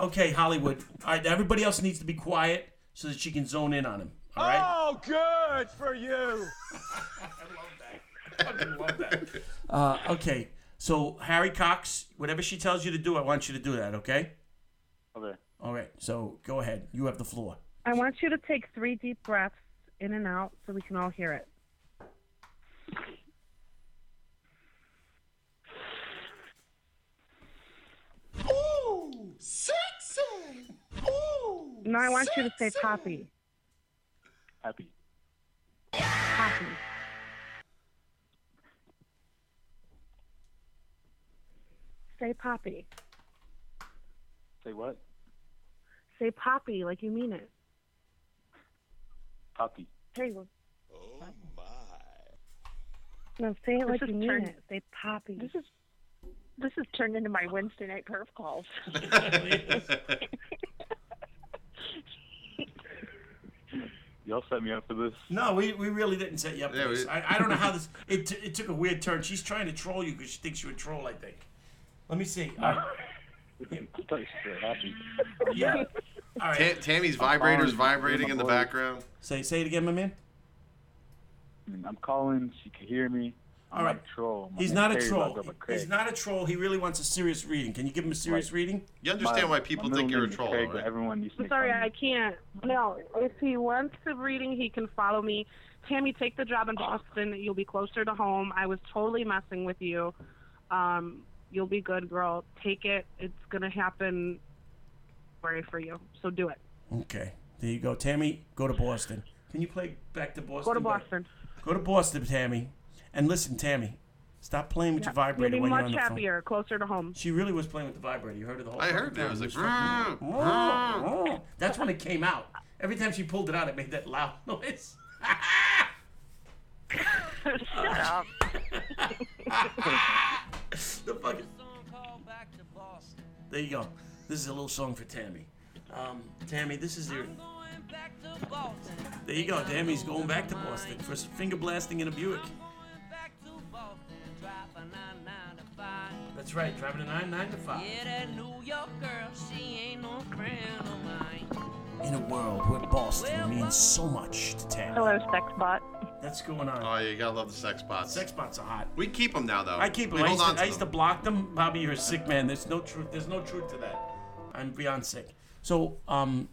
[SPEAKER 2] Okay, Hollywood. All right, everybody else needs to be quiet so that she can zone in on him. All right.
[SPEAKER 6] Oh, good for you.
[SPEAKER 2] Uh, okay. So Harry Cox, whatever she tells you to do, I want you to do that. Okay.
[SPEAKER 8] Okay.
[SPEAKER 2] All right. So go ahead. You have the floor.
[SPEAKER 9] I want you to take three deep breaths in and out so we can all hear it. Ooh, sexy! Ooh, no, I want you to say Poppy.
[SPEAKER 8] Happy.
[SPEAKER 9] Poppy. Say Poppy.
[SPEAKER 8] Say what?
[SPEAKER 9] Say Poppy like you mean it.
[SPEAKER 8] Poppy.
[SPEAKER 9] There you go. Oh, my. No, say it like
[SPEAKER 3] is
[SPEAKER 9] you mean
[SPEAKER 3] turn-
[SPEAKER 9] it. Say Poppy.
[SPEAKER 3] This is this has turned into my Wednesday night perf calls.
[SPEAKER 8] Y'all set me up for this.
[SPEAKER 2] No, we, we really didn't set you up. for
[SPEAKER 5] Yeah, we-
[SPEAKER 2] this. I, I don't know how this. It, t- it took a weird turn. She's trying to troll you because she thinks you're a troll. I think. Let me see. All right.
[SPEAKER 8] I thought you said happy.
[SPEAKER 2] Yeah. All
[SPEAKER 5] Ta-
[SPEAKER 2] right.
[SPEAKER 5] Tammy's vibrator's
[SPEAKER 8] fine.
[SPEAKER 5] vibrating in the
[SPEAKER 8] Voice.
[SPEAKER 5] background.
[SPEAKER 2] Say say it again, my man.
[SPEAKER 8] And I'm calling. She can hear me. I'm
[SPEAKER 2] All
[SPEAKER 8] not
[SPEAKER 2] right.
[SPEAKER 8] a troll. My
[SPEAKER 2] He's
[SPEAKER 8] name's
[SPEAKER 2] not a
[SPEAKER 8] Harry
[SPEAKER 2] troll.
[SPEAKER 8] Rocco, but Craig.
[SPEAKER 2] He's not a troll. He really wants a serious reading. Can you give him a serious
[SPEAKER 8] Right.
[SPEAKER 2] reading?
[SPEAKER 5] You understand
[SPEAKER 8] My-
[SPEAKER 5] why people
[SPEAKER 8] my
[SPEAKER 5] think you're
[SPEAKER 8] middle
[SPEAKER 5] a
[SPEAKER 8] name is
[SPEAKER 5] troll,
[SPEAKER 8] Craig,
[SPEAKER 5] though,
[SPEAKER 8] but
[SPEAKER 5] right?
[SPEAKER 8] Everyone used to
[SPEAKER 9] I'm
[SPEAKER 8] make
[SPEAKER 9] sorry,
[SPEAKER 8] fun of
[SPEAKER 9] I
[SPEAKER 8] me.
[SPEAKER 9] can't. No, if he wants the reading, he can follow me. Tammy, take the job in Boston. You'll be closer to home. I was totally messing with you. Um, you'll be good, girl. Take it. It's gonna happen. Worry for you. So do it.
[SPEAKER 2] Okay. There you go, Tammy. Go to Boston. Can you play back to Boston?
[SPEAKER 9] Go to
[SPEAKER 2] back?
[SPEAKER 9] Boston.
[SPEAKER 2] Go to Boston, Tammy. And listen, Tammy, stop playing with your
[SPEAKER 9] You'll
[SPEAKER 2] vibrator
[SPEAKER 9] be
[SPEAKER 2] when you're on
[SPEAKER 9] much
[SPEAKER 2] the phone.
[SPEAKER 9] happier, closer to home.
[SPEAKER 2] She really was playing with the vibrator. You heard it the whole
[SPEAKER 5] I
[SPEAKER 2] fucking
[SPEAKER 5] heard that. It
[SPEAKER 2] time.
[SPEAKER 5] was like,
[SPEAKER 2] fucking-
[SPEAKER 5] "Vroom,
[SPEAKER 2] Vroom, vroom." That's when it came out. Every time she pulled it out, it made that loud noise.
[SPEAKER 3] Shut up.
[SPEAKER 2] the fucking. There you go. This is a little song for Tammy. Um, Tammy, this is your. There you go. Tammy's going back to Boston for finger blasting in a Buick. That's right, driving a 9 9 to 5. In a world where Boston means so much to Tammy.
[SPEAKER 3] Hello, sexbot.
[SPEAKER 2] That's going on.
[SPEAKER 5] Oh, you gotta love the sex bots.
[SPEAKER 2] Sex bots are hot.
[SPEAKER 5] We keep them now, though.
[SPEAKER 2] I keep
[SPEAKER 5] We
[SPEAKER 2] them. I
[SPEAKER 5] hold
[SPEAKER 2] used,
[SPEAKER 5] on
[SPEAKER 2] to,
[SPEAKER 5] to
[SPEAKER 2] I used to
[SPEAKER 5] them.
[SPEAKER 2] block them. Bobby, you're sick, man. There's no truth. There's no truth to that. I'm beyond sick. So, um,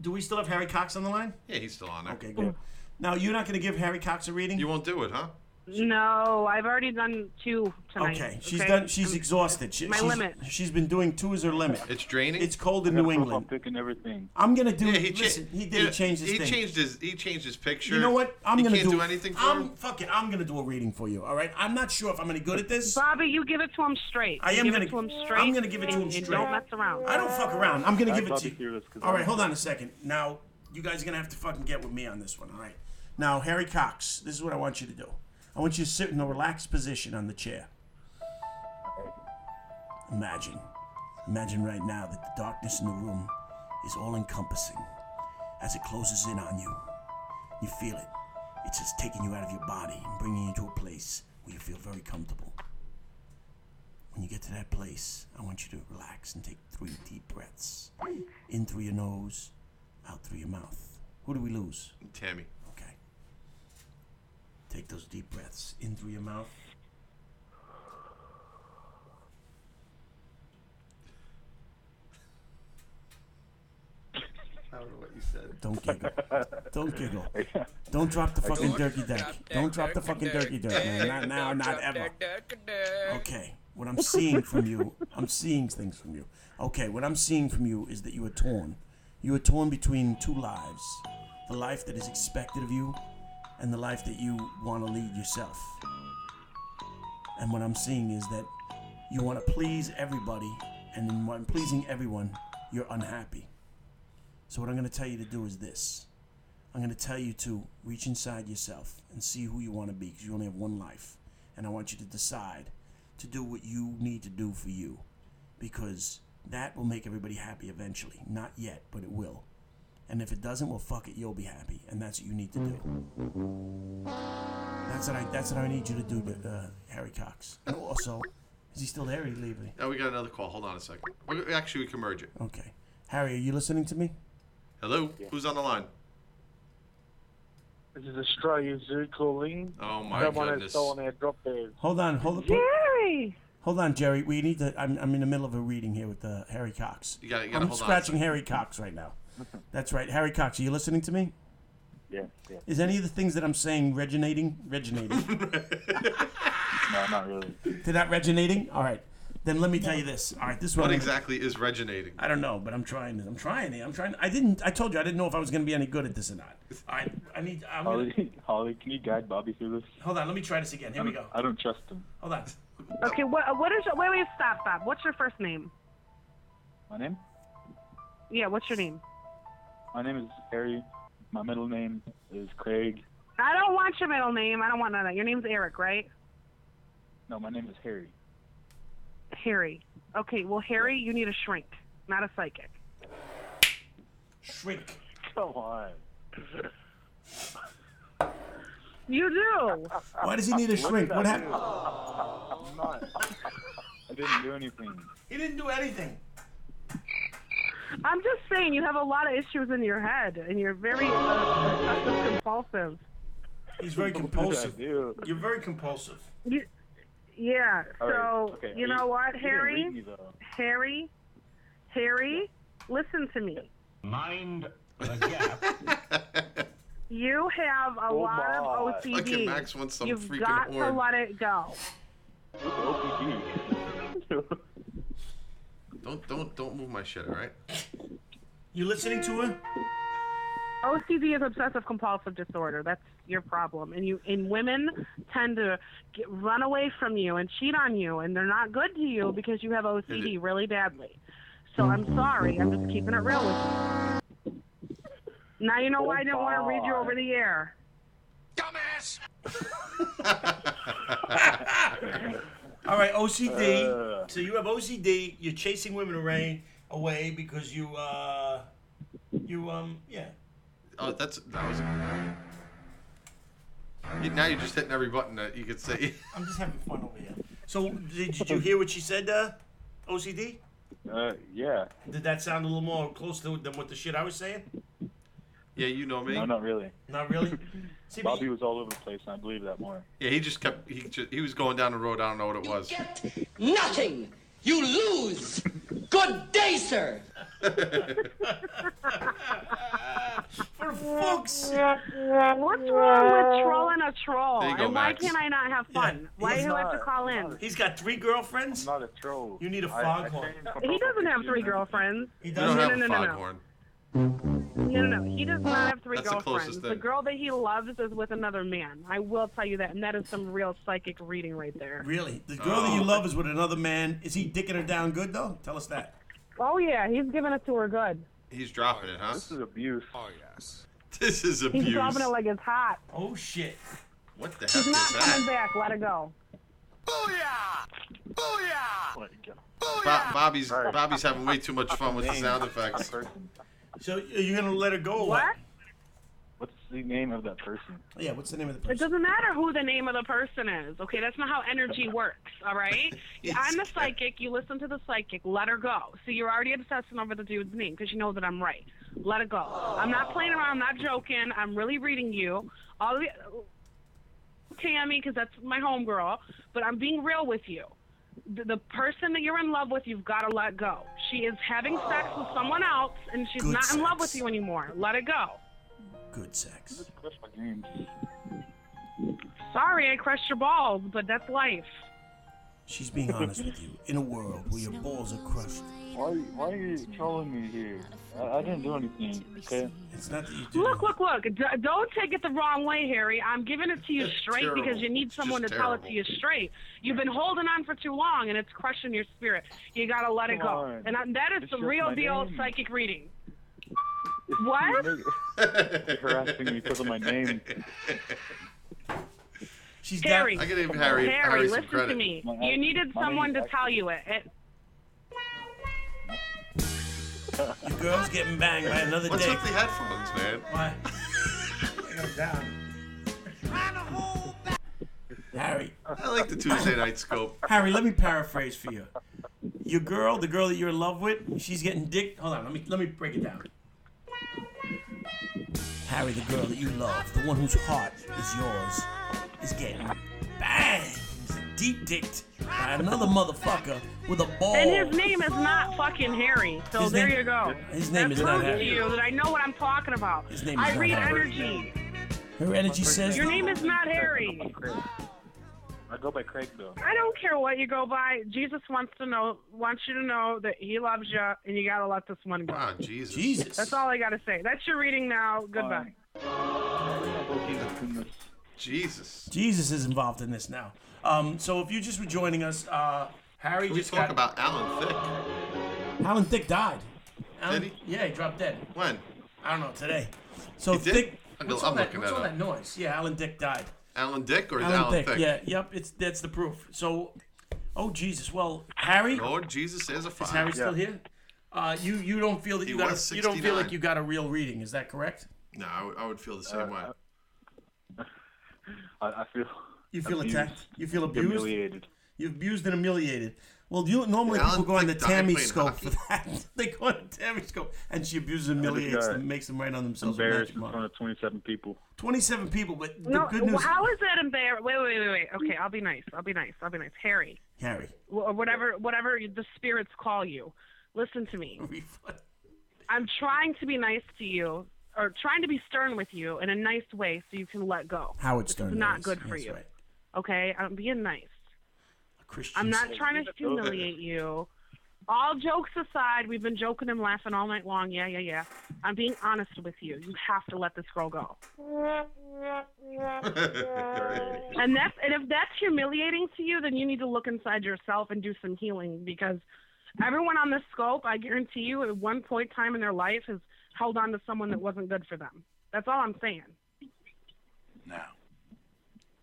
[SPEAKER 2] do we still have Harry Cox on the line?
[SPEAKER 5] Yeah, he's still on there.
[SPEAKER 2] Okay, good. Now you're not going to give Harry Cox a reading.
[SPEAKER 5] You won't do it, huh?
[SPEAKER 9] No, I've already done two tonight.
[SPEAKER 2] okay, she's done. She's exhausted. She,
[SPEAKER 9] my
[SPEAKER 2] she's,
[SPEAKER 9] limit.
[SPEAKER 2] She's been doing two is her limit.
[SPEAKER 5] It's draining.
[SPEAKER 2] It's cold in New England.
[SPEAKER 8] I'm picking everything.
[SPEAKER 2] I'm gonna do.
[SPEAKER 5] yeah, he, cha-
[SPEAKER 2] listen, he did
[SPEAKER 5] yeah,
[SPEAKER 2] change this
[SPEAKER 5] he
[SPEAKER 2] thing.
[SPEAKER 5] Changed his, he changed his picture.
[SPEAKER 2] you know what? I'm
[SPEAKER 5] He
[SPEAKER 2] gonna
[SPEAKER 5] can't
[SPEAKER 2] do,
[SPEAKER 5] do, anything for
[SPEAKER 2] I'm
[SPEAKER 5] him.
[SPEAKER 2] fucking. I'm gonna do a reading for you. All right. I'm not sure if I'm any good at this.
[SPEAKER 9] Bobby, you give it to him straight.
[SPEAKER 2] I
[SPEAKER 9] You
[SPEAKER 2] am
[SPEAKER 9] give
[SPEAKER 2] gonna-
[SPEAKER 9] it to him
[SPEAKER 2] I'm
[SPEAKER 9] straight.
[SPEAKER 2] gonna give it to
[SPEAKER 9] and-
[SPEAKER 2] him
[SPEAKER 9] and
[SPEAKER 2] straight.
[SPEAKER 9] Don't mess around.
[SPEAKER 2] I don't fuck around. I'm gonna
[SPEAKER 8] I'd
[SPEAKER 2] give it
[SPEAKER 8] love
[SPEAKER 2] to
[SPEAKER 8] to hear
[SPEAKER 2] you.
[SPEAKER 8] this 'cause
[SPEAKER 2] All right,
[SPEAKER 8] I'm-
[SPEAKER 2] hold on a second. Now, you guys are gonna have to fucking get with me on this one. All right. Now, Harry Cox, this is what I want you to do. I want you to sit in a relaxed position on the chair. Imagine, imagine right now that the darkness in the room is all-encompassing. As it closes in on you, you feel it. It's just taking you out of your body and bringing you to a place where you feel very comfortable. When you get to that place, I want you to relax and take three deep breaths. In through your nose, out through your mouth. Who do we lose?
[SPEAKER 5] Tammy.
[SPEAKER 2] Okay. Take those deep breaths in through your mouth.
[SPEAKER 5] I don't know what you said.
[SPEAKER 2] Don't giggle. Don't giggle. Don't drop the fucking dirty deck. Don't drop the fucking dirty deck, man. Not now, not ever. Okay. What I'm seeing from you, I'm seeing things from you. Okay, what I'm seeing from you is that you are torn. You are torn between two lives the life that is expected of you and the life that you want to lead yourself. And what I'm seeing is that you want to please everybody, and in what- pleasing everyone, you're unhappy. So, what I'm going to tell you to do is this I'm going to tell you to reach inside yourself and see who you want to be because you only have one life. And I want you to decide to do what you need to do for you because that will make everybody happy eventually. Not yet, but it will. And if it doesn't, well, fuck it, you'll be happy, and that's what you need to do. That's what I. That's what I need you to do, to, uh, Harry Cox. And also, is he still there? Or did he leave?
[SPEAKER 5] Oh, we got another call. Hold on a second. We- Actually, we can merge it.
[SPEAKER 2] Okay, Harry, are you listening to me?
[SPEAKER 5] Hello? Who's on the line?
[SPEAKER 7] This is Australia Zoo calling.
[SPEAKER 5] Oh, my goodness.
[SPEAKER 7] our drop there.
[SPEAKER 2] Hold on, hold on,
[SPEAKER 9] Jerry.
[SPEAKER 2] hold on, Jerry. We need to. I'm, I'm in the middle of a reading here with uh, Harry Cox.
[SPEAKER 5] You gotta, you gotta
[SPEAKER 2] I'm
[SPEAKER 5] hold
[SPEAKER 2] scratching
[SPEAKER 5] on. a
[SPEAKER 2] Harry Cox right now. That's right, Harry Cox. Are you listening to me?
[SPEAKER 8] Yeah, yeah.
[SPEAKER 2] Is any of the things that I'm saying resonating? Resonating.
[SPEAKER 8] No, not really.
[SPEAKER 2] They're not resonating. All right. Then let me tell you this. All right, this one.
[SPEAKER 5] What exactly is reginating?
[SPEAKER 2] I don't know, but I'm trying. I'm trying. I'm trying. I didn't. I told you I didn't know if I was going to be any good at this or not. All right. I need. I'm gonna,
[SPEAKER 8] Holly, Holly, can you guide Bobby through this?
[SPEAKER 2] hold on. Let me try this again. Here we go.
[SPEAKER 8] I don't trust him.
[SPEAKER 2] Hold on.
[SPEAKER 9] Okay, what, what is your, wait, wait, stop, Bob. What's your first name?
[SPEAKER 8] My name?
[SPEAKER 9] Yeah, what's your name?
[SPEAKER 8] My name is Harry. My middle name is Craig.
[SPEAKER 9] I don't want your middle name. I don't want none of that. Your name's Eric, right?
[SPEAKER 8] No, my name is Harry.
[SPEAKER 9] Harry. Okay, well, Harry, you need a shrink, not a psychic.
[SPEAKER 2] Shrink.
[SPEAKER 8] Come on.
[SPEAKER 9] You do.
[SPEAKER 2] Why does he need a shrink? What happened?
[SPEAKER 8] I'm not. I didn't do anything.
[SPEAKER 2] He didn't do anything.
[SPEAKER 9] I'm just saying, you have a lot of issues in your head, and you're very uh, compulsive.
[SPEAKER 2] He's very compulsive.
[SPEAKER 8] What did I do?
[SPEAKER 2] You're very compulsive.
[SPEAKER 9] You, yeah.
[SPEAKER 8] All
[SPEAKER 9] so
[SPEAKER 8] right, okay,
[SPEAKER 9] you know what,
[SPEAKER 8] you didn't
[SPEAKER 9] Harry?
[SPEAKER 8] read me, though.
[SPEAKER 9] Harry, Harry, listen to me. You have a lot
[SPEAKER 8] on.
[SPEAKER 9] of
[SPEAKER 5] Oh Fucking
[SPEAKER 9] OCD.
[SPEAKER 5] Max wants some
[SPEAKER 9] You've
[SPEAKER 5] freaking
[SPEAKER 9] got
[SPEAKER 5] horn.
[SPEAKER 9] to let it go.
[SPEAKER 8] OPG.
[SPEAKER 5] Don't don't don't move my shit, all right?
[SPEAKER 2] You listening to her?
[SPEAKER 9] OCD is obsessive compulsive disorder. That's your problem. And you and women tend to get, run away from you and cheat on you, and they're not good to you because you have OCD really badly. So I'm sorry. I'm just keeping it real with you. Now
[SPEAKER 5] Oh
[SPEAKER 9] you know why I didn't want to read you over the air.
[SPEAKER 1] Dumbass!
[SPEAKER 2] All right,
[SPEAKER 8] Uh,
[SPEAKER 2] OCD. so you have OCD. You're chasing women away, away because you, uh, you, um, yeah.
[SPEAKER 5] Oh, that's that was. You- Now you're just hitting every button that you could say.
[SPEAKER 2] I'm just having fun over here. So did, did you hear what she said? Uh, OCD.
[SPEAKER 8] Uh, yeah.
[SPEAKER 2] Did that sound a little more close to than what the shit I was saying?
[SPEAKER 5] yeah, you know me.
[SPEAKER 8] No, not really.
[SPEAKER 2] Not really. See, but
[SPEAKER 8] Bobby was all over the place, and I believe that more.
[SPEAKER 5] Yeah, he just kept. He just, he was going down the road. I don't know what it was.
[SPEAKER 10] Nothing. You lose. Good day, sir.
[SPEAKER 2] for fuck's sake.
[SPEAKER 9] What's wrong with trolling a troll?
[SPEAKER 5] There you go,
[SPEAKER 9] and why
[SPEAKER 5] Max.
[SPEAKER 9] can't I not have fun?
[SPEAKER 2] Yeah,
[SPEAKER 9] why
[SPEAKER 2] he's
[SPEAKER 9] do I have to
[SPEAKER 8] not-
[SPEAKER 9] call in?
[SPEAKER 2] He's got three girlfriends.
[SPEAKER 8] Not a troll.
[SPEAKER 2] You need a
[SPEAKER 8] I- I
[SPEAKER 2] foghorn.
[SPEAKER 8] changed from
[SPEAKER 9] He doesn't have three
[SPEAKER 8] prostitution.
[SPEAKER 9] girlfriends.
[SPEAKER 2] He
[SPEAKER 5] We don't
[SPEAKER 2] doesn't.
[SPEAKER 5] have
[SPEAKER 9] no, no,
[SPEAKER 5] a
[SPEAKER 9] no, no.
[SPEAKER 5] foghorn.
[SPEAKER 9] No, no, no. He does not have three
[SPEAKER 5] That's the closest
[SPEAKER 9] girlfriends. The,
[SPEAKER 5] thing.
[SPEAKER 9] girl that he loves is with another man. I will tell you that, and that is some real psychic reading right there.
[SPEAKER 2] Really, the girl that you
[SPEAKER 5] Oh.
[SPEAKER 2] love is with another man. Is he dicking her down good though? Tell us that.
[SPEAKER 9] Oh yeah, he's giving it to her good.
[SPEAKER 5] He's dropping it, huh?
[SPEAKER 8] This is abuse.
[SPEAKER 1] Oh, yes.
[SPEAKER 5] This is
[SPEAKER 9] He's
[SPEAKER 5] abuse.
[SPEAKER 9] dropping it like it's hot.
[SPEAKER 2] Oh shit.
[SPEAKER 5] What the
[SPEAKER 9] He's
[SPEAKER 5] heck
[SPEAKER 9] not
[SPEAKER 5] is
[SPEAKER 9] coming
[SPEAKER 5] that?
[SPEAKER 9] back. Let it go.
[SPEAKER 1] Booyah! Booyah!
[SPEAKER 8] Like, you know,
[SPEAKER 5] Bo- Bobby's
[SPEAKER 8] Right.
[SPEAKER 5] Bobby's having way too much fun with the
[SPEAKER 8] name
[SPEAKER 5] sound
[SPEAKER 8] of that
[SPEAKER 5] effects.
[SPEAKER 8] person.
[SPEAKER 2] So are you gonna let her go? Or
[SPEAKER 9] What?
[SPEAKER 8] What's the name of that person?
[SPEAKER 2] Yeah. What's the name of the
[SPEAKER 9] It
[SPEAKER 2] person?
[SPEAKER 9] doesn't matter who the name of the person is. Okay, that's not how energy works. All right, I'm the psychic. You listen to the psychic. Let her go. So you're already obsessing over the dude's name because you know that I'm right. Let it go. I'm not playing around. I'm not joking. I'm really reading you. All the Tammy, because that's my homegirl. But I'm being real with you. The, the person that you're in love with, you've got to let go. She is having sex with someone else, and she's
[SPEAKER 2] Good
[SPEAKER 9] not in
[SPEAKER 2] sex.
[SPEAKER 9] love with you anymore. Let it go.
[SPEAKER 2] Good sex.
[SPEAKER 8] What's my name?
[SPEAKER 9] Sorry, I crushed your balls, but that's life.
[SPEAKER 2] She's being honest with you. In a world where your balls are crushed,
[SPEAKER 8] Why, why are you trolling me here? I, I didn't do anything, okay?
[SPEAKER 2] it's not that you do.
[SPEAKER 9] Look, look, look. D- don't take it the wrong way, Harry. I'm giving it to you
[SPEAKER 5] It's
[SPEAKER 9] straight
[SPEAKER 5] terrible.
[SPEAKER 9] because you need
[SPEAKER 5] It's
[SPEAKER 9] someone to
[SPEAKER 5] just
[SPEAKER 9] tell it to
[SPEAKER 5] terrible.
[SPEAKER 9] you straight. You've been holding on for too long and it's crushing your spirit. You got to let it
[SPEAKER 8] Come
[SPEAKER 9] go.
[SPEAKER 8] on.
[SPEAKER 9] And I, that is
[SPEAKER 8] It's
[SPEAKER 9] the
[SPEAKER 8] just
[SPEAKER 9] real
[SPEAKER 8] my
[SPEAKER 9] deal
[SPEAKER 8] name.
[SPEAKER 9] psychic reading. What?
[SPEAKER 8] harassing me because of my name.
[SPEAKER 2] She's down.
[SPEAKER 9] Harry.
[SPEAKER 5] I could give Harry Harry
[SPEAKER 9] Harry,
[SPEAKER 5] some
[SPEAKER 9] listen to
[SPEAKER 5] credit.
[SPEAKER 9] me.
[SPEAKER 8] My-
[SPEAKER 9] You needed
[SPEAKER 8] my
[SPEAKER 9] someone to
[SPEAKER 8] name's
[SPEAKER 9] tell you it. it
[SPEAKER 2] Your girl's getting banged by another
[SPEAKER 5] What's
[SPEAKER 2] dick.
[SPEAKER 5] up the headphones, man?
[SPEAKER 2] Why? I got him down. Harry,
[SPEAKER 5] I like the Tuesday night scope.
[SPEAKER 2] Harry, let me paraphrase for you. Your girl, the girl that you're in love with, she's getting dick. Hold on, let me let me break it down. Harry, the girl that you love, the one whose heart is yours, is getting banged, deep dicked by another motherfucker with a ball.
[SPEAKER 9] and his name is not fucking Harry. So
[SPEAKER 2] His
[SPEAKER 9] there
[SPEAKER 2] name-
[SPEAKER 9] you go.
[SPEAKER 2] his name
[SPEAKER 9] that
[SPEAKER 2] is not
[SPEAKER 9] proves to
[SPEAKER 2] Harry.
[SPEAKER 9] you that I know what I'm talking about.
[SPEAKER 2] His name
[SPEAKER 9] I
[SPEAKER 2] is not
[SPEAKER 9] read
[SPEAKER 2] Harry.
[SPEAKER 9] energy.
[SPEAKER 2] Her energy says.
[SPEAKER 9] Your name is not Harry.
[SPEAKER 8] I go by Craig though.
[SPEAKER 9] I don't care what you go by. Jesus wants to know, wants you to know that He loves you, and you gotta let this one go.
[SPEAKER 5] Wow, Jesus.
[SPEAKER 2] Jesus.
[SPEAKER 9] That's all I gotta say. That's your reading now. Goodbye.
[SPEAKER 5] Jesus.
[SPEAKER 2] Jesus is involved in this now. Um, so if you just were joining us, uh, Harry
[SPEAKER 5] Can we
[SPEAKER 2] just
[SPEAKER 5] talk
[SPEAKER 2] got
[SPEAKER 5] about Alan Thick?
[SPEAKER 2] Alan Thick died. Alan,
[SPEAKER 5] Did
[SPEAKER 2] Yeah, he dropped dead.
[SPEAKER 5] When?
[SPEAKER 2] I don't know today. So
[SPEAKER 5] He did?
[SPEAKER 2] Thick.
[SPEAKER 5] I'm
[SPEAKER 2] What's,
[SPEAKER 5] go-
[SPEAKER 2] all,
[SPEAKER 5] I'm
[SPEAKER 2] that,
[SPEAKER 5] looking
[SPEAKER 2] what's
[SPEAKER 5] that
[SPEAKER 2] all
[SPEAKER 5] up.
[SPEAKER 2] that noise? Yeah, Alan Dick died.
[SPEAKER 5] Alan Dick or is
[SPEAKER 2] Alan,
[SPEAKER 5] Alan
[SPEAKER 2] Thick.
[SPEAKER 5] Thick?
[SPEAKER 2] Yeah, yep. It's that's the proof. So, oh Jesus. Well, Harry,
[SPEAKER 5] Lord Jesus is a
[SPEAKER 2] is Harry
[SPEAKER 5] fire.
[SPEAKER 2] still here? Uh, you you don't feel that
[SPEAKER 5] He
[SPEAKER 2] you got
[SPEAKER 5] was
[SPEAKER 2] a, you don't feel
[SPEAKER 5] 69.
[SPEAKER 2] like you got a real reading. Is that correct?
[SPEAKER 5] No, I would- I would feel the same way.
[SPEAKER 8] I, I feel
[SPEAKER 2] You feel
[SPEAKER 8] Abused.
[SPEAKER 2] attacked. You feel abused.
[SPEAKER 8] humiliated.
[SPEAKER 2] You're abused and humiliated. Well, you normally people
[SPEAKER 5] Yeah, Alan
[SPEAKER 2] go on the
[SPEAKER 5] Thicke died
[SPEAKER 2] Tammy
[SPEAKER 5] playing
[SPEAKER 2] scope
[SPEAKER 5] hockey.
[SPEAKER 2] for that. they go on the Tammy scope, and she abuses and humiliates
[SPEAKER 8] got
[SPEAKER 2] them, makes them right on themselves. with
[SPEAKER 8] Embarrassed
[SPEAKER 2] magic
[SPEAKER 8] in front
[SPEAKER 2] marker.
[SPEAKER 8] of 27 people.
[SPEAKER 2] Twenty-seven people, but the
[SPEAKER 9] No,
[SPEAKER 2] good news,
[SPEAKER 9] how is that embarrassing? Wait, wait, wait, wait. Okay, I'll be nice. I'll be nice. I'll be nice. Harry,
[SPEAKER 2] Harry.
[SPEAKER 9] wh- or whatever, whatever the spirits call you. Listen to me. I'm trying to be nice to you, or trying to be stern with you in a nice way, so you can let go.
[SPEAKER 2] Howard
[SPEAKER 9] This
[SPEAKER 2] Stern.
[SPEAKER 9] Is not
[SPEAKER 2] yes,
[SPEAKER 9] good for
[SPEAKER 2] that's
[SPEAKER 9] you.
[SPEAKER 2] right.
[SPEAKER 9] Okay, I'm being nice.
[SPEAKER 2] A Christian.
[SPEAKER 9] I'm not
[SPEAKER 2] saint.
[SPEAKER 9] trying to
[SPEAKER 8] those are-
[SPEAKER 9] humiliate you. All jokes aside, we've been joking and laughing all night long. Yeah, yeah, yeah. I'm being honest with you. You have to let this girl go. And that's and if that's humiliating to you, then you need to look inside yourself and do some healing because everyone on this scope, I guarantee you, at one point in time in their life has held on to someone that wasn't good for them. That's all I'm saying.
[SPEAKER 11] Now,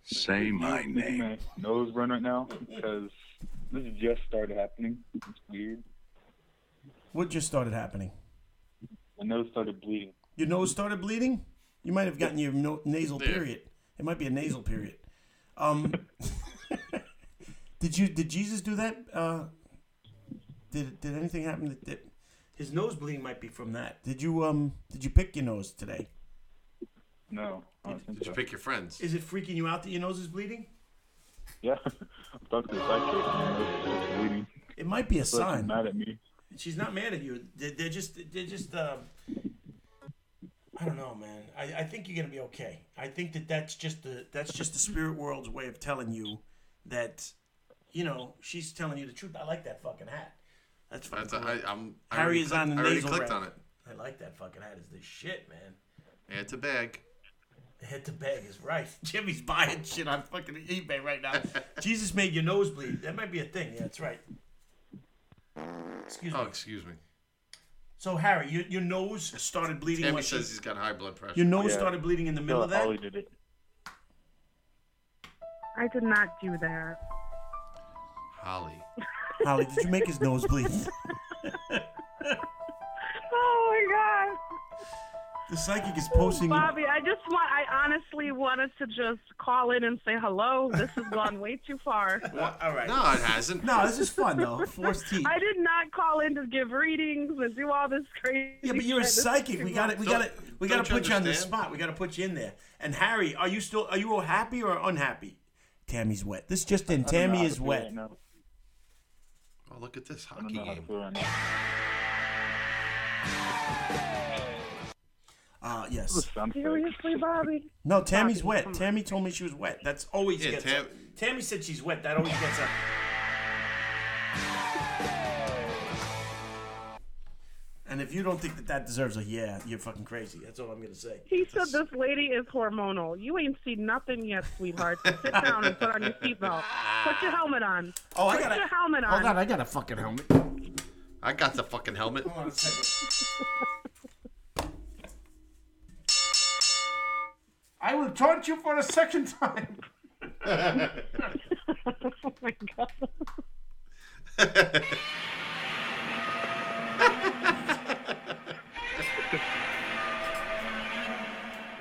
[SPEAKER 11] say my name.
[SPEAKER 8] My nose run right now because this just started happening. It's weird.
[SPEAKER 2] What just started happening?
[SPEAKER 8] My nose started bleeding.
[SPEAKER 2] Your nose started bleeding. You might have gotten your no- nasal
[SPEAKER 8] Yeah.
[SPEAKER 2] period. It might be a nasal period. Um, did you? Did Jesus do that? Uh, did Did anything happen? That, that his nose bleeding might be from that. Did you? Um, did you pick your nose today?
[SPEAKER 8] No. I don't think
[SPEAKER 5] Did you
[SPEAKER 8] so.
[SPEAKER 5] pick your friends?
[SPEAKER 2] Is it freaking you out that your nose is bleeding?
[SPEAKER 8] Yeah. Talk to the psychic. My nose started bleeding.
[SPEAKER 2] It might be a
[SPEAKER 8] But she's
[SPEAKER 2] sign.
[SPEAKER 8] Mad at me.
[SPEAKER 2] She's not mad at you. They're, they're just, they're just. Um, I don't know, man. I, I think you're gonna be okay. I think that that's just the that's just the spirit world's way of telling you that, you know, she's telling you the truth. I like that fucking hat. That's fucking.
[SPEAKER 5] That's
[SPEAKER 2] cool.
[SPEAKER 5] a, I, I'm, I
[SPEAKER 2] Harry
[SPEAKER 5] already
[SPEAKER 2] is on the
[SPEAKER 5] clicked- I already
[SPEAKER 2] nasal
[SPEAKER 5] clicked
[SPEAKER 2] wrap.
[SPEAKER 5] on it.
[SPEAKER 2] I like that fucking hat. Is this shit, man?
[SPEAKER 5] Add to bag.
[SPEAKER 2] Hit the bag is right. Jimmy's buying shit on fucking eBay right now. Jesus made your nose bleed. That might be a thing. Yeah, that's right. Excuse
[SPEAKER 5] oh,
[SPEAKER 2] me.
[SPEAKER 5] excuse me.
[SPEAKER 2] So Harry, your, your nose started bleeding.
[SPEAKER 5] Tammy
[SPEAKER 2] when she-
[SPEAKER 5] says he's got high blood pressure.
[SPEAKER 2] Your nose started bleeding in the middle of that.
[SPEAKER 8] did it.
[SPEAKER 9] I did not do that.
[SPEAKER 5] Holly.
[SPEAKER 2] Holly, did you make his nose bleed?
[SPEAKER 9] Oh
[SPEAKER 2] The psychic is
[SPEAKER 9] my god,
[SPEAKER 2] posting.
[SPEAKER 9] Bobby! I just want—I honestly wanted to just call in and say hello. This has gone way too far.
[SPEAKER 2] Uh, All right.
[SPEAKER 5] No, it hasn't.
[SPEAKER 2] No, this is fun though. Forced heat.
[SPEAKER 9] I did not call in to give readings and do all this crazy.
[SPEAKER 2] Yeah, but you're a
[SPEAKER 9] shit. This is
[SPEAKER 2] psychic.
[SPEAKER 9] too
[SPEAKER 2] We got it. We
[SPEAKER 9] much.
[SPEAKER 2] got it. We got
[SPEAKER 5] don't
[SPEAKER 2] to
[SPEAKER 5] you
[SPEAKER 2] put you on the
[SPEAKER 5] understand?
[SPEAKER 2] spot. We got to put you in there. And Harry, are you still? Are you all happy or unhappy? Tammy's wet. This just in.
[SPEAKER 8] I don't know
[SPEAKER 2] Tammy
[SPEAKER 8] how
[SPEAKER 2] is
[SPEAKER 8] to feel
[SPEAKER 2] wet.
[SPEAKER 8] right now.
[SPEAKER 5] Oh, look at this
[SPEAKER 8] I don't
[SPEAKER 5] hockey
[SPEAKER 8] know how to
[SPEAKER 5] game.
[SPEAKER 8] feel right now.
[SPEAKER 2] Uh, yes.
[SPEAKER 9] Seriously, Bobby?
[SPEAKER 2] No, Tammy's wet. Tammy told me she was wet. That's always
[SPEAKER 5] Yeah,
[SPEAKER 2] gets.
[SPEAKER 5] Tam-
[SPEAKER 2] up. Tammy said she's wet. That always gets up. And if you don't think that that deserves a yeah, you're fucking crazy. That's all I'm gonna say.
[SPEAKER 9] He said this lady is hormonal. You ain't seen nothing yet, sweetheart. So sit down and put on your seatbelt. Put your helmet on.
[SPEAKER 2] Oh, I
[SPEAKER 9] put
[SPEAKER 2] gotta-
[SPEAKER 9] your helmet on.
[SPEAKER 2] Hold on, I got a fucking helmet.
[SPEAKER 5] I got the fucking helmet.
[SPEAKER 2] Hold on a second. I will taunt you for a second time.
[SPEAKER 9] oh my god.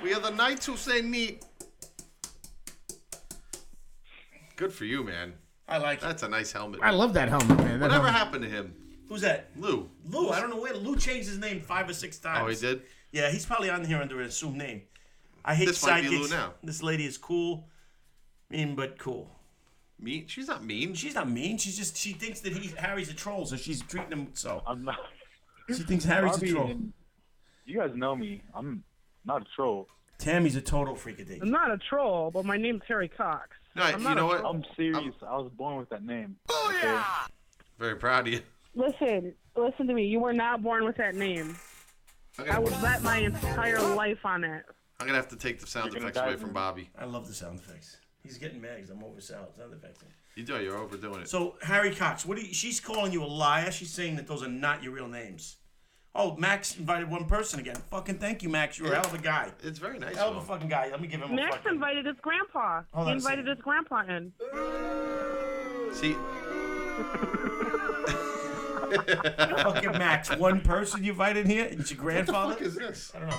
[SPEAKER 5] We are the knights who say neat. Good for you, man.
[SPEAKER 2] I like it.
[SPEAKER 5] That's a nice helmet.
[SPEAKER 12] I love that helmet, man. That
[SPEAKER 5] Whatever
[SPEAKER 12] helmet-
[SPEAKER 5] happened to him?
[SPEAKER 2] Who's that?
[SPEAKER 5] Lou.
[SPEAKER 2] Lou. I don't know where Lou changed his name five or six times.
[SPEAKER 5] Oh, he did?
[SPEAKER 2] Yeah, he's probably on here under an assumed name. I hate
[SPEAKER 5] This might be
[SPEAKER 2] sidekicks.
[SPEAKER 5] Lou now.
[SPEAKER 2] This lady is cool, mean but cool.
[SPEAKER 5] Mean? She's not mean.
[SPEAKER 2] She's not mean. She's just she thinks that he's Harry's a troll, so she's treating him so. I'm not. She thinks Harry's
[SPEAKER 8] Bobby
[SPEAKER 2] a troll.
[SPEAKER 8] and- You guys know me. I'm not a troll.
[SPEAKER 2] Tammy's a total freakadelic.
[SPEAKER 9] I'm not a troll, but my name's Harry Cox. I'm not a troll.
[SPEAKER 8] I'm serious. i was born with that name. Okay?
[SPEAKER 5] Very proud of you.
[SPEAKER 9] Listen, listen to me. You were not born with that name.
[SPEAKER 5] Okay.
[SPEAKER 9] I would bet my entire life on it.
[SPEAKER 5] I'm gonna have to take the sound
[SPEAKER 2] You're gonna
[SPEAKER 5] effects away
[SPEAKER 2] die.
[SPEAKER 5] from Bobby.
[SPEAKER 2] I love the sound effects. He's getting mad 'cause I'm over sound sound effects.
[SPEAKER 5] You do. You're overdoing it.
[SPEAKER 2] So Harry Cox, what do you, she's calling you a liar? She's saying that those are not your real names. Oh, Max invited one person again. Fucking thank you, Max. You're a hell of a guy.
[SPEAKER 5] It's very nice.
[SPEAKER 2] Hell of
[SPEAKER 5] of
[SPEAKER 2] a
[SPEAKER 5] him.
[SPEAKER 2] fucking guy. Let me give him a
[SPEAKER 9] Max
[SPEAKER 2] fucking.
[SPEAKER 9] invited his grandpa.
[SPEAKER 2] Hold
[SPEAKER 9] he
[SPEAKER 2] on a
[SPEAKER 9] invited his grandpa in.
[SPEAKER 5] See,
[SPEAKER 2] fucking Max. One person you invited here? It's your grandfather?
[SPEAKER 5] What the fuck is this?
[SPEAKER 2] I don't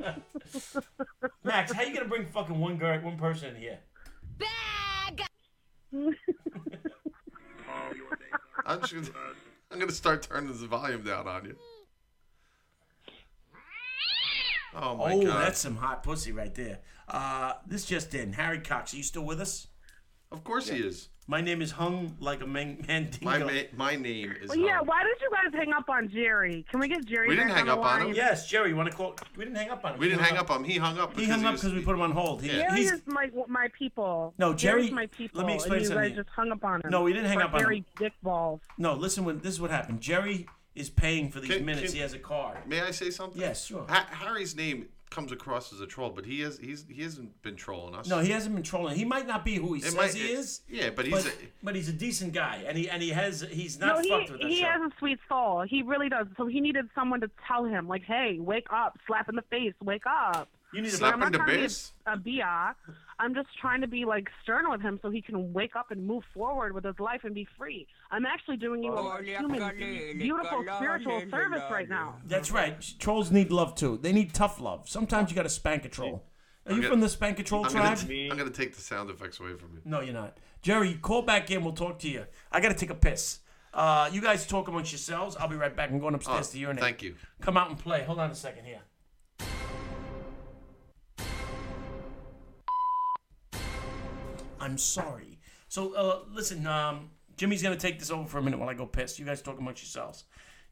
[SPEAKER 2] know. Max, how you gonna bring fucking one girl, one person in here?
[SPEAKER 5] I'm just gonna, I'm gonna start turning the volume down on you. Oh my
[SPEAKER 2] oh,
[SPEAKER 5] god.
[SPEAKER 2] that's some hot pussy right there. Uh, this just in. Harry Cox, are you still with us?
[SPEAKER 5] Of course he is.
[SPEAKER 2] My name is hung like a man- mandingo.
[SPEAKER 5] My ma- my name is. uh,
[SPEAKER 9] Well, yeah, why did you guys hang up on Jerry? Can we get Jerry back on the line?
[SPEAKER 2] Yes, Jerry, you want to call? We didn't hang up on him.
[SPEAKER 5] We didn't hang up on him. He hung up.
[SPEAKER 2] He hung up because we put him on hold. He,
[SPEAKER 9] Jerry
[SPEAKER 2] he's,
[SPEAKER 9] is my my people.
[SPEAKER 2] No,
[SPEAKER 9] Jerry's
[SPEAKER 2] Jerry-
[SPEAKER 9] my people.
[SPEAKER 2] let me explain
[SPEAKER 9] and you
[SPEAKER 2] something.
[SPEAKER 9] guys just hung up on him.
[SPEAKER 2] No, we didn't hang
[SPEAKER 9] For
[SPEAKER 2] up on
[SPEAKER 9] Jerry
[SPEAKER 2] him.
[SPEAKER 9] Jerry Dickballs.
[SPEAKER 2] no, listen. When this is what happened. Jerry is paying for these
[SPEAKER 5] Can-
[SPEAKER 2] minutes.
[SPEAKER 5] can-
[SPEAKER 2] he has a card.
[SPEAKER 5] May I say something?
[SPEAKER 2] Yes, sure.
[SPEAKER 5] Ha- Harry's name comes across as a troll, but he has he's he hasn't been trolling us.
[SPEAKER 2] No, he hasn't been trolling. He might not be who he
[SPEAKER 5] It
[SPEAKER 2] says
[SPEAKER 5] might-
[SPEAKER 2] he
[SPEAKER 5] it-
[SPEAKER 2] is.
[SPEAKER 5] yeah, but he's
[SPEAKER 2] but,
[SPEAKER 5] a-
[SPEAKER 2] but he's a decent guy, and he and he has he's
[SPEAKER 9] no,
[SPEAKER 2] not
[SPEAKER 9] he
[SPEAKER 2] fucked with that
[SPEAKER 9] he
[SPEAKER 2] show.
[SPEAKER 9] has a sweet soul. He really does. So he needed someone to tell him, like, "Hey, wake up! Slap in the face! Wake up!"
[SPEAKER 2] You need
[SPEAKER 5] to-
[SPEAKER 9] But I'm
[SPEAKER 5] Slap in
[SPEAKER 9] not
[SPEAKER 5] the
[SPEAKER 9] trying to be
[SPEAKER 5] face?
[SPEAKER 9] A, a bia. I'm just trying to be like stern with him so he can wake up and move forward with his life and be free. I'm actually doing you a human, beautiful, spiritual service right now.
[SPEAKER 2] That's
[SPEAKER 5] Mm-hmm.
[SPEAKER 2] right. Trolls need love too. They need tough love. Sometimes you got to spank a troll. Are
[SPEAKER 5] I'm
[SPEAKER 2] you
[SPEAKER 5] gonna-
[SPEAKER 2] from the spank a troll
[SPEAKER 5] I'm
[SPEAKER 2] tribe?
[SPEAKER 5] gonna, t- I'm gonna take the sound effects away from you.
[SPEAKER 2] No, you're not. Jerry, call back in. We'll talk to you. I got to take a piss. Uh, you guys talk amongst yourselves. I'll be right back. I'm going upstairs
[SPEAKER 5] Oh,
[SPEAKER 2] to urinate.
[SPEAKER 5] thank you.
[SPEAKER 2] Come out and play. Hold on a second here. I'm sorry. So, uh, listen, um, Jimmy's going to take this over for a minute while I go piss. You guys talk amongst yourselves.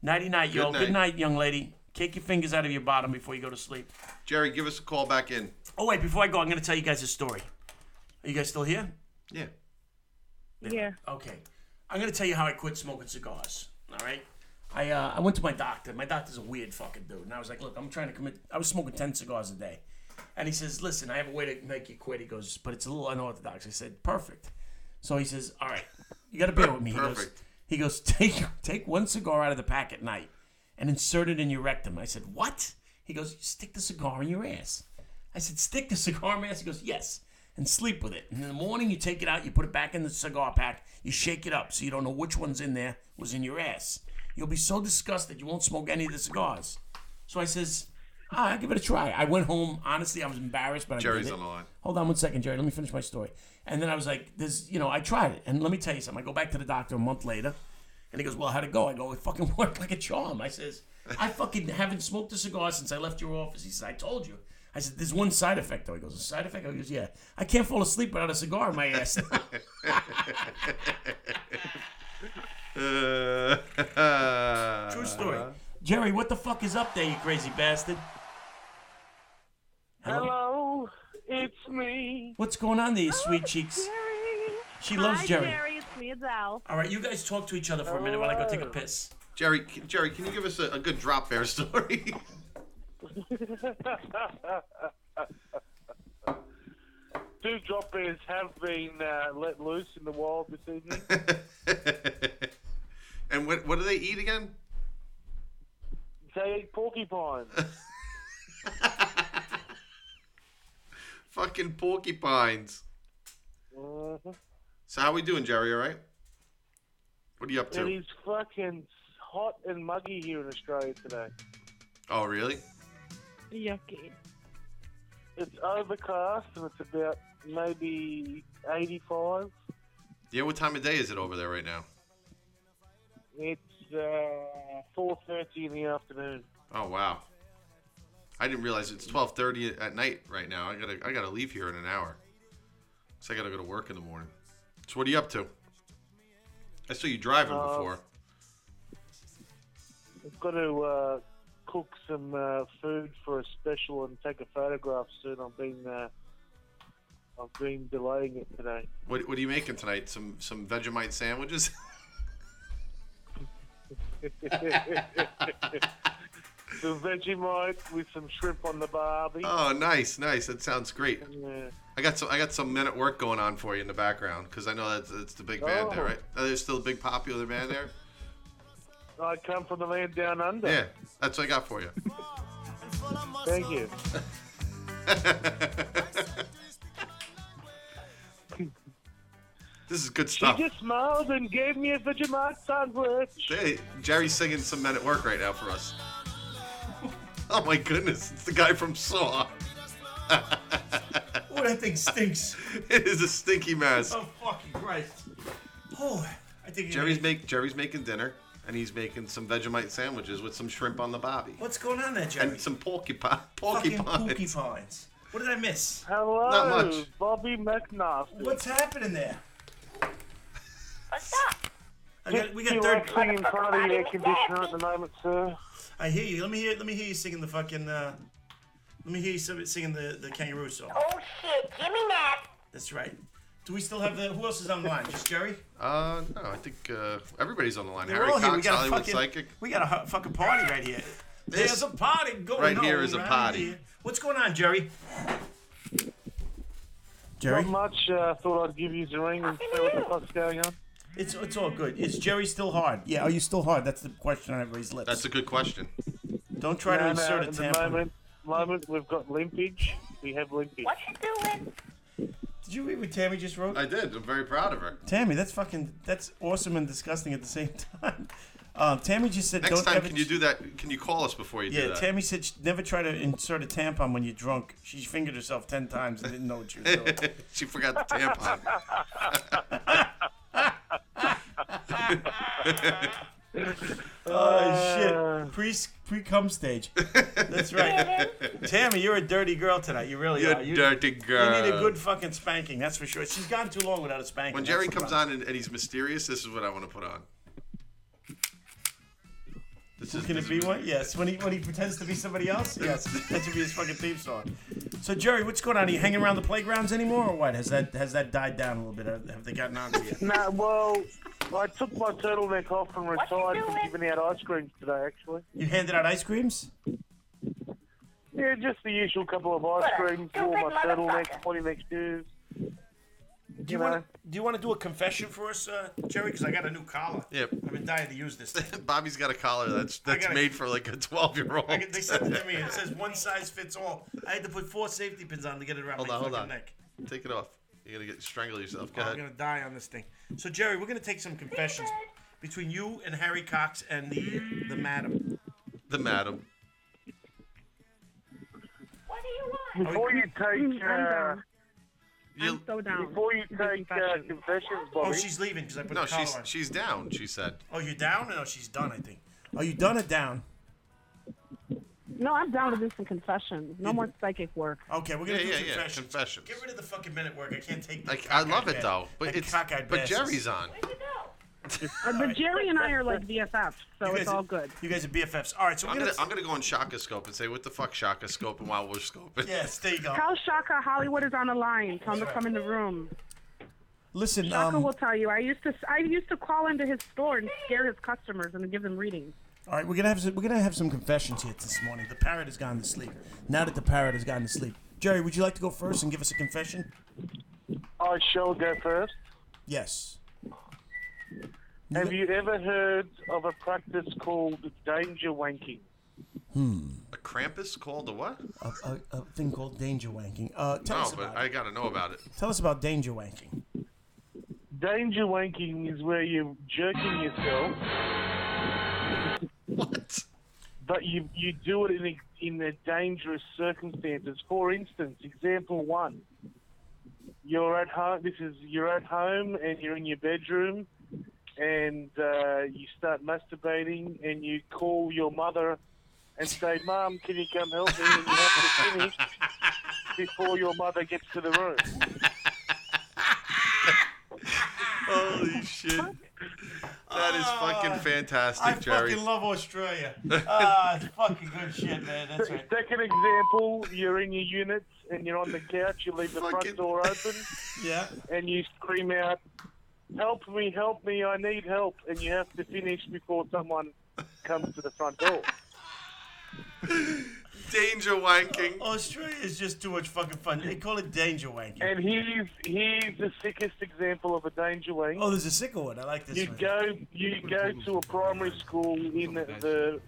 [SPEAKER 2] Nighty night, yo.
[SPEAKER 5] Good night.
[SPEAKER 2] Good night, young lady. Take your fingers out of your bottom before you go to sleep.
[SPEAKER 5] Jerry, give us a call back in.
[SPEAKER 2] Oh, wait, before I go, I'm going to tell you guys a story. Are you guys still here?
[SPEAKER 5] Yeah.
[SPEAKER 9] Yeah.
[SPEAKER 2] Okay. I'm going to tell you how I quit smoking cigars. All right. I, uh, I went to my doctor. My doctor's a weird fucking dude. And I was like, look, I'm trying to commit. I was smoking 10 cigars a day. And he says, listen, I have a way to make you quit. He goes, but it's a little unorthodox. I said, perfect. So he says, all right, you got to bear with me. He goes,
[SPEAKER 5] Perfect.
[SPEAKER 2] he goes, take, take one cigar out of the pack at night and insert it in your rectum. I said, what? He goes, stick the cigar in your ass. I said, stick the cigar in my ass? He goes, yes, and sleep with it. And in the morning, you take it out, you put it back in the cigar pack, you shake it up so you don't know which one's in there was in your ass. You'll be so disgusted you won't smoke any of the cigars. So I says, ah, I'll give it a try. I went home. Honestly, I was embarrassed, but I
[SPEAKER 5] Jerry's
[SPEAKER 2] did it.
[SPEAKER 5] on the line.
[SPEAKER 2] Hold on one second, Jerry. Let me finish my story. And then I was like, "There's, you know, I tried it." And let me tell you something. I go back to the doctor a month later, and he goes, "Well, how'd it go?" I go, "It fucking worked like a charm." I says, "I fucking haven't smoked a cigar since I left your office." He says, "I told you." I said, "There's one side effect though." He goes, "A side effect?" I goes, "Yeah, I can't fall asleep without a cigar in my ass."
[SPEAKER 5] Uh,
[SPEAKER 2] True story. Jerry, what the fuck is up there, you crazy bastard?
[SPEAKER 7] Hello, it's me.
[SPEAKER 2] What's going on there, you sweet cheeks? She loves
[SPEAKER 9] Hi,
[SPEAKER 2] Jerry.
[SPEAKER 9] Jerry. It's me, Adele.
[SPEAKER 2] All right, you guys talk to each other for a minute while I go take a piss.
[SPEAKER 5] Jerry, can- Jerry, can you give us a, a good drop bear story?
[SPEAKER 12] Two drop bears have been uh, let loose in the wild this evening.
[SPEAKER 5] and what what do they eat again?
[SPEAKER 12] they eat porcupines.
[SPEAKER 5] Fucking porcupines.
[SPEAKER 12] Mhm.
[SPEAKER 5] So how we doing, Jerry? All right. What are you up
[SPEAKER 12] It
[SPEAKER 5] to?
[SPEAKER 12] is fucking hot and muggy here in Australia today.
[SPEAKER 5] Oh, really?
[SPEAKER 9] Yucky.
[SPEAKER 12] It's overcast and it's about maybe 85.
[SPEAKER 5] Yeah. What time of day is it over there right now?
[SPEAKER 12] It's uh, 4.30 in the afternoon.
[SPEAKER 5] Oh wow. I didn't realize it's 12:30 at night right now. I gotta I gotta leave here in an hour. So I gotta go to work in the morning. So what are you up to? I saw you driving
[SPEAKER 12] Uh,
[SPEAKER 5] before.
[SPEAKER 12] I've got to uh, cook some uh, food for a special and take a photograph soon. I've been uh, I've been delaying it today.
[SPEAKER 5] What what are you making tonight? Some some Vegemite sandwiches?
[SPEAKER 12] some Vegemite with some shrimp on the barbie.
[SPEAKER 5] oh, nice, nice. That sounds great.
[SPEAKER 12] Yeah.
[SPEAKER 5] I got some I got some men at work going on for you in the background because I know that's, that's the big band there,
[SPEAKER 12] Oh.
[SPEAKER 5] right? Are there still a big popular band there?
[SPEAKER 12] I come from the land down under.
[SPEAKER 5] Yeah, that's what I got for you.
[SPEAKER 12] Thank you.
[SPEAKER 5] this is good
[SPEAKER 12] She
[SPEAKER 5] stuff.
[SPEAKER 12] just smiled and gave me a Vegemite sandwich.
[SPEAKER 5] Hey, Jerry's singing some men at work right now for us. Oh my goodness, it's the guy from Saw.
[SPEAKER 2] What I think stinks.
[SPEAKER 5] it is a stinky mess.
[SPEAKER 2] Oh fucking Christ! Oh, I think you
[SPEAKER 5] Jerry's make Jerry's making dinner and he's making some Vegemite sandwiches with some shrimp on the bobby.
[SPEAKER 2] What's going on there, Jerry?
[SPEAKER 5] And some porcupine
[SPEAKER 2] Fucking
[SPEAKER 5] porcupine.
[SPEAKER 2] porcupines. What did I miss?
[SPEAKER 12] Hello,
[SPEAKER 5] Not much.
[SPEAKER 12] Bobby McNasty.
[SPEAKER 2] What's happening there? I got, we got
[SPEAKER 12] You
[SPEAKER 2] third.
[SPEAKER 12] are singing part of the air conditioner at the moment, sir.
[SPEAKER 2] I hear you. Let me hear. Let me hear you singing the fucking. Uh, let me hear you sing- singing the the kangaroo song.
[SPEAKER 13] Oh shit, give me that.
[SPEAKER 2] That's right. Do we still have the? Who else is on the line? Just Jerry.
[SPEAKER 5] Uh, no, I think uh, everybody's on the line.
[SPEAKER 2] They're
[SPEAKER 5] Harry
[SPEAKER 2] all here. We
[SPEAKER 5] Cox,
[SPEAKER 2] got a
[SPEAKER 5] Hollywood
[SPEAKER 2] fucking-
[SPEAKER 5] Psychic.
[SPEAKER 2] We got a hu- fucking party right here. There's a party going
[SPEAKER 5] right
[SPEAKER 2] on.
[SPEAKER 5] here is a
[SPEAKER 2] right
[SPEAKER 5] party.
[SPEAKER 2] here. What's going on, Jerry? Jerry?
[SPEAKER 12] Not much. Uh, thought I'd give you a ring and see what the fuck's going on.
[SPEAKER 2] It's it's all good. Is Jerry still hard? Yeah. Are you still hard? That's the question on everybody's lips.
[SPEAKER 5] That's a good question.
[SPEAKER 2] Don't try to
[SPEAKER 12] No, no,
[SPEAKER 2] insert a
[SPEAKER 12] at the
[SPEAKER 2] tampon.
[SPEAKER 12] moment, moment we've got limpage. We have limpage. What
[SPEAKER 13] you doing?
[SPEAKER 2] Did you read what Tammy just wrote?
[SPEAKER 5] I did. I'm very proud of her.
[SPEAKER 2] Tammy, that's fucking that's awesome and disgusting at the same time. Um, Tammy just said,
[SPEAKER 5] Next
[SPEAKER 2] "Don't
[SPEAKER 5] time,
[SPEAKER 2] ever."
[SPEAKER 5] can you do that? Can you call us before you
[SPEAKER 2] yeah,
[SPEAKER 5] do that?
[SPEAKER 2] Tammy said, she "Never try to insert a tampon when you're drunk." She fingered herself ten times and didn't know what she was doing.
[SPEAKER 5] she forgot the tampon.
[SPEAKER 2] oh
[SPEAKER 12] Uh.
[SPEAKER 2] shit! Pre pre cum stage. That's right. Tammy, you're a dirty girl tonight. You really
[SPEAKER 5] You
[SPEAKER 2] are.
[SPEAKER 5] dirty
[SPEAKER 2] You need a
[SPEAKER 5] girl.
[SPEAKER 2] good fucking spanking. That's for sure. She's gone too long without a spanking.
[SPEAKER 5] When
[SPEAKER 2] that's
[SPEAKER 5] Jerry
[SPEAKER 2] the
[SPEAKER 5] comes
[SPEAKER 2] problem.
[SPEAKER 5] on and, and he's mysterious, this is what I want to put on. This is
[SPEAKER 2] Can it be one? Yes. When he when he pretends to be somebody else. Yes. That should be his fucking theme song. So Jerry, what's going on? Are you hanging around the playgrounds anymore, or what? Has that has that died down a little bit? Have have they gotten on to you?
[SPEAKER 12] No, well, I took my turtleneck off and retired from giving out ice creams today, actually.
[SPEAKER 2] You handed out ice creams?
[SPEAKER 12] Yeah, just the usual couple of ice creams for my turtleneck, pointy neck shoes.
[SPEAKER 2] Do you
[SPEAKER 12] know.
[SPEAKER 2] want do you want to do a confession for us, uh, Jerry? Because I got a new collar.
[SPEAKER 5] Yep.
[SPEAKER 2] I've been dying to use this thing.
[SPEAKER 5] Bobby's got a collar that's
[SPEAKER 2] I
[SPEAKER 5] that's
[SPEAKER 2] gotta-
[SPEAKER 5] made for like a 12 year old.
[SPEAKER 2] I got- they sent it to me. It says one size fits all. I had to put four safety pins on to get it around
[SPEAKER 5] Hold
[SPEAKER 2] my
[SPEAKER 5] on, hold
[SPEAKER 2] fucking
[SPEAKER 5] on.
[SPEAKER 2] neck.
[SPEAKER 5] Take it off. You're gonna get strangle yourself. Go
[SPEAKER 2] I'm
[SPEAKER 5] ahead.
[SPEAKER 2] gonna die on this thing. So Jerry, we're gonna take some confessions between you and Harry Cox and the the madam.
[SPEAKER 5] The madam.
[SPEAKER 12] Before you
[SPEAKER 9] Mm,
[SPEAKER 12] take, uh,
[SPEAKER 5] You-
[SPEAKER 9] so down.
[SPEAKER 12] before you take uh, confessions, Bobby.
[SPEAKER 2] Oh, she's leaving because I put
[SPEAKER 5] No,
[SPEAKER 2] the collar
[SPEAKER 5] she's
[SPEAKER 2] on.
[SPEAKER 5] she's down. She said.
[SPEAKER 2] Oh, you're down? No, she's done. I think. Are you done or down?
[SPEAKER 9] No, I'm down to do some confessions. No more psychic work.
[SPEAKER 2] Okay, we're gonna
[SPEAKER 5] Yeah,
[SPEAKER 2] do
[SPEAKER 5] yeah, yeah,
[SPEAKER 2] confessions.
[SPEAKER 5] confessions.
[SPEAKER 2] Get rid of the fucking minute work. I can't take.
[SPEAKER 5] Like I love it
[SPEAKER 2] cockeyed
[SPEAKER 5] though,
[SPEAKER 2] ba-
[SPEAKER 5] but
[SPEAKER 2] and
[SPEAKER 5] it's
[SPEAKER 2] cockeyed
[SPEAKER 5] but
[SPEAKER 2] bastards.
[SPEAKER 5] Jerry's on.
[SPEAKER 9] Uh, but Jerry and I are like BFFs, so
[SPEAKER 2] guys
[SPEAKER 9] it's
[SPEAKER 2] are-
[SPEAKER 9] all good.
[SPEAKER 2] You guys are BFFs. All right, so we're
[SPEAKER 5] I'm gonna
[SPEAKER 2] gonna.
[SPEAKER 5] I'm gonna go on Shaka Scope and say what the fuck Shaka Scope and while we're scoping.
[SPEAKER 2] Yes, there you go.
[SPEAKER 9] Tell Shaka Hollywood is on the line. Tell him to come in the room.
[SPEAKER 2] Listen,
[SPEAKER 9] Shaka
[SPEAKER 2] um,
[SPEAKER 9] will tell you. I used to I used to call into his store and scare his customers and give them readings.
[SPEAKER 2] All right, we're gonna have some, we're gonna have some confessions here this morning. The parrot has gone to sleep. Now that the parrot has gone to sleep, Jerry, would you like to go first and give us a confession?
[SPEAKER 12] I shall go first.
[SPEAKER 2] Yes.
[SPEAKER 12] Have you ever heard of a practice called danger wanking?
[SPEAKER 2] Hmm.
[SPEAKER 5] A Krampus called a what?
[SPEAKER 2] A, a, a thing called danger wanking. Uh, tell
[SPEAKER 5] no,
[SPEAKER 2] us
[SPEAKER 5] but
[SPEAKER 2] about
[SPEAKER 5] I
[SPEAKER 2] it.
[SPEAKER 5] gotta know about it.
[SPEAKER 2] Tell us about danger wanking.
[SPEAKER 12] Danger wanking is where you're jerking yourself.
[SPEAKER 5] What?
[SPEAKER 12] But you you do it in a, in a dangerous circumstances. For instance, example one. You're at home. This is you're at home and you're in your bedroom, and uh, you start masturbating and you call your mother, and say, "Mom, can you come help me?" And you have to finish before your mother gets to the room.
[SPEAKER 5] Holy shit. That is fucking fantastic,
[SPEAKER 2] I
[SPEAKER 5] Jerry.
[SPEAKER 2] fucking love Australia. Ah, it's fucking good shit, man. That's right.
[SPEAKER 12] Second example, you're in your units and you're on the couch, you leave the front door open,
[SPEAKER 2] Yeah.
[SPEAKER 12] and you scream out, Help me, help me, I need help. And you have to finish before someone comes to the front door.
[SPEAKER 5] danger wanking.
[SPEAKER 2] Oh, Australia is just too much fucking fun. They call it danger wanking.
[SPEAKER 12] And here's, here's the sickest example of a danger wing.
[SPEAKER 2] Oh, there's a sicker one. I like this
[SPEAKER 12] you
[SPEAKER 2] one.
[SPEAKER 12] go you go to a primary school in the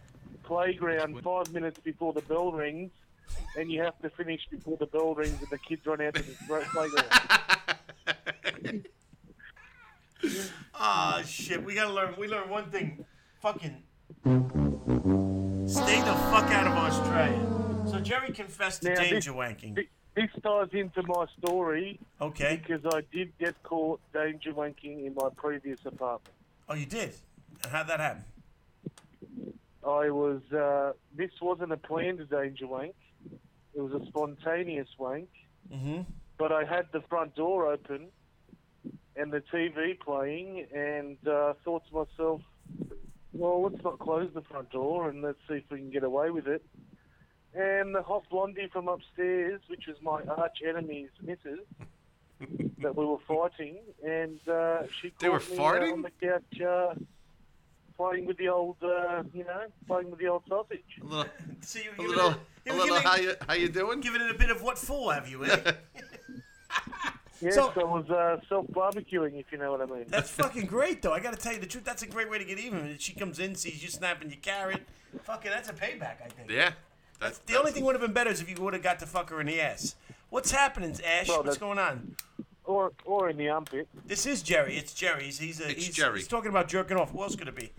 [SPEAKER 12] playground five minutes before the bell rings and you have to finish before the bell rings and the kids run out to the gr- playground.
[SPEAKER 2] Ah, shit. We gotta learn. We learn one thing. Fucking stay the fuck out of Australia. So Jerry confessed to
[SPEAKER 12] Now, this-
[SPEAKER 2] danger wanking.
[SPEAKER 12] This ties into my story.
[SPEAKER 2] Okay.
[SPEAKER 12] Because I did get caught danger wanking in my previous apartment.
[SPEAKER 2] Oh, you did. And how'd that happen?
[SPEAKER 12] I was uh, this wasn't a planned danger wank. It was a spontaneous wank.
[SPEAKER 2] Mm-hmm.
[SPEAKER 12] but I had the front door open and the TV playing, and uh, thought to myself, well, let's not close the front door and let's see if we can get away with it. And the hot blondie from upstairs, which was my arch enemy's missus, that we were fighting, and uh, she
[SPEAKER 5] They were
[SPEAKER 12] caught me,
[SPEAKER 5] farting?
[SPEAKER 12] uh, on the couch, uh, playing with the old, uh, you know, playing with the old sausage.
[SPEAKER 5] A little, a
[SPEAKER 12] giving
[SPEAKER 5] little,
[SPEAKER 12] it-
[SPEAKER 5] a
[SPEAKER 12] you were
[SPEAKER 5] little
[SPEAKER 12] giving-
[SPEAKER 5] how you, how you doing?
[SPEAKER 2] Giving it a bit of what for have you, eh?
[SPEAKER 12] Yes,
[SPEAKER 2] So-
[SPEAKER 12] I was uh, self barbecuing, if you know what I mean.
[SPEAKER 2] That's fucking great, though. I got to tell you the truth. That's a great way to get even. She comes in, sees you snapping your carrot. Fucking, that's a payback, I think.
[SPEAKER 5] Yeah. That's,
[SPEAKER 2] The only thing would have been better is if you would have got to fuck her in the ass. What's happening, Ash?
[SPEAKER 12] Well,
[SPEAKER 2] What's
[SPEAKER 12] that's-
[SPEAKER 2] going on?
[SPEAKER 12] Or or in the armpit.
[SPEAKER 2] This is Jerry. It's Jerry. He's he's, a, he's,
[SPEAKER 5] Jerry.
[SPEAKER 2] he's talking about jerking off. Who else could it be?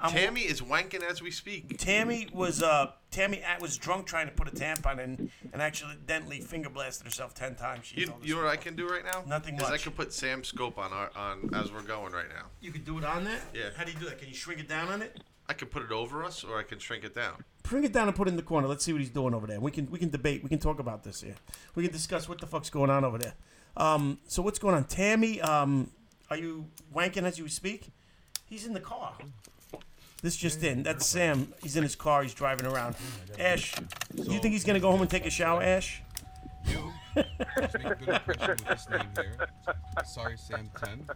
[SPEAKER 2] I'm-
[SPEAKER 5] Tammy is wanking as we speak.
[SPEAKER 2] Tammy was uh Tammy at- was drunk trying to put a tampon in and accidentally finger blasted herself ten times. She
[SPEAKER 5] You,
[SPEAKER 2] told us.
[SPEAKER 5] you know what I can do right now?
[SPEAKER 2] Nothing
[SPEAKER 5] Is I
[SPEAKER 2] much.
[SPEAKER 5] can put Sam's scope on our on as we're going right now.
[SPEAKER 2] You could do it on that.
[SPEAKER 5] Yeah.
[SPEAKER 2] How do you do that? Can you shrink it down on it?
[SPEAKER 5] I can put it over us, or I can shrink it down.
[SPEAKER 2] Bring it down and put it in the corner. Let's see what he's doing over there. We can we can debate. We can talk about this here. We can discuss what the fuck's going on over there. Um, so what's going on, Tammy? Um, are you wanking as you speak? He's in the car. This just in. That's Sam. He's in his car. He's driving around. Ash, do you think he's gonna go home and take a shower, Ash?
[SPEAKER 14] Sorry, Sam Ten.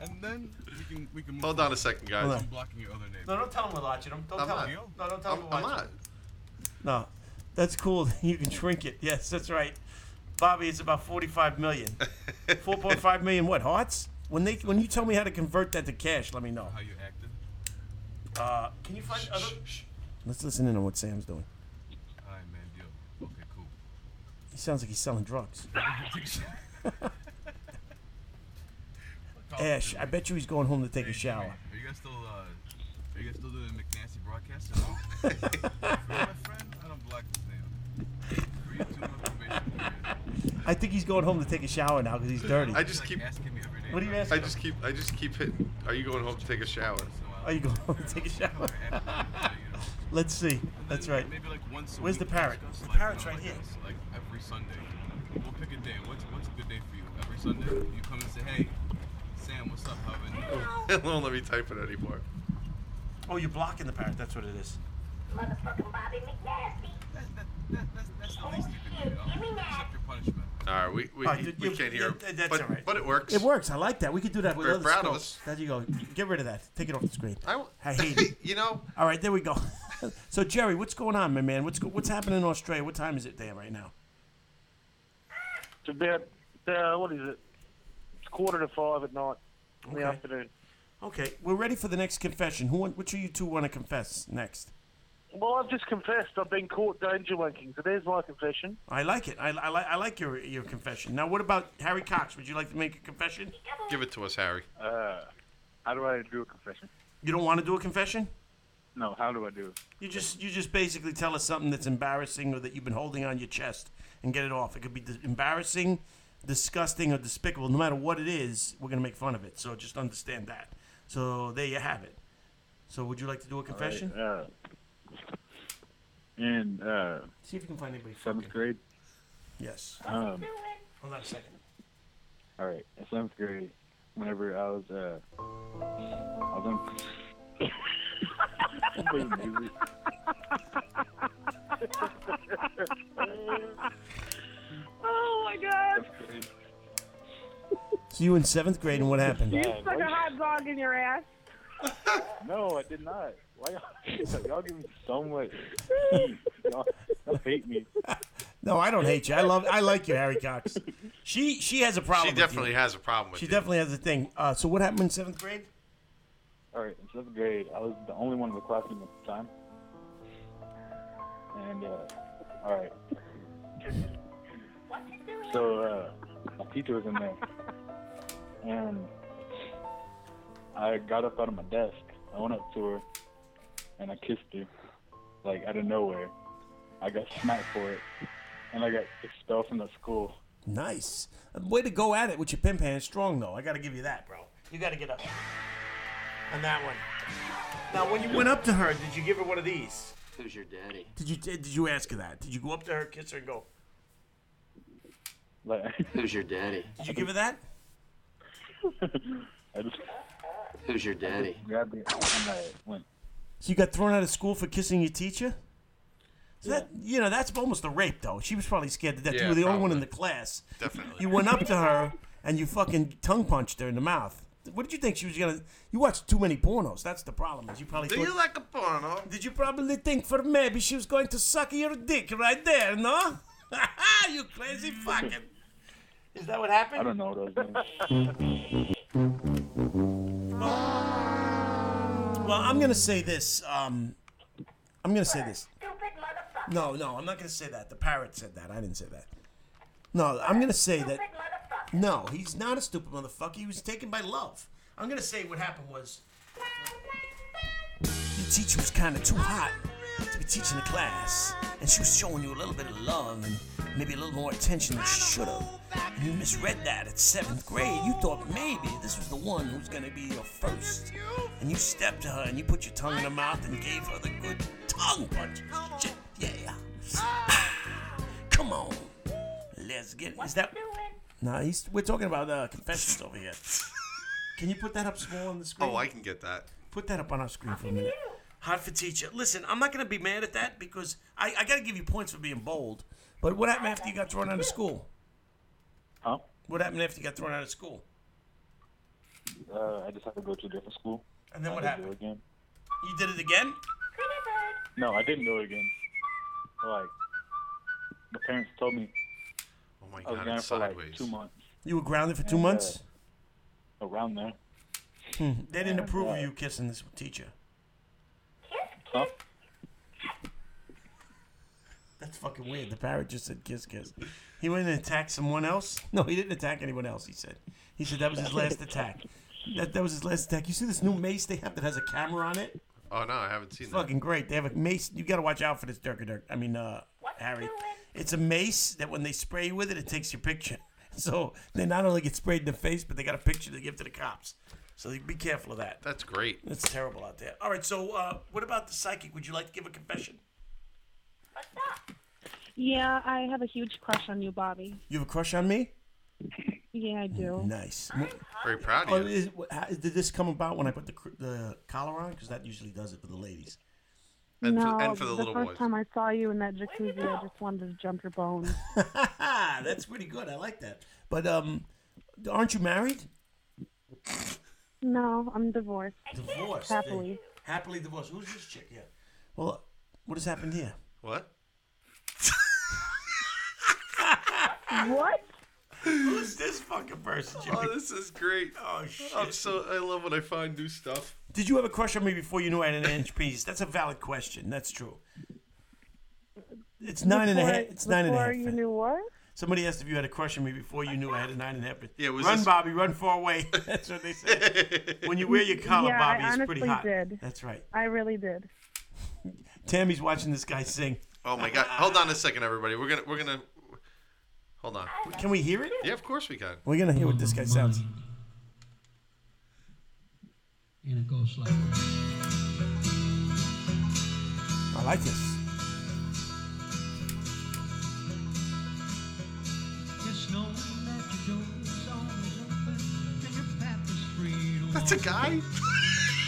[SPEAKER 14] And then we can we can move
[SPEAKER 5] Hold on a second, guys.
[SPEAKER 14] I'm blocking your other name.
[SPEAKER 2] No, don't tell him we're watching him. Don't
[SPEAKER 5] I'm
[SPEAKER 2] tell
[SPEAKER 5] not.
[SPEAKER 2] him. No, don't tell
[SPEAKER 5] I'm,
[SPEAKER 2] him we're
[SPEAKER 5] I'm
[SPEAKER 2] watching
[SPEAKER 5] not.
[SPEAKER 2] him. No, that's cool. You can shrink it. Yes, that's right. Bobby, it's about 45 million. 4.5 million what, hearts? When they when you tell me how to convert that to cash, let me know.
[SPEAKER 14] How you acted?
[SPEAKER 2] Uh, can you find other? Let's listen in on what Sam's doing.
[SPEAKER 14] All right, man. Deal. Okay, cool.
[SPEAKER 2] He sounds like he's selling drugs. Ash, I bet you he's going home to take a shower.
[SPEAKER 14] Are you guys still uh? Are you guys still doing the McNasty broadcast? at all? Remember my friend? I don't block his name. Three, two, one, probation period.
[SPEAKER 2] I think he's going home to take a shower now because he's dirty.
[SPEAKER 5] I just keep.
[SPEAKER 2] What are you asking?
[SPEAKER 5] I just keep. I just keep hitting. Are you going home to take a shower?
[SPEAKER 2] Are Oh, you going home to take a shower? Let's see. That's right.
[SPEAKER 14] Maybe like once a
[SPEAKER 2] Where's the
[SPEAKER 14] week,
[SPEAKER 2] parrot?
[SPEAKER 14] discuss,
[SPEAKER 2] The
[SPEAKER 14] like,
[SPEAKER 2] parrot's
[SPEAKER 14] you know,
[SPEAKER 2] right here.
[SPEAKER 14] like us, Like every Sunday, we'll pick a day. What's what's a good day for you? Every Sunday, you come and say, "Hey, Sam, what's up? How been?"
[SPEAKER 5] It won't let me type it anymore.
[SPEAKER 2] Oh, you're blocking the parrot. That's what it is.
[SPEAKER 13] Motherfucking Bobby McNasty.
[SPEAKER 14] That's the least you can do. I'll accept your punishment.
[SPEAKER 5] All right, we we,
[SPEAKER 2] All right,
[SPEAKER 5] we
[SPEAKER 2] you-
[SPEAKER 5] can't hear.
[SPEAKER 2] yeah,
[SPEAKER 5] him,
[SPEAKER 2] that's
[SPEAKER 5] but,
[SPEAKER 2] all right.
[SPEAKER 5] But it works.
[SPEAKER 2] It works. I like that. We could do that with
[SPEAKER 5] We're
[SPEAKER 2] other
[SPEAKER 5] proud of
[SPEAKER 2] scopes. There you go. Get rid of that. Take it off the screen.
[SPEAKER 5] I w-
[SPEAKER 2] I hate it.
[SPEAKER 5] you know.
[SPEAKER 2] All right, there we go. so Jerry, what's going on, my man? What's go- what's happening in Australia? What time is it there right now?
[SPEAKER 12] It's about, uh, what is it? It's quarter to five at night in the
[SPEAKER 2] Okay.
[SPEAKER 12] afternoon.
[SPEAKER 2] Okay, we're ready for the next confession. Who? want- Which of you two want to confess next?
[SPEAKER 12] Well, I've just confessed I've been caught danger wanking, so there's my confession.
[SPEAKER 2] I like it. I, I, li- I like your your confession. Now, what about Harry Cox? Would you like to make a confession?
[SPEAKER 5] Give it to us, Harry.
[SPEAKER 8] Uh, how do I do a confession?
[SPEAKER 2] You don't want to do a confession?
[SPEAKER 8] No, how do I do it?
[SPEAKER 2] You just you just basically tell us something that's embarrassing or that you've been holding on your chest and get it off. It could be dis- embarrassing, disgusting, or despicable. No matter what it is, we're gonna make fun of it. So just understand that. So there you have it. So would you like to do a confession?
[SPEAKER 8] All right, uh, in uh,
[SPEAKER 2] See if you can find anybody.
[SPEAKER 8] seventh grade.
[SPEAKER 2] Yes.
[SPEAKER 8] Um,
[SPEAKER 2] Hold on a second.
[SPEAKER 8] all right, in seventh grade, whenever I was uh, I was in. I'm playing music.
[SPEAKER 9] Oh my god.
[SPEAKER 2] So you in seventh grade, and what happened?
[SPEAKER 9] You stuck a hot dog in your ass.
[SPEAKER 8] No, I did not. Why y'all, y'all give me so much? Y'all, y'all hate me.
[SPEAKER 2] No, I don't hate you. I love. I like you, Harry Cox. She she has a problem.
[SPEAKER 5] She definitely
[SPEAKER 2] with you.
[SPEAKER 5] has a problem with
[SPEAKER 2] She
[SPEAKER 5] you.
[SPEAKER 2] definitely has a thing. Uh, so what happened in seventh grade?
[SPEAKER 8] All right, in seventh grade, I was the only one in the classroom at the time. And uh, all right, so uh, my teacher was in there, and I got up out of my desk. I went up to her, and I kissed her, like out of nowhere. I got smacked for it, and I got expelled from the school.
[SPEAKER 2] Nice. Way to go at it with your pimp hand. Strong though. I got to give you that, bro. You got to get up on that one. Now, when you went up to her, did you give her one of these?
[SPEAKER 10] Who's your daddy?
[SPEAKER 2] Did you did you ask her that? Did you go up to her, kiss her, and go?
[SPEAKER 8] Like,
[SPEAKER 10] Who's your daddy?
[SPEAKER 2] Did you give her that?
[SPEAKER 8] I just,
[SPEAKER 7] Who's your daddy?
[SPEAKER 8] Grabbed it and I went.
[SPEAKER 2] So you got thrown out of school for kissing your teacher? So that, you know, that's almost a rape, though. She was probably scared to death. you
[SPEAKER 5] Yeah,
[SPEAKER 2] were the only one in the
[SPEAKER 5] probably.
[SPEAKER 2] class.
[SPEAKER 5] Definitely.
[SPEAKER 2] You went up to her and you fucking tongue punched her in the mouth. What did you think she was gonna? You watched too many pornos. That's the problem. Is you probably
[SPEAKER 5] Do
[SPEAKER 2] thought-
[SPEAKER 5] you like a porno?
[SPEAKER 2] Did you probably think for maybe she was going to suck your dick right there? No. you crazy fucking. Is that what happened?
[SPEAKER 8] I don't know those names.
[SPEAKER 2] Well, I'm gonna say this. Um, I'm gonna say this. No, no, I'm not gonna say that. The parrot said that. I didn't say that. No, I'm gonna say that. No, he's not a stupid motherfucker. He was taken by love. I'm gonna say what happened was your teacher was kind of too hot to be teaching the class, and she was showing you a little bit of love and maybe a little more attention than she should have. And you misread that at seventh grade. You thought maybe this was the one who's gonna be your first, and you stepped to her and you put your tongue in her mouth and gave her the good tongue punch. Shit, Yeah, come on, let's get it. Is that? No, he's, we're talking about uh, confessions over here. Can you put that up small on the screen?
[SPEAKER 5] Oh, I can get that.
[SPEAKER 2] Put that up on our screen for a minute. Hot for teacher. Listen, I'm not going to be mad at that because I, I got to give you points for being bold. But what happened after you got thrown out of school?
[SPEAKER 8] Huh?
[SPEAKER 2] What happened after you got thrown out of school?
[SPEAKER 8] Uh, I just had to go to a different school.
[SPEAKER 2] And then what
[SPEAKER 8] I didn't
[SPEAKER 2] happened?
[SPEAKER 8] Do it again.
[SPEAKER 2] You did it again?
[SPEAKER 8] No, I didn't do it again. Like, my parents told me.
[SPEAKER 5] Oh my
[SPEAKER 8] I was
[SPEAKER 5] God,
[SPEAKER 8] there
[SPEAKER 5] it's
[SPEAKER 8] for like
[SPEAKER 5] sideways.
[SPEAKER 8] two months,
[SPEAKER 2] You were grounded for two months?
[SPEAKER 8] around there.
[SPEAKER 2] Hmm. They didn't approve of
[SPEAKER 8] Yeah.
[SPEAKER 2] you kissing this teacher.
[SPEAKER 8] Huh?
[SPEAKER 2] That's fucking weird. The parrot just said kiss, kiss. He went and attacked someone else? No, he didn't attack anyone else, he said. He said that was his last attack. That, that was his last attack. You see this new mace they have that has a camera on it?
[SPEAKER 5] Oh no, I haven't seen
[SPEAKER 2] fucking great. They have a mace. You got to watch out for this Dirk Dirk. I mean, uh, Harry. It's a mace that when they spray you with it, it takes your picture. So they not only get sprayed in the face, but they got a picture to give to the cops. So be careful of that.
[SPEAKER 5] that. That's great.
[SPEAKER 2] It's terrible out there. All right. So uh, what about the psychic? Would you like to give a confession?
[SPEAKER 9] Yeah, I have a huge crush on you, Bobby.
[SPEAKER 2] You have a crush on me?
[SPEAKER 9] Yeah, I do.
[SPEAKER 2] Nice.
[SPEAKER 5] Very proud
[SPEAKER 2] Oh,
[SPEAKER 5] of you.
[SPEAKER 2] is, what- how- did this come about when I put the cr- the collar on? Because that usually does it for the ladies.
[SPEAKER 9] no, first time I saw you in that jacuzzi, I just wanted to jump your bones.
[SPEAKER 2] Ah, that's pretty good. I like that. But um, aren't you married?
[SPEAKER 9] no, I'm divorced.
[SPEAKER 2] Divorced.
[SPEAKER 9] Happily.
[SPEAKER 2] Happily divorced. Who's this chick here? Well, what has happened here?
[SPEAKER 5] What?
[SPEAKER 9] what?
[SPEAKER 2] Who's this fucking person, Jimmy?
[SPEAKER 5] Oh, this is great. Oh
[SPEAKER 2] shit.
[SPEAKER 5] I'm so I love when I find new stuff.
[SPEAKER 2] Did you have a crush on me before you knew I had an inch piece? That's a valid question. That's true. It's nine and a half.
[SPEAKER 9] Before-
[SPEAKER 2] It's nine and a half.
[SPEAKER 9] Before you knew what?
[SPEAKER 2] Somebody asked if you had a crush on me before you knew I had a nine and a half.
[SPEAKER 5] Yeah, was
[SPEAKER 2] run,
[SPEAKER 5] this-
[SPEAKER 2] Bobby, run far away. That's what they say. when you wear your collar,
[SPEAKER 9] yeah,
[SPEAKER 2] Bobby,
[SPEAKER 9] I
[SPEAKER 2] it's
[SPEAKER 9] honestly
[SPEAKER 2] pretty hot.
[SPEAKER 9] did.
[SPEAKER 2] That's right.
[SPEAKER 9] I really did.
[SPEAKER 2] Tammy's watching this guy sing.
[SPEAKER 5] Oh my god. Hold on a second, everybody. We're gonna we're gonna hold on.
[SPEAKER 2] Can we hear it?
[SPEAKER 5] Yeah, of course we can.
[SPEAKER 2] We're gonna hear what this guy sounds.
[SPEAKER 15] And it goes like this.
[SPEAKER 2] I like this.
[SPEAKER 15] It's knowing that your door is always open and your path is free to
[SPEAKER 5] That's a guy.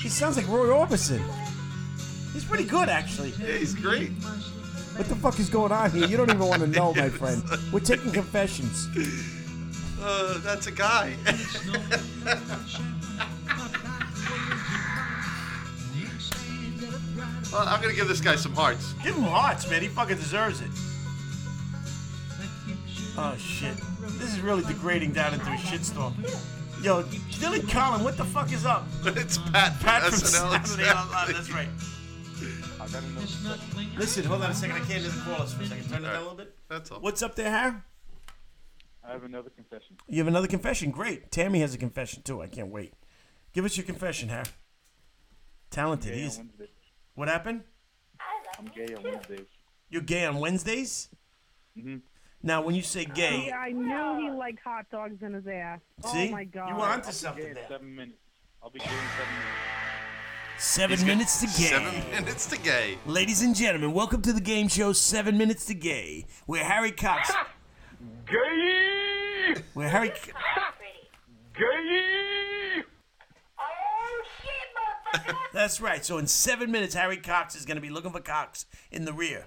[SPEAKER 2] He sounds like Roy Orbison. He's pretty good, actually.
[SPEAKER 5] Yeah, he's great.
[SPEAKER 2] What the fuck is going on here? You don't even want to know, my friend. We're taking confessions.
[SPEAKER 5] Uh, that's a guy. well, I'm gonna give this guy some hearts.
[SPEAKER 2] Give him hearts, man. He fucking deserves it. Oh shit. This is really degrading down into a shitstorm. Yo, Dylan Collin, what the fuck is up?
[SPEAKER 5] it's Pat.
[SPEAKER 2] Pat from
[SPEAKER 5] SNL.
[SPEAKER 2] Saturday Night Live. Oh, That's right. Listen, hold on a second. I can't just call us for a second. Turn it down a little bit.
[SPEAKER 5] That's all.
[SPEAKER 2] What's up there, Harry?
[SPEAKER 8] I have another confession.
[SPEAKER 2] You have another confession. Great. Tammy has a confession too. I can't wait. Give us your confession, Harry. Talented.
[SPEAKER 8] Gay on
[SPEAKER 2] He's.
[SPEAKER 8] Wednesdays.
[SPEAKER 2] What happened?
[SPEAKER 8] I'm gay on Wednesdays.
[SPEAKER 2] You're gay on Wednesdays.
[SPEAKER 8] Mm-hmm.
[SPEAKER 2] Now, when you say gay,
[SPEAKER 9] Oh, Yeah, I knew he liked hot dogs in his ass.
[SPEAKER 2] See?
[SPEAKER 9] Oh my god.
[SPEAKER 2] You were onto
[SPEAKER 8] I'll
[SPEAKER 2] something
[SPEAKER 8] Be gay
[SPEAKER 2] there.
[SPEAKER 8] in seven minutes. I'll be gay in seven minutes.
[SPEAKER 2] seven
[SPEAKER 5] He's got
[SPEAKER 2] minutes to gay.
[SPEAKER 5] Seven minutes to gay.
[SPEAKER 2] Ladies and gentlemen, welcome to the game show Seven Minutes to Gay, where Harry Cox,
[SPEAKER 1] Gay!
[SPEAKER 2] where Harry,
[SPEAKER 1] Gay! Oh,
[SPEAKER 2] That's right. So in seven minutes, Harry Cox is going to be looking for Cox in the rear.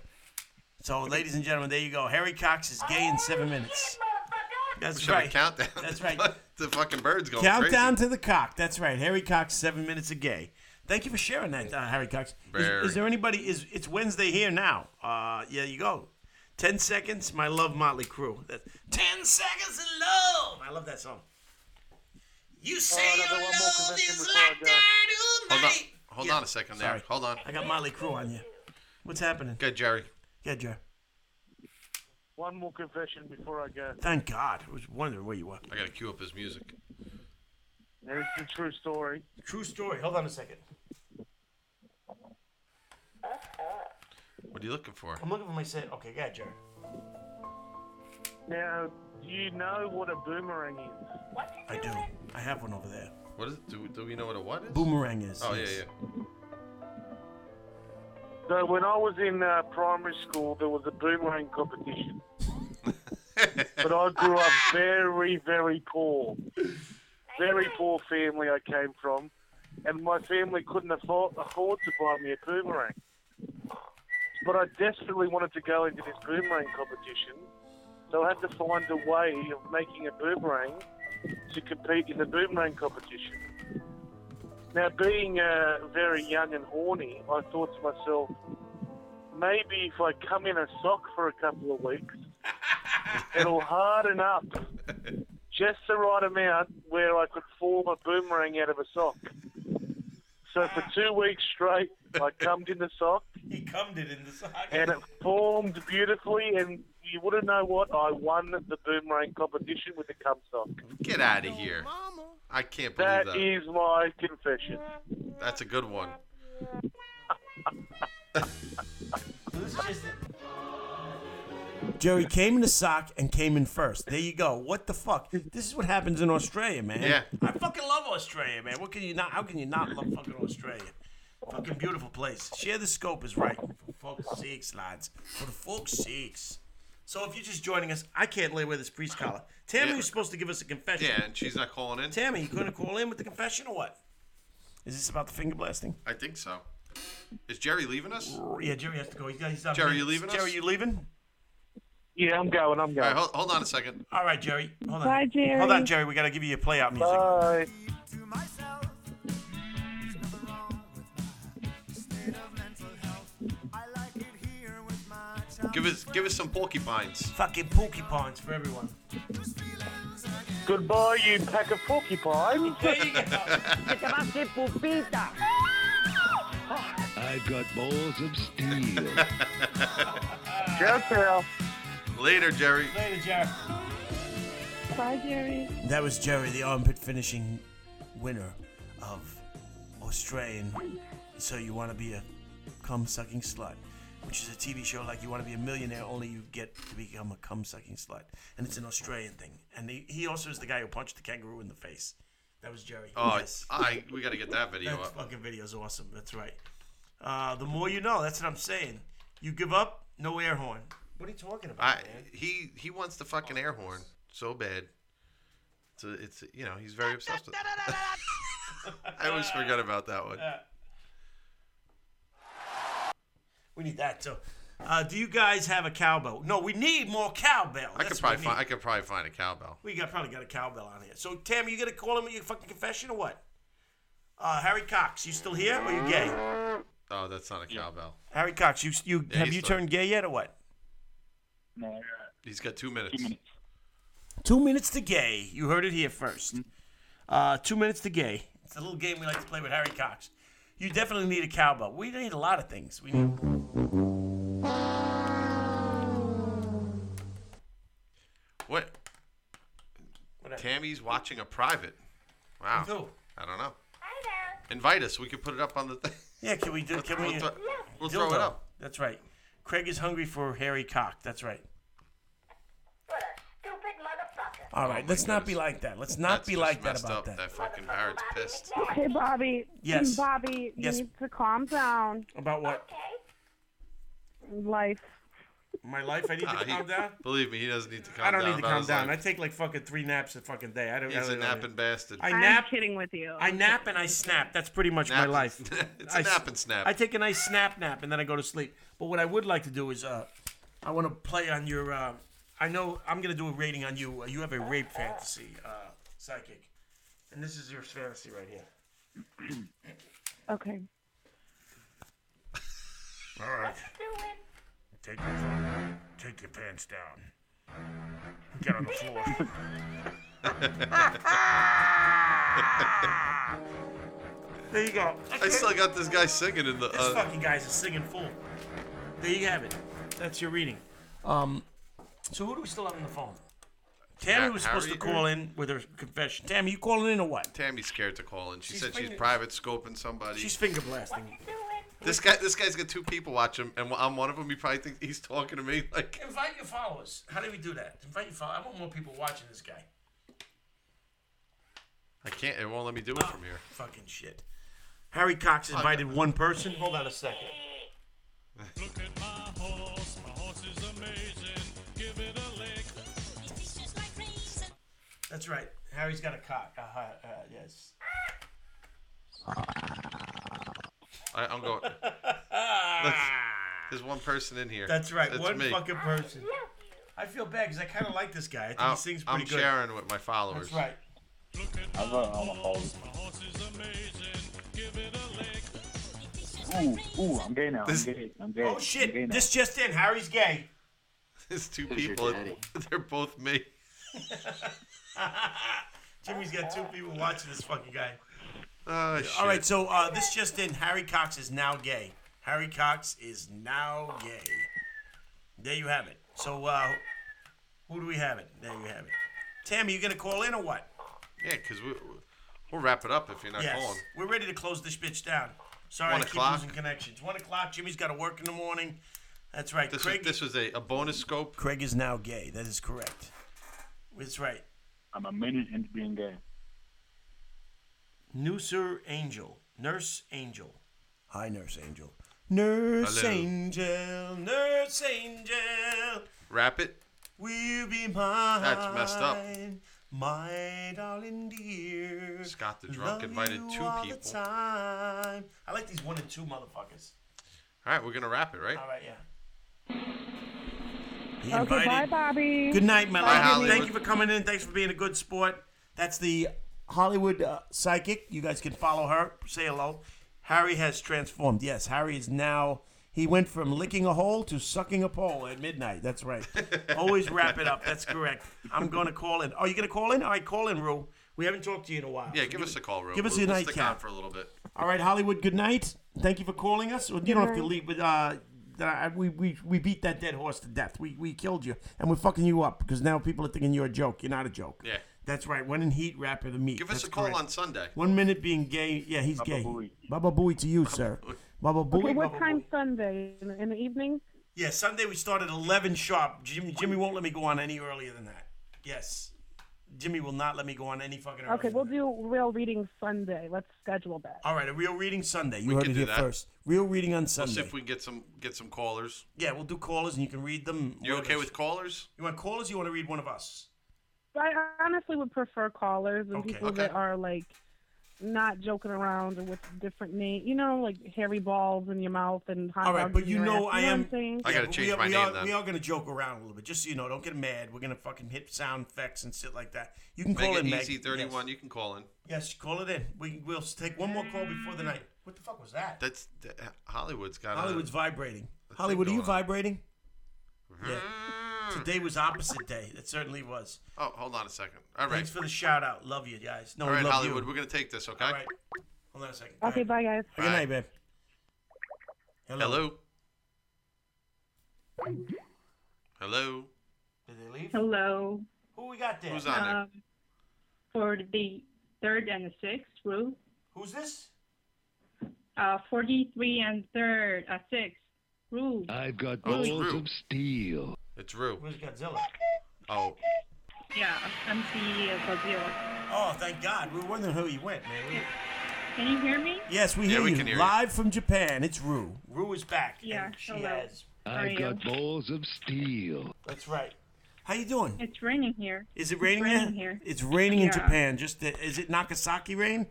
[SPEAKER 2] So, ladies and gentlemen, there you go. Harry Cox is gay in seven minutes.
[SPEAKER 5] We
[SPEAKER 2] That's
[SPEAKER 5] should have a
[SPEAKER 2] right.
[SPEAKER 5] Countdown.
[SPEAKER 2] That's right.
[SPEAKER 5] the fucking bird's going crazy.
[SPEAKER 2] Countdown to the cock. That's right. Harry Cox, seven minutes a gay. Thank you for sharing that, uh, Harry Cox. Is,
[SPEAKER 5] Very.
[SPEAKER 2] is there anybody? Is it's Wednesday here now? Uh, yeah, you go. Ten seconds. My love, Motley Crue. That, Ten seconds in love. I love that song. You say your love is like that.
[SPEAKER 5] Hold on. Hold on a second there.
[SPEAKER 2] Sorry.
[SPEAKER 5] Hold on.
[SPEAKER 2] I got Motley Crue on you. What's happening?
[SPEAKER 5] Good, Jerry.
[SPEAKER 2] Yeah, Jerry.
[SPEAKER 12] One more confession before I go.
[SPEAKER 2] Thank God. I was wondering where you were.
[SPEAKER 5] I gotta cue up his music.
[SPEAKER 12] Now, this is a true story.
[SPEAKER 2] True story. Hold on a second.
[SPEAKER 5] What are you looking for?
[SPEAKER 2] I'm looking for my set. Okay, got Jerry.
[SPEAKER 12] Now, do you know what a boomerang is?
[SPEAKER 2] I do. I have one over there.
[SPEAKER 5] What is? Do, do we know what a what is?
[SPEAKER 2] Boomerang is,
[SPEAKER 5] Oh
[SPEAKER 2] yes.
[SPEAKER 5] yeah, yeah.
[SPEAKER 12] So when I was in uh, primary school, there was a boomerang competition. but I grew up very, very poor. Very poor family I came from. And my family couldn't afford, afford to buy me a boomerang. But I desperately wanted to go into this boomerang competition. So I had to find a way of making a boomerang to compete in the boomerang competition. Now, being uh, very young and horny, I thought to myself, maybe if I come in a sock for a couple of weeks, it'll harden up just the right amount where I could form a boomerang out of a sock. So for two weeks straight, I cummed in the sock,
[SPEAKER 2] He cummed it in the sock.
[SPEAKER 12] and it formed beautifully. And you wouldn't know what I won the boomerang competition with the cum sock.
[SPEAKER 5] Get out of here. I can't believe that.
[SPEAKER 12] That is my confession.
[SPEAKER 5] That's a good one.
[SPEAKER 2] Jerry came in the sock and came in first. There you go. What the fuck? This is what happens in Australia, man.
[SPEAKER 5] Yeah.
[SPEAKER 2] I fucking love Australia, man. What can you not? How can you not love fucking Australia? Fucking beautiful place. Share the scope is right. For folks' sakes, lads. For the folks' sakes. So if you're just joining us, I can't lay away this priest collar. Tammy was supposed to give us a confession.
[SPEAKER 5] Yeah, and she's not calling in.
[SPEAKER 2] Tammy, you couldn't call in with the confession or what? Is this about the finger blasting?
[SPEAKER 5] I think so. Is Jerry leaving us?
[SPEAKER 2] Yeah, Jerry has to go. He's got. He's not
[SPEAKER 5] Jerry, you leaving us?
[SPEAKER 2] Jerry, you leaving?
[SPEAKER 12] Yeah, I'm going. I'm
[SPEAKER 5] All right, hold, hold on a second.
[SPEAKER 2] All right, Jerry. Hold on.
[SPEAKER 5] Bye, Jerry.
[SPEAKER 2] Hold on, Jerry. We gotta give you a play out music.
[SPEAKER 12] Bye.
[SPEAKER 5] Give us give us some porcupines.
[SPEAKER 2] Fucking porcupines for everyone.
[SPEAKER 12] Goodbye, you pack of porcupines.
[SPEAKER 11] I've got balls of steel.
[SPEAKER 5] Later, Jerry.
[SPEAKER 2] Later, Jerry.
[SPEAKER 9] Bye, Jerry.
[SPEAKER 2] That was Jerry, the armpit finishing winner of Australian. So you want to be a cum sucking slut, which is a TV show like you want to be a millionaire, only you get to become a cum sucking slut, and it's an Australian thing. And he, he also is the guy who punched the kangaroo in the face. That was Jerry.
[SPEAKER 5] Oh,
[SPEAKER 2] Yes.
[SPEAKER 5] I we gotta get that video
[SPEAKER 2] That
[SPEAKER 5] up.
[SPEAKER 2] fucking video's awesome. That's right. Uh, the more you know. That's what I'm saying. You give up, no air horn. What are you talking about?
[SPEAKER 5] I he he wants the fucking air horn so bad. It's a, it's you know he's very obsessed with. it. I always forgot about that one.
[SPEAKER 2] We need that too. Uh, do you guys have a cowbell? No, we need more cowbell.
[SPEAKER 5] I
[SPEAKER 2] That's what
[SPEAKER 5] could probably
[SPEAKER 2] we
[SPEAKER 5] find
[SPEAKER 2] need.
[SPEAKER 5] I could probably find a cowbell.
[SPEAKER 2] We got probably got a cowbell on here. So Tam, you gonna call him with your fucking confession or what? Uh, Harry Cox, you still here or you gay?
[SPEAKER 5] Oh, that's not a cowbell.
[SPEAKER 2] Harry Cox, you you
[SPEAKER 5] Yeah,
[SPEAKER 2] have
[SPEAKER 5] he's
[SPEAKER 2] you
[SPEAKER 5] still-
[SPEAKER 2] turned gay yet or what?
[SPEAKER 5] He's got two minutes.
[SPEAKER 2] Two minutes to gay. You heard it here first. Uh, two minutes to gay. It's a little game we like to play with Harry Cox. You definitely need a cowbell. We need a lot of things. We need.
[SPEAKER 5] Mm. What? Tammy's watching a private. Wow.
[SPEAKER 2] Who?
[SPEAKER 5] I don't know. Invite us. We could put it up on the thing.
[SPEAKER 2] Yeah, can we do? Can we?
[SPEAKER 5] We'll throw- we'll throw it
[SPEAKER 2] Dildo.
[SPEAKER 5] up.
[SPEAKER 2] That's right. Craig is hungry for Harry Cock. That's right. All right, let's not be like that. Let's not
[SPEAKER 5] That's
[SPEAKER 2] be
[SPEAKER 5] just
[SPEAKER 2] like that
[SPEAKER 5] messed
[SPEAKER 2] about
[SPEAKER 5] up.
[SPEAKER 2] that.
[SPEAKER 5] That fucking parrot's pissed.
[SPEAKER 9] Hey, Bobby.
[SPEAKER 2] Yes.
[SPEAKER 9] Bobby,
[SPEAKER 2] Yes.
[SPEAKER 9] you need to calm down.
[SPEAKER 2] About what?
[SPEAKER 9] Life.
[SPEAKER 2] My life, I need to
[SPEAKER 5] Ah, he-
[SPEAKER 2] calm down.
[SPEAKER 5] Believe me, he doesn't need to calm
[SPEAKER 2] I
[SPEAKER 5] down.
[SPEAKER 2] don't need to
[SPEAKER 5] about
[SPEAKER 2] calm
[SPEAKER 5] his
[SPEAKER 2] down.
[SPEAKER 5] life.
[SPEAKER 2] I take like fucking three naps a fucking day. I don't. I
[SPEAKER 5] He's a
[SPEAKER 2] don't-
[SPEAKER 5] napping bastard.
[SPEAKER 2] I nap.
[SPEAKER 9] I'm kidding with you.
[SPEAKER 2] I nap and I snap. That's pretty much my
[SPEAKER 5] Nap and
[SPEAKER 2] life.
[SPEAKER 5] snap. It's
[SPEAKER 2] a
[SPEAKER 5] a nap and snap.
[SPEAKER 2] I take a nice snap nap and then I go to sleep. But what I would like to do is, uh, I want to play on your. Uh, I know I'm gonna do a rating on you. Uh, you have a rape fantasy, uh, psychic, and this is your fantasy right here.
[SPEAKER 9] Okay.
[SPEAKER 2] All right. Take your phone. Take your pants down. Get on the floor. there you go.
[SPEAKER 5] I still got this guy singing in the.
[SPEAKER 2] This
[SPEAKER 5] Uh,
[SPEAKER 2] fucking guy's a singing fool. There you have it. That's your reading. Um, so who do we still have on the phone? Tammy
[SPEAKER 5] Ha-
[SPEAKER 2] was supposed
[SPEAKER 5] Harry?
[SPEAKER 2] to call in with her confession. Tammy, you calling in or what?
[SPEAKER 5] Tammy's scared to call in. She
[SPEAKER 2] She's
[SPEAKER 5] said she's
[SPEAKER 2] finger-
[SPEAKER 5] private scoping somebody.
[SPEAKER 2] She's finger blasting.
[SPEAKER 5] This guy, this guy's got two people watch him, and I'm one of them. He probably thinks he's talking to me. Like,
[SPEAKER 2] Invite your followers. How do we do that? Invite your followers. I want more people watching this guy.
[SPEAKER 5] I can't. It won't let me do
[SPEAKER 2] Oh.
[SPEAKER 5] it from here.
[SPEAKER 2] Fucking shit. Harry Cox invited one person. Hold on a second. That's right. Harry's got a cock. Uh, uh, yes.
[SPEAKER 5] I, I'm going. Let's, there's one person in here.
[SPEAKER 2] That's right.
[SPEAKER 5] It's
[SPEAKER 2] one
[SPEAKER 5] me.
[SPEAKER 2] fucking person. I feel bad because I kind of like this guy. I think
[SPEAKER 5] I'm,
[SPEAKER 2] he sings
[SPEAKER 5] Oh, I'm
[SPEAKER 2] pretty good.
[SPEAKER 5] sharing with my followers.
[SPEAKER 2] That's right.
[SPEAKER 8] I love all my balls. Ooh, ooh, I'm gay now. I'm gay. I'm gay.
[SPEAKER 2] Oh
[SPEAKER 8] I'm gay
[SPEAKER 2] shit!
[SPEAKER 8] now.
[SPEAKER 2] This just in. Harry's gay.
[SPEAKER 5] There's two people. They're both me.
[SPEAKER 2] Jimmy's got two people watching this fucking guy.
[SPEAKER 5] Oh,
[SPEAKER 2] All
[SPEAKER 5] shit.
[SPEAKER 2] right, so uh, this just in: Harry Cox is now gay. Harry Cox is now gay. There you have it. So uh, who do we have it? There you have it. Tammy, you gonna call in or what?
[SPEAKER 5] Yeah, because we, we'll wrap it up if you're not
[SPEAKER 2] yes,
[SPEAKER 5] calling.
[SPEAKER 2] we're ready to close this bitch down. Sorry,
[SPEAKER 5] One
[SPEAKER 2] I keep
[SPEAKER 5] o'clock?
[SPEAKER 2] losing connections. One o'clock. Jimmy's got to work in the morning. That's right.
[SPEAKER 5] This
[SPEAKER 2] Craig,
[SPEAKER 5] was, this was a, a bonus scope.
[SPEAKER 2] Craig is now gay. That is correct. That's right.
[SPEAKER 8] I'm a minute into being gay.
[SPEAKER 2] Nurser Angel. Nurse Angel. Hi, Nurse Angel. Nurse
[SPEAKER 5] Hello.
[SPEAKER 2] Angel. Nurse Angel.
[SPEAKER 5] Wrap it.
[SPEAKER 2] Will be mine.
[SPEAKER 5] That's messed up.
[SPEAKER 2] My darling dear.
[SPEAKER 5] Scott the
[SPEAKER 2] Love
[SPEAKER 5] drunk invited
[SPEAKER 2] you
[SPEAKER 5] two
[SPEAKER 2] all the
[SPEAKER 5] people.
[SPEAKER 2] time. I like these one and two motherfuckers.
[SPEAKER 5] All right, we're gonna wrap it, right?
[SPEAKER 2] All right, yeah. He
[SPEAKER 9] Okay, bye,
[SPEAKER 2] invited-
[SPEAKER 9] Bobby.
[SPEAKER 2] Good night, my
[SPEAKER 5] Bye,
[SPEAKER 2] love.
[SPEAKER 5] Hollywood.
[SPEAKER 2] Thank you for coming in. Thanks for being a good sport. That's the Hollywood uh, psychic. You guys can follow her. Say hello. Harry has transformed. Yes, Harry is now. He went from licking a hole to sucking a pole at midnight. That's right. Always wrap it up. That's correct. I'm going to call in. Are you going to call in? All right, call in, Rue. We haven't talked to you in a while.
[SPEAKER 5] Yeah, give us a call, real.
[SPEAKER 2] Give us
[SPEAKER 5] we'll,
[SPEAKER 2] a
[SPEAKER 5] we'll
[SPEAKER 2] night
[SPEAKER 5] stick
[SPEAKER 2] count.
[SPEAKER 5] on for a little bit.
[SPEAKER 2] All right, Hollywood. Good night. Thank you for calling us. Well, you don't have to leave, but uh, that- I- we, we we beat that dead horse to death. We we killed you, and we're fucking you up because now people are thinking you're a joke. You're not a joke.
[SPEAKER 5] Yeah.
[SPEAKER 2] That's right. When in heat, rapper the meat.
[SPEAKER 5] Give us
[SPEAKER 2] That's
[SPEAKER 5] a call
[SPEAKER 2] correct.
[SPEAKER 5] on Sunday.
[SPEAKER 2] One minute being gay. Yeah, he's
[SPEAKER 5] Baba
[SPEAKER 2] gay.
[SPEAKER 5] Booey.
[SPEAKER 2] Baba Booey to you, sir. Baba Booey.
[SPEAKER 9] Okay, what
[SPEAKER 2] Baba
[SPEAKER 9] time
[SPEAKER 2] Booey.
[SPEAKER 9] Sunday? In the, in the evening?
[SPEAKER 2] Yeah, Sunday we start at eleven sharp. Jimmy Jimmy won't let me go on any earlier than that. Yes, Jimmy will not let me go on any fucking. Earlier
[SPEAKER 9] Okay,
[SPEAKER 2] than
[SPEAKER 9] we'll do real reading Sunday. Let's schedule that.
[SPEAKER 2] All right, a real reading Sunday. You
[SPEAKER 5] We
[SPEAKER 2] heard
[SPEAKER 5] can
[SPEAKER 2] it
[SPEAKER 5] do
[SPEAKER 2] here
[SPEAKER 5] that.
[SPEAKER 2] first. Real reading on
[SPEAKER 5] We'll
[SPEAKER 2] Sunday.
[SPEAKER 5] see if we can get some get some callers.
[SPEAKER 2] Yeah, we'll do callers and you can read them.
[SPEAKER 5] You okay
[SPEAKER 2] Whatever.
[SPEAKER 5] with callers?
[SPEAKER 2] You want callers? Or you want to read one of us?
[SPEAKER 9] I honestly would prefer callers and
[SPEAKER 2] Okay.
[SPEAKER 9] people
[SPEAKER 2] Okay.
[SPEAKER 9] that are like not joking around or with different name. You know, like hairy balls in your mouth and hot
[SPEAKER 2] All right,
[SPEAKER 9] dogs
[SPEAKER 2] but
[SPEAKER 9] in
[SPEAKER 2] you
[SPEAKER 9] your
[SPEAKER 2] know
[SPEAKER 9] ass.
[SPEAKER 2] I
[SPEAKER 9] You what
[SPEAKER 2] am.
[SPEAKER 9] I'm saying?
[SPEAKER 5] I gotta
[SPEAKER 2] but
[SPEAKER 5] change
[SPEAKER 2] we are,
[SPEAKER 5] my
[SPEAKER 2] we
[SPEAKER 5] name
[SPEAKER 2] Are,
[SPEAKER 5] then.
[SPEAKER 2] We are gonna joke around a little bit, just so you know. Don't get mad. We're gonna fucking hit sound effects and shit like that. You can
[SPEAKER 5] Make
[SPEAKER 2] call
[SPEAKER 5] it
[SPEAKER 2] in, Meg.
[SPEAKER 5] easy. Thirty-one. You can call in.
[SPEAKER 2] Yes. yes, call it in. We will take one more call before the night. What the fuck was that?
[SPEAKER 5] That's that, Hollywood's got.
[SPEAKER 2] Hollywood's
[SPEAKER 5] a,
[SPEAKER 2] vibrating.
[SPEAKER 5] thing
[SPEAKER 2] Hollywood, are you
[SPEAKER 5] going on.
[SPEAKER 2] vibrating? Yeah. Today was opposite day. It certainly was.
[SPEAKER 5] Oh, hold on a second. All right.
[SPEAKER 2] Thanks for the shout out. Love you guys. No,
[SPEAKER 5] All
[SPEAKER 2] we
[SPEAKER 5] right,
[SPEAKER 2] love
[SPEAKER 5] Hollywood.
[SPEAKER 2] you.
[SPEAKER 5] We're gonna take this. Okay.
[SPEAKER 2] All right. Hold on a second.
[SPEAKER 9] Okay, bye guys.
[SPEAKER 2] Good night, babe.
[SPEAKER 5] Hello. Hello.
[SPEAKER 2] Did they leave?
[SPEAKER 16] Hello.
[SPEAKER 2] Who we got there?
[SPEAKER 5] Who's on there?
[SPEAKER 16] Um, for the third and the sixth room.
[SPEAKER 2] Who's this?
[SPEAKER 16] Uh, 43 and third, uh, sixth room.
[SPEAKER 11] I've got
[SPEAKER 5] Oh, it's
[SPEAKER 11] balls
[SPEAKER 5] Rue.
[SPEAKER 11] of steel.
[SPEAKER 5] It's Rue.
[SPEAKER 2] Where's Godzilla?
[SPEAKER 5] Oh,
[SPEAKER 16] Yeah, I'm the uh, Godzilla.
[SPEAKER 2] Oh, thank God. We were wondering who you went, man. We-
[SPEAKER 16] Can you hear me?
[SPEAKER 2] Yes, we
[SPEAKER 5] Yeah,
[SPEAKER 2] hear
[SPEAKER 5] we
[SPEAKER 2] you
[SPEAKER 5] can hear you.
[SPEAKER 2] live from Japan. It's Rue. Rue is back.
[SPEAKER 16] Yeah,
[SPEAKER 2] and she
[SPEAKER 16] hello.
[SPEAKER 2] has
[SPEAKER 8] I've
[SPEAKER 9] you?
[SPEAKER 8] got balls of steel.
[SPEAKER 2] That's right. How you doing?
[SPEAKER 9] It's raining here.
[SPEAKER 2] Is it raining,
[SPEAKER 9] it's
[SPEAKER 2] yet?
[SPEAKER 9] raining here?
[SPEAKER 2] It's raining in
[SPEAKER 9] Yeah.
[SPEAKER 2] Japan. Just the, is it Nagasaki rain?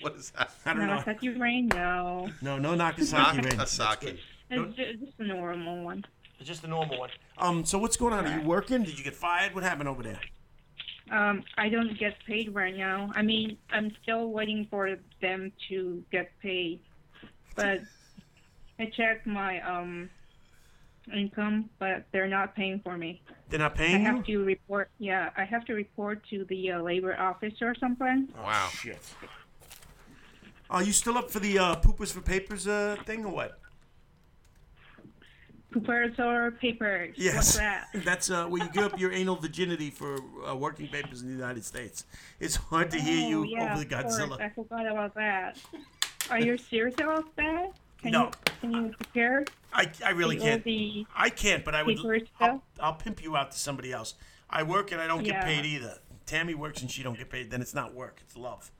[SPEAKER 5] What is that?
[SPEAKER 2] I don't know.
[SPEAKER 9] Nagasaki rain? No.
[SPEAKER 2] No, no Nagasaki rain.
[SPEAKER 5] Nagasaki.
[SPEAKER 9] It's ju- just a normal one.
[SPEAKER 2] Just a normal one. Um, so what's going on? Are you working? Did you get fired? What happened over there?
[SPEAKER 9] Um, I don't get paid right now. I mean, I'm still waiting for them to get paid. But I checked my um income, but they're not paying for me.
[SPEAKER 2] They're not
[SPEAKER 9] I
[SPEAKER 2] paying you?
[SPEAKER 9] have to report. Yeah, I have to report to the uh, labor office or something.
[SPEAKER 5] Wow.
[SPEAKER 2] Oh, Shit. Are you still up for the uh, poopers for papers uh, thing or what?
[SPEAKER 9] Papers or papers? What's
[SPEAKER 2] Yes,
[SPEAKER 9] that?
[SPEAKER 2] that's uh, where you give up your anal virginity for uh, working papers in the United States. It's hard to hear
[SPEAKER 9] Oh,
[SPEAKER 2] you
[SPEAKER 9] yeah,
[SPEAKER 2] over the
[SPEAKER 9] of course.
[SPEAKER 2] Godzilla.
[SPEAKER 9] I forgot about that. Are you serious about that? Can
[SPEAKER 2] No.
[SPEAKER 9] You, can you prepare?
[SPEAKER 2] I, I really
[SPEAKER 9] the- all
[SPEAKER 2] can't.
[SPEAKER 9] the
[SPEAKER 2] I can't, but I would.
[SPEAKER 9] paper
[SPEAKER 2] I'll, I'll pimp you out to somebody else. I work and I don't get
[SPEAKER 9] Yeah.
[SPEAKER 2] paid either. Tammy works and she don't get paid. Then it's not work. It's love.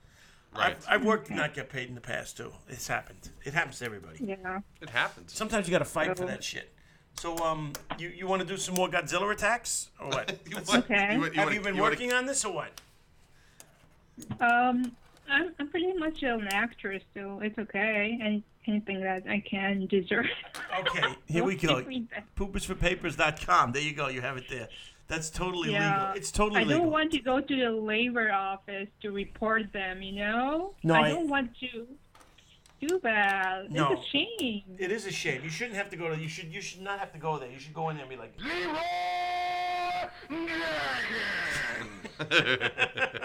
[SPEAKER 5] Right.
[SPEAKER 2] I've, I've worked and not get paid in the past too. It's happened. It happens to everybody.
[SPEAKER 9] Yeah.
[SPEAKER 5] It happens.
[SPEAKER 2] Sometimes you got to fight for
[SPEAKER 5] Oh.
[SPEAKER 2] that shit. So um, you you want to do some more Godzilla attacks or what?
[SPEAKER 9] Okay. you want- you
[SPEAKER 2] Have
[SPEAKER 9] wanna-
[SPEAKER 2] you been
[SPEAKER 9] you wanna-
[SPEAKER 2] working on this or what?
[SPEAKER 9] Um, I'm, I'm pretty much an actress, so it's okay. And anything that I can deserve.
[SPEAKER 2] Okay, here we go.
[SPEAKER 9] Don't read that.
[SPEAKER 2] Poopersforpapers.com. There you go. You have it there. That's totally
[SPEAKER 9] yeah.
[SPEAKER 2] legal. It's totally
[SPEAKER 9] I
[SPEAKER 2] legal.
[SPEAKER 9] don't want to go to the labor office to report them. You know.
[SPEAKER 2] No,
[SPEAKER 9] I
[SPEAKER 2] I-
[SPEAKER 9] don't want to do that.
[SPEAKER 2] No.
[SPEAKER 9] It's a shame.
[SPEAKER 2] It is a shame. You shouldn't have to go to. You should. You should not have to go there. You should go in there and be like.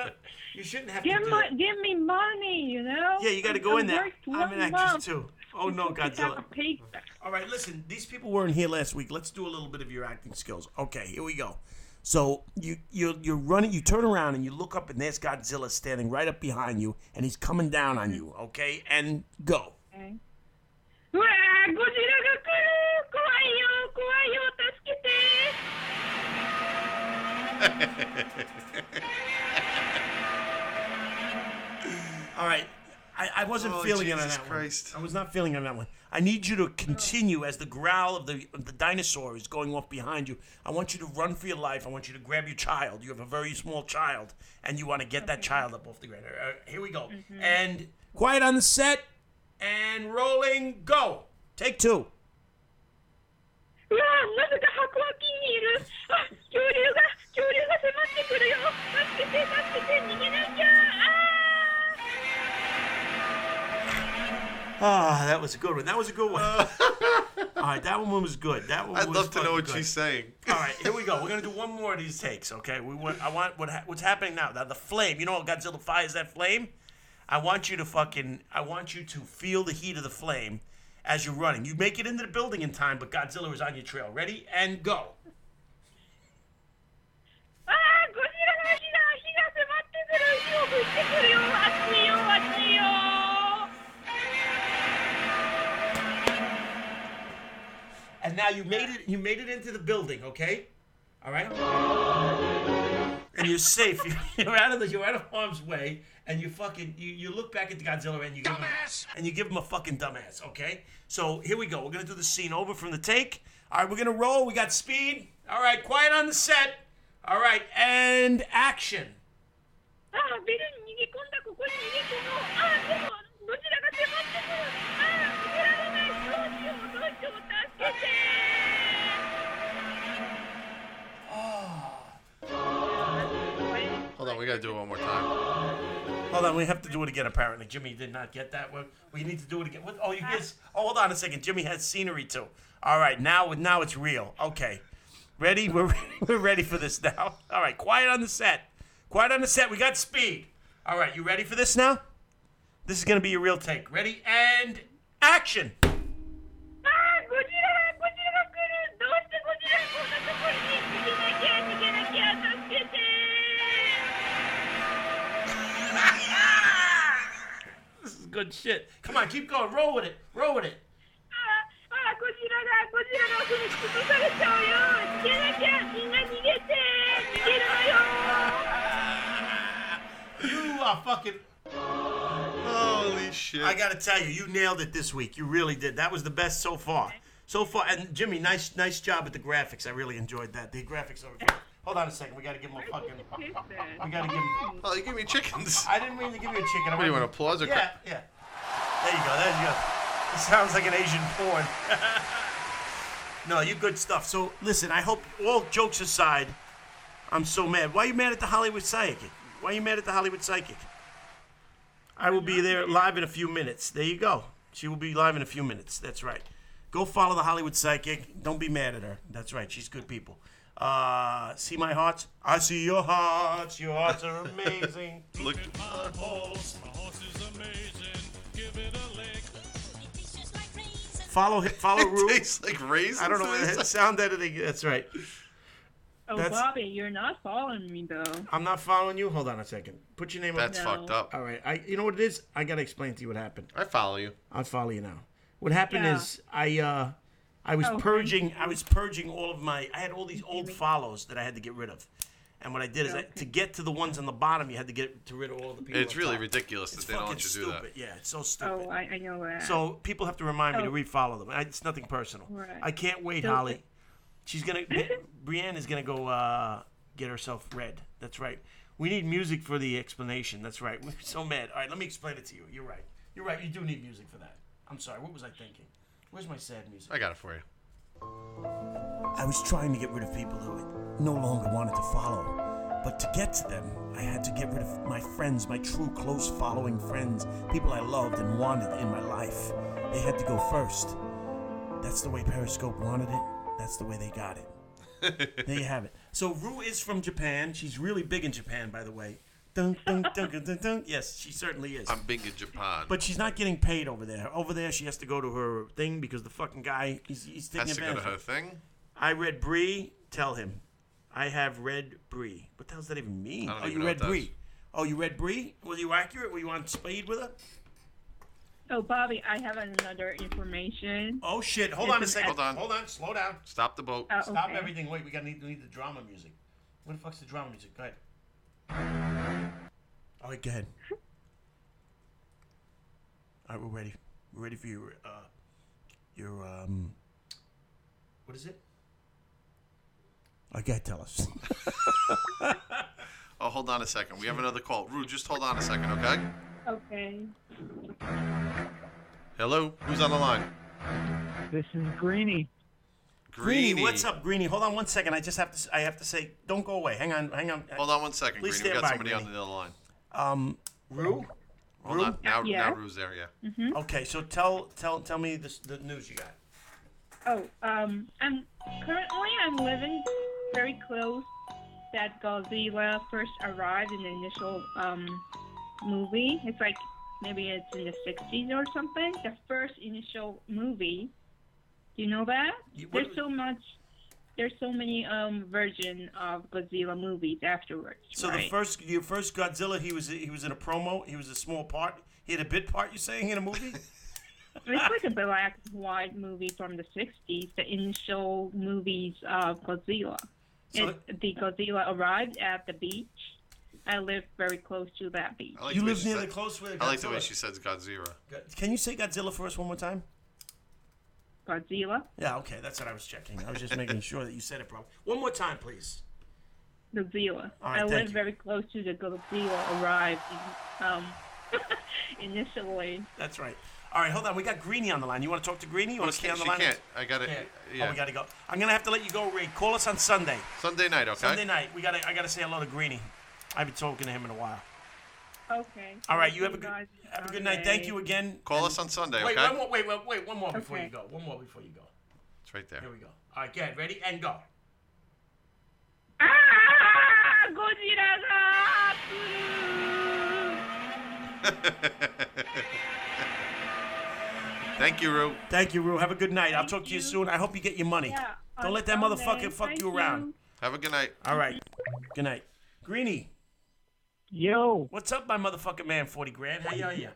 [SPEAKER 2] you shouldn't have
[SPEAKER 9] Give
[SPEAKER 2] to do
[SPEAKER 9] my,
[SPEAKER 2] that.
[SPEAKER 9] give me money. You know.
[SPEAKER 2] Yeah, you got to
[SPEAKER 9] I-
[SPEAKER 2] go
[SPEAKER 9] I
[SPEAKER 2] in there.
[SPEAKER 9] worked
[SPEAKER 2] I'm
[SPEAKER 9] one
[SPEAKER 2] an actress
[SPEAKER 9] month.
[SPEAKER 2] too. Oh no,
[SPEAKER 9] I got
[SPEAKER 2] Godzilla.
[SPEAKER 9] a paycheck.
[SPEAKER 2] All right, listen. These people weren't here last week. Let's do a little bit of your acting skills. Okay, here we go. So you you're, you're running. You turn around and you look up, and there's Godzilla standing right up behind you, and he's coming down on you. Okay, and go.
[SPEAKER 9] Okay. Godzilla が来る怖いよ怖いよ助けて
[SPEAKER 2] All right. I, I wasn't
[SPEAKER 5] Oh,
[SPEAKER 2] feeling it on
[SPEAKER 5] Jesus
[SPEAKER 2] that one. I was not feeling it on that one. I need you to continue as the growl of the of the dinosaur is going off behind you. I want you to run for your life. I want you to grab your child. You have a very small child, and you want to get that child up off the ground. Uh, here we go. And quiet on the set. And rolling. Go. Take two.
[SPEAKER 9] うわなぜか白亜紀にいるあ恐竜が恐竜が迫ってくるよ助けて助けて逃げなきゃ
[SPEAKER 2] Ah, that was a good one. That was a good one. All right, that one was good. That one.
[SPEAKER 5] I'd
[SPEAKER 2] was
[SPEAKER 5] love to know
[SPEAKER 2] fucking
[SPEAKER 5] what
[SPEAKER 2] good.
[SPEAKER 5] she's saying.
[SPEAKER 2] All right, here we go. We're gonna do one more of these takes, okay? We want, I want what ha- what's happening now. Now the flame. You know, how Godzilla fires that flame. I want you to fucking. I want you to feel the heat of the flame as you're running. You make it into the building in time, but Godzilla is on your trail. Ready and go.
[SPEAKER 9] ああゴジラが火が火が迫ってくる火を吹いてくるよ熱いよ熱いよ
[SPEAKER 2] And now you made it. You made it into the building, okay? All right. And you're safe. You're out of the. You're out of harm's way. And you fucking. You, you look back at the Godzilla and you give him, and you give him a fucking dumbass. Okay. So here we go. We're gonna do the scene over from the take. All right. We're gonna roll. We got speed. All right. Quiet on the set. All right. And action.
[SPEAKER 9] ああビルに逃げ込んだここに逃げ込もうああでもゴジラが迫ってくるああ逃げられないどうしようどうしよう助けて
[SPEAKER 5] Hold on, we gotta do it one more time.
[SPEAKER 2] Hold on, we have to do it again. Apparently, Jimmy did not get that one. We need to do it again. What, oh, you guys. Oh, hold on a second. Jimmy has scenery too. All right, now now it's real. Okay, ready? We're ready. we're ready for this now. All right, quiet on the set. Quiet on the set. We got speed. All right, you ready for this now? This is gonna be a real take. Ready and action.
[SPEAKER 9] ああゴジラゴジラが来るどうしてゴジラこんなところに逃げなきゃ逃げなきゃ助けて
[SPEAKER 2] This is good shit. Come on, keep going. Roll with it. Roll with it.
[SPEAKER 9] ああああゴジラがゴジラが踏み潰されちゃうよ逃げなきゃみんな逃げて逃げる
[SPEAKER 2] You are fucking. Holy shit! I gotta tell you, you nailed it this week. You really did. That was the best so far. so far, and Jimmy, nice nice job at the graphics. I really enjoyed that. The graphics are. Hold on a second. We got to give him a fucking. We got to give him.
[SPEAKER 5] Oh, you give me chickens.
[SPEAKER 2] I didn't mean to give you a chicken. I
[SPEAKER 5] What do
[SPEAKER 2] meant-
[SPEAKER 5] you want, applause or
[SPEAKER 2] Yeah,
[SPEAKER 5] cra-
[SPEAKER 2] yeah. There you go. There you go. It sounds like an Asian porn. no, you good stuff. So listen, I hope all jokes aside, I'm so mad. Why are you mad at the Hollywood Psychic? Why are you mad at the Hollywood Psychic? I will be there live in a few minutes. There you go. She will be live in a few minutes. That's right. Go follow the Hollywood Psychic. Don't be mad at her. That's right. She's good people. Uh, see my hearts? I see your hearts. Your hearts are amazing.
[SPEAKER 5] Look.
[SPEAKER 2] Follow hi- follow Rue.
[SPEAKER 5] tastes like raisins.
[SPEAKER 2] I don't know
[SPEAKER 5] to this.
[SPEAKER 2] what sound editing. That's right.
[SPEAKER 9] Oh,
[SPEAKER 2] That's-
[SPEAKER 9] Bobby, you're not following me though.
[SPEAKER 2] I'm not following you. Hold on a second. Put your name
[SPEAKER 9] That's
[SPEAKER 2] up.
[SPEAKER 9] No. fucked up.
[SPEAKER 2] All right. I you know what it is? I gotta explain to you what happened.
[SPEAKER 5] I follow you.
[SPEAKER 2] I'll follow you now. What happened
[SPEAKER 5] Yeah.
[SPEAKER 2] is I uh I was
[SPEAKER 5] Oh, thank
[SPEAKER 2] purging I was purging all of my I had all these old follows that I had to get rid of. And what I did is I, to get to the ones on the bottom you had to get to rid of all the people.
[SPEAKER 5] It's
[SPEAKER 2] up
[SPEAKER 5] really
[SPEAKER 2] top.
[SPEAKER 5] ridiculous
[SPEAKER 2] It's
[SPEAKER 5] that they don't
[SPEAKER 2] fucking
[SPEAKER 5] let you do that.
[SPEAKER 2] stupid. Yeah, it's so stupid.
[SPEAKER 9] Oh, I, I know that.
[SPEAKER 2] So people have to remind me to
[SPEAKER 9] Oh.
[SPEAKER 2] refollow them. I, it's nothing personal.
[SPEAKER 9] Right.
[SPEAKER 2] I can't wait,
[SPEAKER 9] So-
[SPEAKER 2] Holly. She's gonna. Brienne is gonna go uh, get herself red. That's right. We need music for the explanation. That's right. We're so mad. All right, let me explain it to you. You're right. You're right. You do need music for that. I'm sorry. What was I thinking? Where's my sad music?
[SPEAKER 5] I got it for you.
[SPEAKER 2] I was trying to get rid of people who I no longer wanted to follow. But to get to them, I had to get rid of my friends, my true close following friends, people I loved and wanted in my life. They had to go first. That's the way Periscope wanted it. That's the way they got it. there you have it. So Rue is from Japan. She's really big in Japan, by the way. Dun, dun, dun, dun, dun, dun. Yes, she certainly is.
[SPEAKER 5] I'm big in Japan.
[SPEAKER 2] But she's not getting paid over there. Over there, she has to go to her thing because the fucking guy he's, he's taking
[SPEAKER 5] Has to go
[SPEAKER 2] advantage.
[SPEAKER 5] to her
[SPEAKER 2] of her.
[SPEAKER 5] thing?
[SPEAKER 2] I read Brie. Tell him, I have read Brie. What the hell does that even mean?
[SPEAKER 5] I don't
[SPEAKER 2] oh,
[SPEAKER 5] even
[SPEAKER 2] you
[SPEAKER 5] know
[SPEAKER 2] read
[SPEAKER 5] what that is.
[SPEAKER 2] Brie. Oh, you read Brie. Were you accurate? Were you on speed with her?
[SPEAKER 9] Oh, Bobby, I have another information.
[SPEAKER 2] Oh shit! Hold
[SPEAKER 9] It's
[SPEAKER 2] on a
[SPEAKER 9] an
[SPEAKER 2] second.
[SPEAKER 9] ex-
[SPEAKER 5] Hold on.
[SPEAKER 2] Hold on. Slow down.
[SPEAKER 5] Stop the boat.
[SPEAKER 9] Uh,
[SPEAKER 2] Stop
[SPEAKER 9] okay.
[SPEAKER 2] everything. Wait, we got need, need the drama music. What the fuck's the drama music? Go ahead. All right, go ahead. All right, we're ready. We're ready for your uh, your um. What is it? Okay, tell us.
[SPEAKER 5] Oh, hold on a second. We have another call. Rue, just hold on a second, okay?
[SPEAKER 9] Okay.
[SPEAKER 5] Hello, who's on the line?
[SPEAKER 17] This is Greeny.
[SPEAKER 2] Greeny, what's up, Greeny? Hold on one second. I just have to. s- I have to say, don't go away. Hang on. Hang on.
[SPEAKER 5] Hold on one second,
[SPEAKER 2] Please
[SPEAKER 5] Greeny. We
[SPEAKER 2] stand
[SPEAKER 5] got
[SPEAKER 2] by,
[SPEAKER 5] somebody on
[SPEAKER 2] Greeny.
[SPEAKER 5] the other line.
[SPEAKER 2] Um, Rue.
[SPEAKER 5] Hold
[SPEAKER 2] Rue?
[SPEAKER 5] on. Now,
[SPEAKER 9] Yeah.
[SPEAKER 5] now Rue's there. Yeah.
[SPEAKER 9] Mhm.
[SPEAKER 2] Okay, so tell tell tell me this, the news you got.
[SPEAKER 9] Oh, um, I'm currently I'm living very close that Godzilla first arrived in the initial um movie. It's like maybe it's in the 60s or something. The first initial movie. Do you know that?
[SPEAKER 2] what-
[SPEAKER 9] There's so much. There's so many um version of Godzilla movies afterwards.
[SPEAKER 2] So
[SPEAKER 9] right?
[SPEAKER 2] the first your first Godzilla, he was he was in a promo. He was a small part. He had a bit part. You saying in a movie?
[SPEAKER 9] It's like a black and white movie from the 60s, the initial movies of Godzilla.
[SPEAKER 2] So
[SPEAKER 9] it, the Godzilla arrived at the beach. I live very close to that beach.
[SPEAKER 5] I like
[SPEAKER 2] You
[SPEAKER 5] the way
[SPEAKER 2] live
[SPEAKER 5] she
[SPEAKER 2] near
[SPEAKER 5] said-
[SPEAKER 2] the close with
[SPEAKER 5] I like the way
[SPEAKER 2] Godzilla.
[SPEAKER 5] she says Godzilla.
[SPEAKER 2] Can you say Godzilla for us one more time?
[SPEAKER 9] Godzilla.
[SPEAKER 2] Yeah. Okay, that's what I was checking. I was just making sure that you said it properly. One more time, please.
[SPEAKER 9] Godzilla.
[SPEAKER 2] All right,
[SPEAKER 9] I
[SPEAKER 2] thank
[SPEAKER 9] live
[SPEAKER 2] you.
[SPEAKER 9] very close to the Godzilla arrived in, um, initially.
[SPEAKER 2] That's right. All right, hold on. We got Greeny on the line. You want to talk to Greeny? You want
[SPEAKER 5] Well,
[SPEAKER 2] to stay on the
[SPEAKER 5] she
[SPEAKER 2] line?
[SPEAKER 5] can't. I gotta-
[SPEAKER 2] Can't.
[SPEAKER 5] yeah.
[SPEAKER 2] Oh, we gotta go. I'm gonna have to let you go, Ray. Call us on Sunday.
[SPEAKER 5] Sunday night, okay?
[SPEAKER 2] Sunday night. We gotta. I gotta say hello to Greeny. I haven't talking to him in a while.
[SPEAKER 9] Okay.
[SPEAKER 2] All right, you
[SPEAKER 9] see
[SPEAKER 2] have a good-
[SPEAKER 9] guys eh?
[SPEAKER 2] Have a good night. Thank you again.
[SPEAKER 5] Call us on Sunday,
[SPEAKER 2] Wait,
[SPEAKER 5] okay?
[SPEAKER 2] one more, wait, wait, wait, one more before
[SPEAKER 9] Okay.
[SPEAKER 2] you go. One more before you go.
[SPEAKER 5] It's right there.
[SPEAKER 2] Here we go. All right, get ready and go.
[SPEAKER 9] Ah, Godzilla!
[SPEAKER 5] Thank you, Rue.
[SPEAKER 2] Thank you, Rue. Have a good night. I'll talk to you soon. I hope you get your money.
[SPEAKER 9] Yeah,
[SPEAKER 2] Don't
[SPEAKER 9] on
[SPEAKER 2] let that
[SPEAKER 9] Sunday.
[SPEAKER 2] motherfucker fuck
[SPEAKER 9] Thank
[SPEAKER 2] you around.
[SPEAKER 5] Have a good night.
[SPEAKER 2] All right. Good night. Greeny.
[SPEAKER 17] Yo.
[SPEAKER 2] What's up, my motherfucking man, 40 grand? How are you?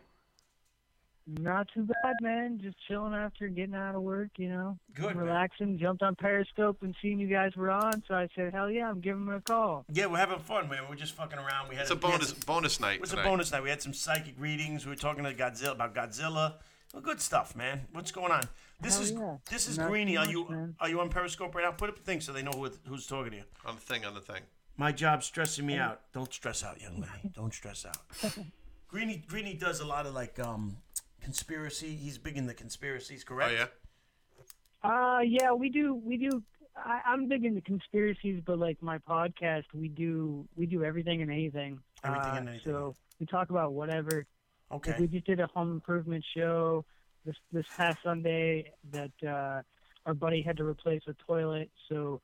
[SPEAKER 17] Not too bad, man. Just chilling after getting out of work, you know.
[SPEAKER 2] Good, man.
[SPEAKER 17] Relaxing. Jumped on Periscope and seen you guys were on, so I said, hell yeah, I'm giving them a call.
[SPEAKER 2] Yeah, we're having fun, man. We're just fucking around. We had
[SPEAKER 5] It's a
[SPEAKER 2] we had
[SPEAKER 5] bonus bonus night.
[SPEAKER 2] It was
[SPEAKER 5] tonight.
[SPEAKER 2] a bonus night. We had some psychic readings. We were talking to Godzilla about Godzilla. Well, good stuff, man. What's going on? This
[SPEAKER 5] Hell
[SPEAKER 2] is
[SPEAKER 5] yeah.
[SPEAKER 2] this is
[SPEAKER 5] Not
[SPEAKER 2] Greeny.
[SPEAKER 5] too
[SPEAKER 2] Are
[SPEAKER 5] much,
[SPEAKER 2] you are you on Periscope right now? Put up the thing so they know who, who's talking to you.
[SPEAKER 5] On the thing, on the thing. Oh,
[SPEAKER 2] My job's stressing me out. Don't stress out, young lady. Don't stress out. Greeny Greeny does a lot of like um conspiracy. He's big in the conspiracies, correct? Oh yeah.
[SPEAKER 17] Uh, yeah, we do. We do. I, I'm big into conspiracies, but like my podcast, we do we do everything and anything.
[SPEAKER 2] Everything
[SPEAKER 17] Uh,
[SPEAKER 2] and anything.
[SPEAKER 17] So we talk about whatever.
[SPEAKER 2] Okay.
[SPEAKER 5] Mm-hmm.
[SPEAKER 17] Like, we just did a home improvement show this this past Sunday that uh, our buddy had to replace a toilet, so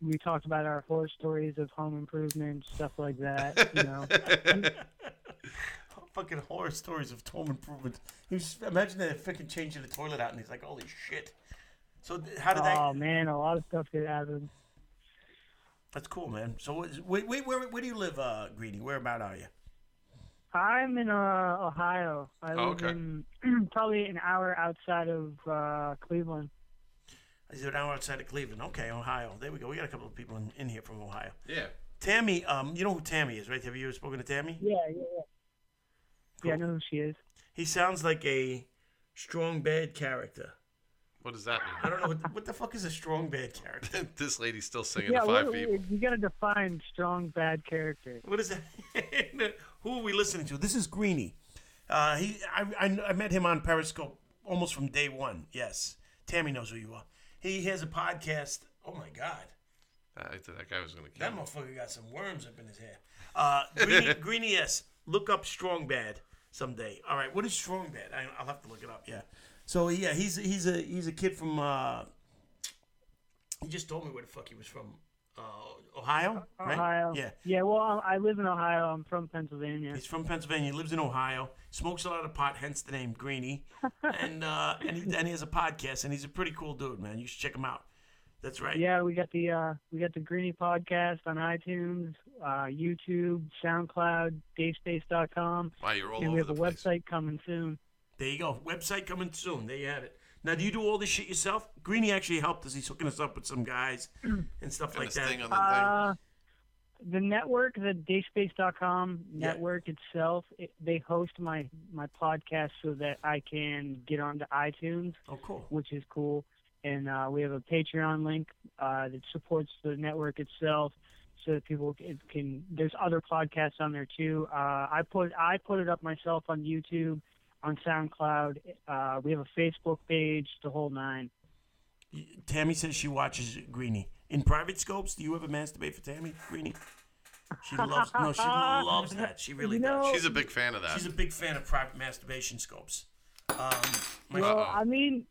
[SPEAKER 17] we talked about our horror stories of home improvement stuff like that. You know.
[SPEAKER 2] Fucking horror stories of home improvement. He was, imagine they're freaking changing the toilet out, and he's like, "Holy shit!" So th- how did that?
[SPEAKER 17] oh man, a lot of stuff could happen.
[SPEAKER 2] That's cool, man. So what- wait, wait, where, where do you live, uh, Greeny? Where about are you?
[SPEAKER 17] I'm in uh, Ohio. I
[SPEAKER 2] Oh,
[SPEAKER 17] live
[SPEAKER 2] okay.
[SPEAKER 17] in probably an hour outside of uh, Cleveland.
[SPEAKER 2] Is it down outside of Cleveland? Okay, Ohio. There we go. We got a couple of people in, in here from Ohio.
[SPEAKER 5] Yeah.
[SPEAKER 2] Tammy, um, you know who Tammy is, right? Have you ever spoken to Tammy?
[SPEAKER 17] Yeah, yeah, yeah. Yeah, I know who she is.
[SPEAKER 2] He sounds like a strong bad character.
[SPEAKER 5] What does that mean?
[SPEAKER 2] I don't know what, what the fuck is a strong bad character.
[SPEAKER 5] this lady's still singing
[SPEAKER 17] yeah,
[SPEAKER 5] to five
[SPEAKER 17] what-
[SPEAKER 5] people.
[SPEAKER 17] you gotta define strong bad character.
[SPEAKER 2] What is that? who are we listening to? This is Greeny. Uh, he, I, I, I met him on Periscope almost from day one. Yes, Tammy knows who you are. He has a podcast. Oh my god,
[SPEAKER 5] I thought that guy was gonna kill.
[SPEAKER 2] that motherfucker got some worms up in his hair. Uh, Greeny, Greeny, yes. Look up strong bad someday. All right, what is strong bad? I, I'll have to look it up. Yeah. So yeah, he's he's a he's a kid from. Uh, he just told me where the fuck he was from. Uh, Ohio, right?
[SPEAKER 17] Ohio.
[SPEAKER 2] Yeah.
[SPEAKER 17] Yeah. Well, I I live in Ohio. I'm from Pennsylvania.
[SPEAKER 2] He's from Pennsylvania. Lives in Ohio. Smokes a lot of pot, hence the name Greeny. And uh, and, he, and he has a podcast, and he's a pretty cool dude, man. You should check him out. That's right.
[SPEAKER 17] Yeah, we got the uh, we got the Greeny podcast on iTunes, uh, YouTube, SoundCloud, DaveSpace.com.
[SPEAKER 5] Wow, you're all
[SPEAKER 17] and we
[SPEAKER 5] over
[SPEAKER 17] have
[SPEAKER 5] the
[SPEAKER 17] a
[SPEAKER 5] place.
[SPEAKER 17] website coming soon.
[SPEAKER 2] There you go. Website coming soon. There you have it. Now, do you do all this shit yourself? Greeny actually helped us. He's hooking us up with some guys and stuff like that.
[SPEAKER 17] uh, the network, the dayspace.com
[SPEAKER 2] Yeah.
[SPEAKER 17] network itself, it, they host my my podcast so that I can get onto iTunes.
[SPEAKER 2] Oh, cool.
[SPEAKER 17] Which is cool. And uh, we have a Patreon link uh, that supports the network itself, so that people can, can. There's other podcasts on there too. Uh, I put I put it up myself on YouTube, on SoundCloud. Uh, we have a Facebook page, the whole nine.
[SPEAKER 2] Tammy says she watches Greeny in private scopes. Do you ever masturbate for Tammy Greeny? She loves no, she loves that. She really
[SPEAKER 17] You know-
[SPEAKER 2] does.
[SPEAKER 5] She's a big fan of that.
[SPEAKER 2] Oh, She's a big fan of private masturbation scopes. Um, my-
[SPEAKER 17] well, I mean,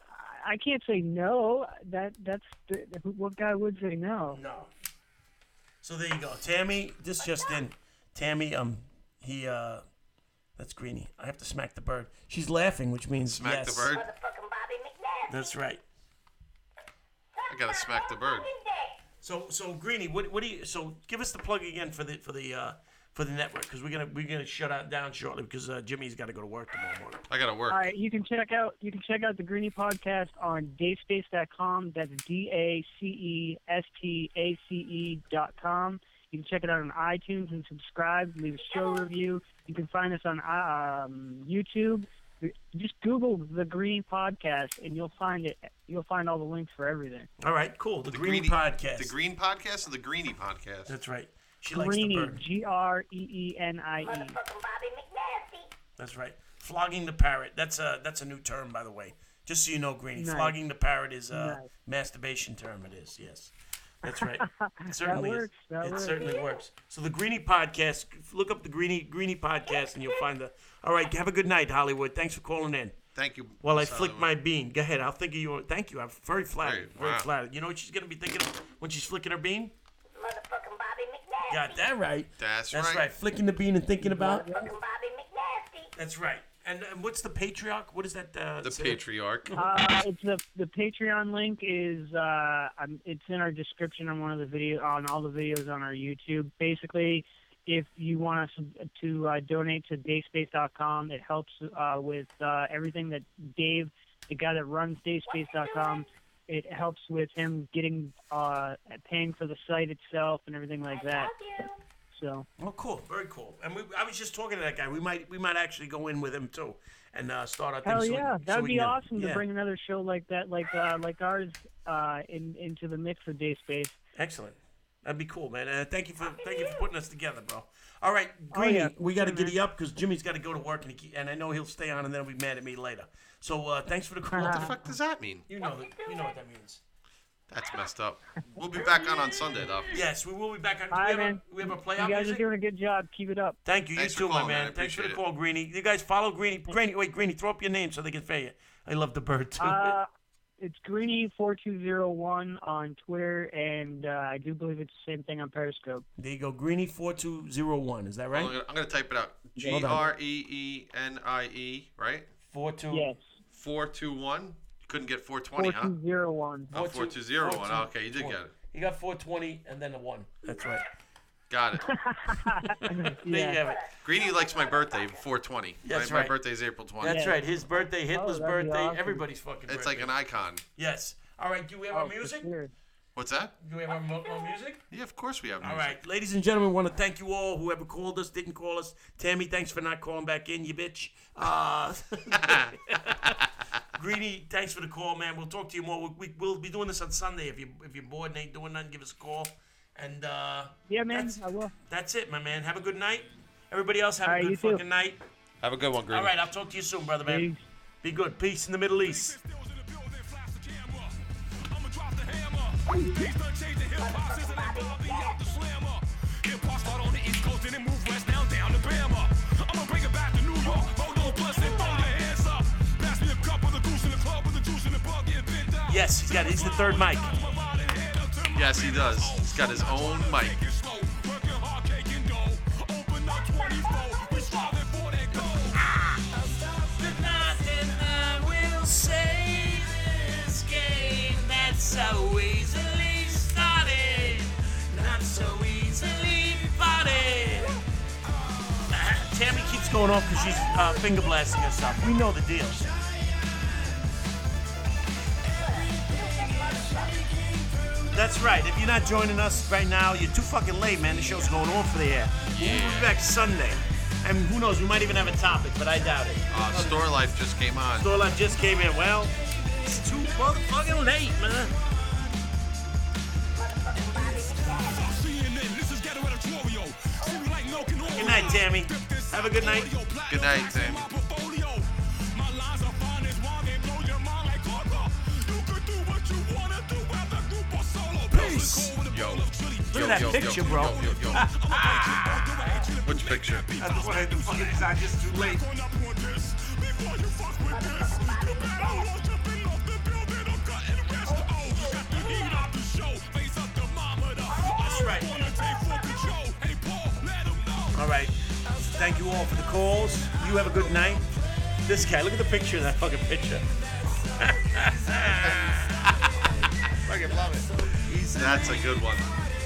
[SPEAKER 17] I I can't say no. That that's the, what guy would say no.
[SPEAKER 2] No. So there you go, Tammy. This just in, Tammy. Um, he uh, that's Greeny. I have to smack the bird. She's laughing, which means
[SPEAKER 5] Smack the
[SPEAKER 2] yes.
[SPEAKER 5] bird.
[SPEAKER 2] That's right.
[SPEAKER 5] I gotta smack the bird.
[SPEAKER 2] So so Greeny, what what do you? So give us the plug again for the for the uh for the network because we're gonna we're gonna shut out down shortly because uh, Jimmy's got to go to work tomorrow morning.
[SPEAKER 5] I gotta
[SPEAKER 17] All right, you can check out you can check out the Greeny podcast on dayspace.com. That's d a c e s t a c e dot com. You can check it out on iTunes and subscribe. Leave a show review. You can find us on um, YouTube. Just Google the Greeny podcast and you'll find it. You'll find all the links for everything.
[SPEAKER 2] All right, cool. The, Greeny,
[SPEAKER 5] Greeny-
[SPEAKER 2] podcast.
[SPEAKER 5] The Green Podcast or the Greeny Podcast?
[SPEAKER 2] That's right. She likes the
[SPEAKER 17] Greeny,
[SPEAKER 2] bird.
[SPEAKER 17] G R E E N I E.
[SPEAKER 2] That's right. Flogging the parrot. That's a that's a new term, by the way. Just so you know, Greeny,
[SPEAKER 17] Nice.
[SPEAKER 2] flogging the parrot is a
[SPEAKER 17] Nice.
[SPEAKER 2] masturbation term. It is. Yes, that's right. It certainly
[SPEAKER 17] works,
[SPEAKER 2] Is.
[SPEAKER 17] that
[SPEAKER 2] it
[SPEAKER 17] works.
[SPEAKER 2] certainly works. So the Greeny podcast. Look up the Greeny Greeny podcast, and you'll find the. All right. Have a good night, Hollywood. Thanks for calling in.
[SPEAKER 5] Thank you.
[SPEAKER 2] While I
[SPEAKER 5] Miss
[SPEAKER 2] flick my bean, go ahead. I'll think of you. Thank you. I'm very flattered.
[SPEAKER 5] Great,
[SPEAKER 2] Very
[SPEAKER 5] wow.
[SPEAKER 2] flattered. You know what she's gonna be thinking of when she's flicking her bean? Got that right.
[SPEAKER 5] That's,
[SPEAKER 2] That's right.
[SPEAKER 5] right.
[SPEAKER 2] Flicking the bean and thinking about.
[SPEAKER 13] Bobby McNasty.
[SPEAKER 2] That's right. And, and what's the patriarch? What is that? Uh,
[SPEAKER 5] The
[SPEAKER 2] say-
[SPEAKER 5] Patriarch.
[SPEAKER 17] uh, it's the the Patreon link is uh, um, it's in our description on one of the video on all the videos on our YouTube. Basically, if you want us to uh, donate to DaySpace.com, it helps uh, with uh, everything that Dave, the guy that runs DaySpace.com, it helps with him getting uh, paying for the site itself and everything like that. So
[SPEAKER 2] Oh, cool. Very cool. And we, I was just talking to that guy. We might we might actually go in with him too and uh, start our thing.
[SPEAKER 17] Hell
[SPEAKER 2] so we-
[SPEAKER 17] yeah,
[SPEAKER 2] so
[SPEAKER 17] that'd
[SPEAKER 2] we
[SPEAKER 17] be
[SPEAKER 2] can-
[SPEAKER 17] awesome
[SPEAKER 2] yeah.
[SPEAKER 17] to bring another show like that, like uh, like ours, uh, in, into the mix of Day Space.
[SPEAKER 2] Excellent. That'd be cool, man. Uh, thank you for thank you for putting us together, bro. All right,
[SPEAKER 17] Oh,
[SPEAKER 2] Greeny,
[SPEAKER 17] yeah.
[SPEAKER 2] we got to
[SPEAKER 17] Sure, man.
[SPEAKER 2] giddy up because Jimmy's got to go to work, and he, ke- and I know he'll stay on, and then he'll be mad at me later. So uh, thanks for the call.
[SPEAKER 5] What the fuck does that mean?
[SPEAKER 2] You know that, you know what that means.
[SPEAKER 5] That's messed up. We'll be back on on Sunday, though.
[SPEAKER 2] Yes, we will be back on.
[SPEAKER 17] Hi,
[SPEAKER 2] we, have
[SPEAKER 17] man.
[SPEAKER 2] a, we have a
[SPEAKER 17] You
[SPEAKER 2] playoff
[SPEAKER 17] guys
[SPEAKER 2] music.
[SPEAKER 17] are doing a good job. Keep it up.
[SPEAKER 2] Thank you.
[SPEAKER 5] Thanks for
[SPEAKER 2] you too,
[SPEAKER 5] calling,
[SPEAKER 2] my man.
[SPEAKER 5] man. I
[SPEAKER 2] Thanks for the
[SPEAKER 5] appreciate
[SPEAKER 2] call, Greeny. You guys follow Greeny. Greeny, wait, Greeny, throw up your name so they can pay you. I love the bird too.
[SPEAKER 17] Uh, it's Greeny four two zero one on Twitter, and uh, I do believe it's the same thing on Periscope.
[SPEAKER 2] there you go, Greeny four two zero one. Is that
[SPEAKER 5] I'm
[SPEAKER 2] right?
[SPEAKER 5] gonna, I'm gonna type it out. G
[SPEAKER 2] Hold on.
[SPEAKER 5] R E E N I E, right?
[SPEAKER 2] Four two.
[SPEAKER 17] Yes.
[SPEAKER 5] Four two one. You couldn't get four twenty,
[SPEAKER 17] Four
[SPEAKER 5] huh?
[SPEAKER 17] two zero one.
[SPEAKER 5] Oh, four two zero one.
[SPEAKER 2] 4-2-0-1.
[SPEAKER 5] Okay, you did get it.
[SPEAKER 2] You got four twenty and then a one. That's right.
[SPEAKER 5] Got it.
[SPEAKER 2] There you have it.
[SPEAKER 5] Greeny likes my birthday, 420.
[SPEAKER 2] That's
[SPEAKER 5] my, my
[SPEAKER 2] right.
[SPEAKER 5] birthday's April 20th.
[SPEAKER 2] That's right. His
[SPEAKER 17] Oh,
[SPEAKER 2] birthday, Hitler's
[SPEAKER 5] that'd be
[SPEAKER 2] birthday,
[SPEAKER 5] awesome.
[SPEAKER 2] everybody's fucking.
[SPEAKER 5] It's like
[SPEAKER 2] birthday.
[SPEAKER 5] an icon.
[SPEAKER 2] Yes. All right. Do we have
[SPEAKER 8] Oh,
[SPEAKER 17] Oh,
[SPEAKER 2] our music?
[SPEAKER 5] What's that?
[SPEAKER 2] Do we have our mo- more music?
[SPEAKER 5] Yeah, of course we have
[SPEAKER 2] All
[SPEAKER 5] music.
[SPEAKER 2] right, ladies and gentlemen, want to thank you all. Whoever called us, didn't call us. Tammy, thanks for not calling back in, you bitch. Uh, Greeny, thanks for the call, man. We'll talk to you more. We, we, we'll be doing this on Sunday. If you if you're bored and ain't doing nothing, give us a call. And uh,
[SPEAKER 17] yeah, man, I will.
[SPEAKER 2] That's it, my man. Have a good night. Everybody else, have
[SPEAKER 17] All
[SPEAKER 2] a
[SPEAKER 17] right,
[SPEAKER 2] good
[SPEAKER 17] you too.
[SPEAKER 2] fucking night.
[SPEAKER 5] Have a good one, Greeny.
[SPEAKER 2] All right, I'll talk to you soon, brother man. Be good. Peace in the Middle East.
[SPEAKER 1] He's done changed the hip hop since it ain't Bob Lee out the slammer. Hip hop start on the East Coast and then move west now down to Bama. I'ma bring it back to New York. Hold on, plus and throw your hands up. Pass me a cup of the goose in the club with the juice in the bug getting bent down.
[SPEAKER 2] Yes, he's got. He's the third mic.
[SPEAKER 5] Yes, he does. He's got his own mic.
[SPEAKER 1] We'll say this game that's so easily started, not so easily bodied.
[SPEAKER 2] Tammy keeps going off because she's uh, finger blasting herself. We know the deal. That's right. If you're not joining us right now, you're too fucking late, man. The show's going on for the air. We'll be back Sunday. And who knows, we might even have a topic, but I doubt it.
[SPEAKER 5] Uh, Store Life just came on.
[SPEAKER 2] Store Life just came in. Well, it's too motherfucking late, man. Good night, Tammy. Have a good night.
[SPEAKER 5] Good night, Tammy.
[SPEAKER 2] Peace.
[SPEAKER 5] Yo.
[SPEAKER 2] Look at that picture, bro.
[SPEAKER 5] Yo, yo, yo. Which picture?
[SPEAKER 2] That's what I had to fucking decide. It's too late. All right. Thank you all for the calls. You have a good night. This guy, look at the picture in that fucking picture. fucking love it. He's
[SPEAKER 5] That's a good one.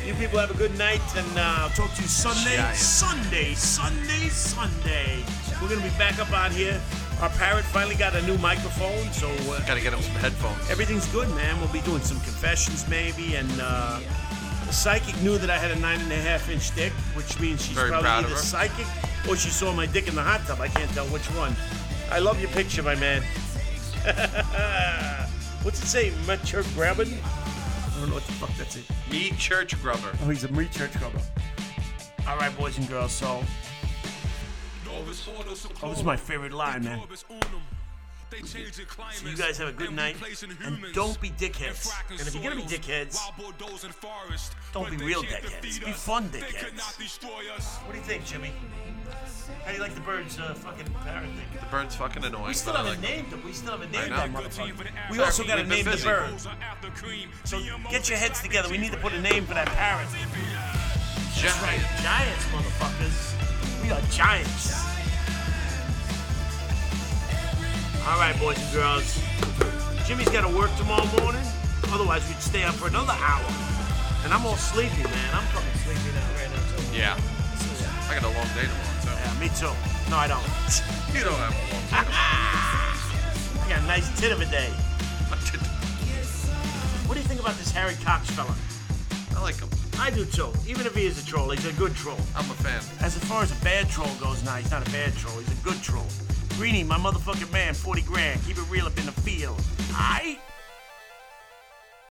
[SPEAKER 2] You people have a good night, and uh, I'll talk to you Sunday,
[SPEAKER 5] Yeah, yeah.
[SPEAKER 2] Sunday, Sunday, Sunday. We're gonna be back up on here. Our parrot finally got a new microphone, so uh,
[SPEAKER 5] Gotta get him some headphones.
[SPEAKER 2] everything's good, man. We'll be doing some confessions maybe, and uh, the psychic knew that I had a nine and a half inch dick, which means she's
[SPEAKER 5] Very
[SPEAKER 2] probably
[SPEAKER 5] proud of
[SPEAKER 2] either
[SPEAKER 5] her.
[SPEAKER 2] psychic or she saw my dick in the hot tub. I can't tell which one. I love your picture, my man. What's it say? Mature grabbing? I don't know what the fuck that's it.
[SPEAKER 5] Me church grubber.
[SPEAKER 2] Oh, he's a Marie Church cover. All right, boys and girls. So, oh, this is my favorite line, man. So you guys have a good night, and don't be dickheads. And if you're gonna be dickheads, don't be real dickheads. Be fun dickheads. What do you think, Jimmy? How do you like the birds' uh, fucking parrot thing?
[SPEAKER 5] The bird's fucking annoying.
[SPEAKER 2] We still
[SPEAKER 5] but I
[SPEAKER 2] haven't
[SPEAKER 5] like him.
[SPEAKER 2] named them. We still haven't
[SPEAKER 5] I
[SPEAKER 2] named
[SPEAKER 5] know.
[SPEAKER 2] that motherfucker. We also gotta
[SPEAKER 5] We've been
[SPEAKER 2] name the
[SPEAKER 5] busy.
[SPEAKER 2] bird. So get your heads together. We need to put a name for that parrot. That's right, giants, motherfuckers. We are giants. All right, boys and girls. Jimmy's got to work tomorrow morning. Otherwise, we'd stay up for another hour. And I'm all sleepy, man. I'm fucking sleepy now, right now too.
[SPEAKER 5] Yeah. I got a long day tomorrow, so.
[SPEAKER 2] Yeah, me too. No, I don't.
[SPEAKER 5] You don't have a long day.
[SPEAKER 2] I got a nice tit of a day. What do you think about this Harry Cox fella?
[SPEAKER 5] I like him.
[SPEAKER 2] I do too. Even if he is a troll, he's a good troll.
[SPEAKER 5] I'm a fan.
[SPEAKER 2] As far as a bad troll goes, now he's not a bad troll. He's a good troll. Greeny, my motherfucking man, 40 grand. Keep it real up in the field.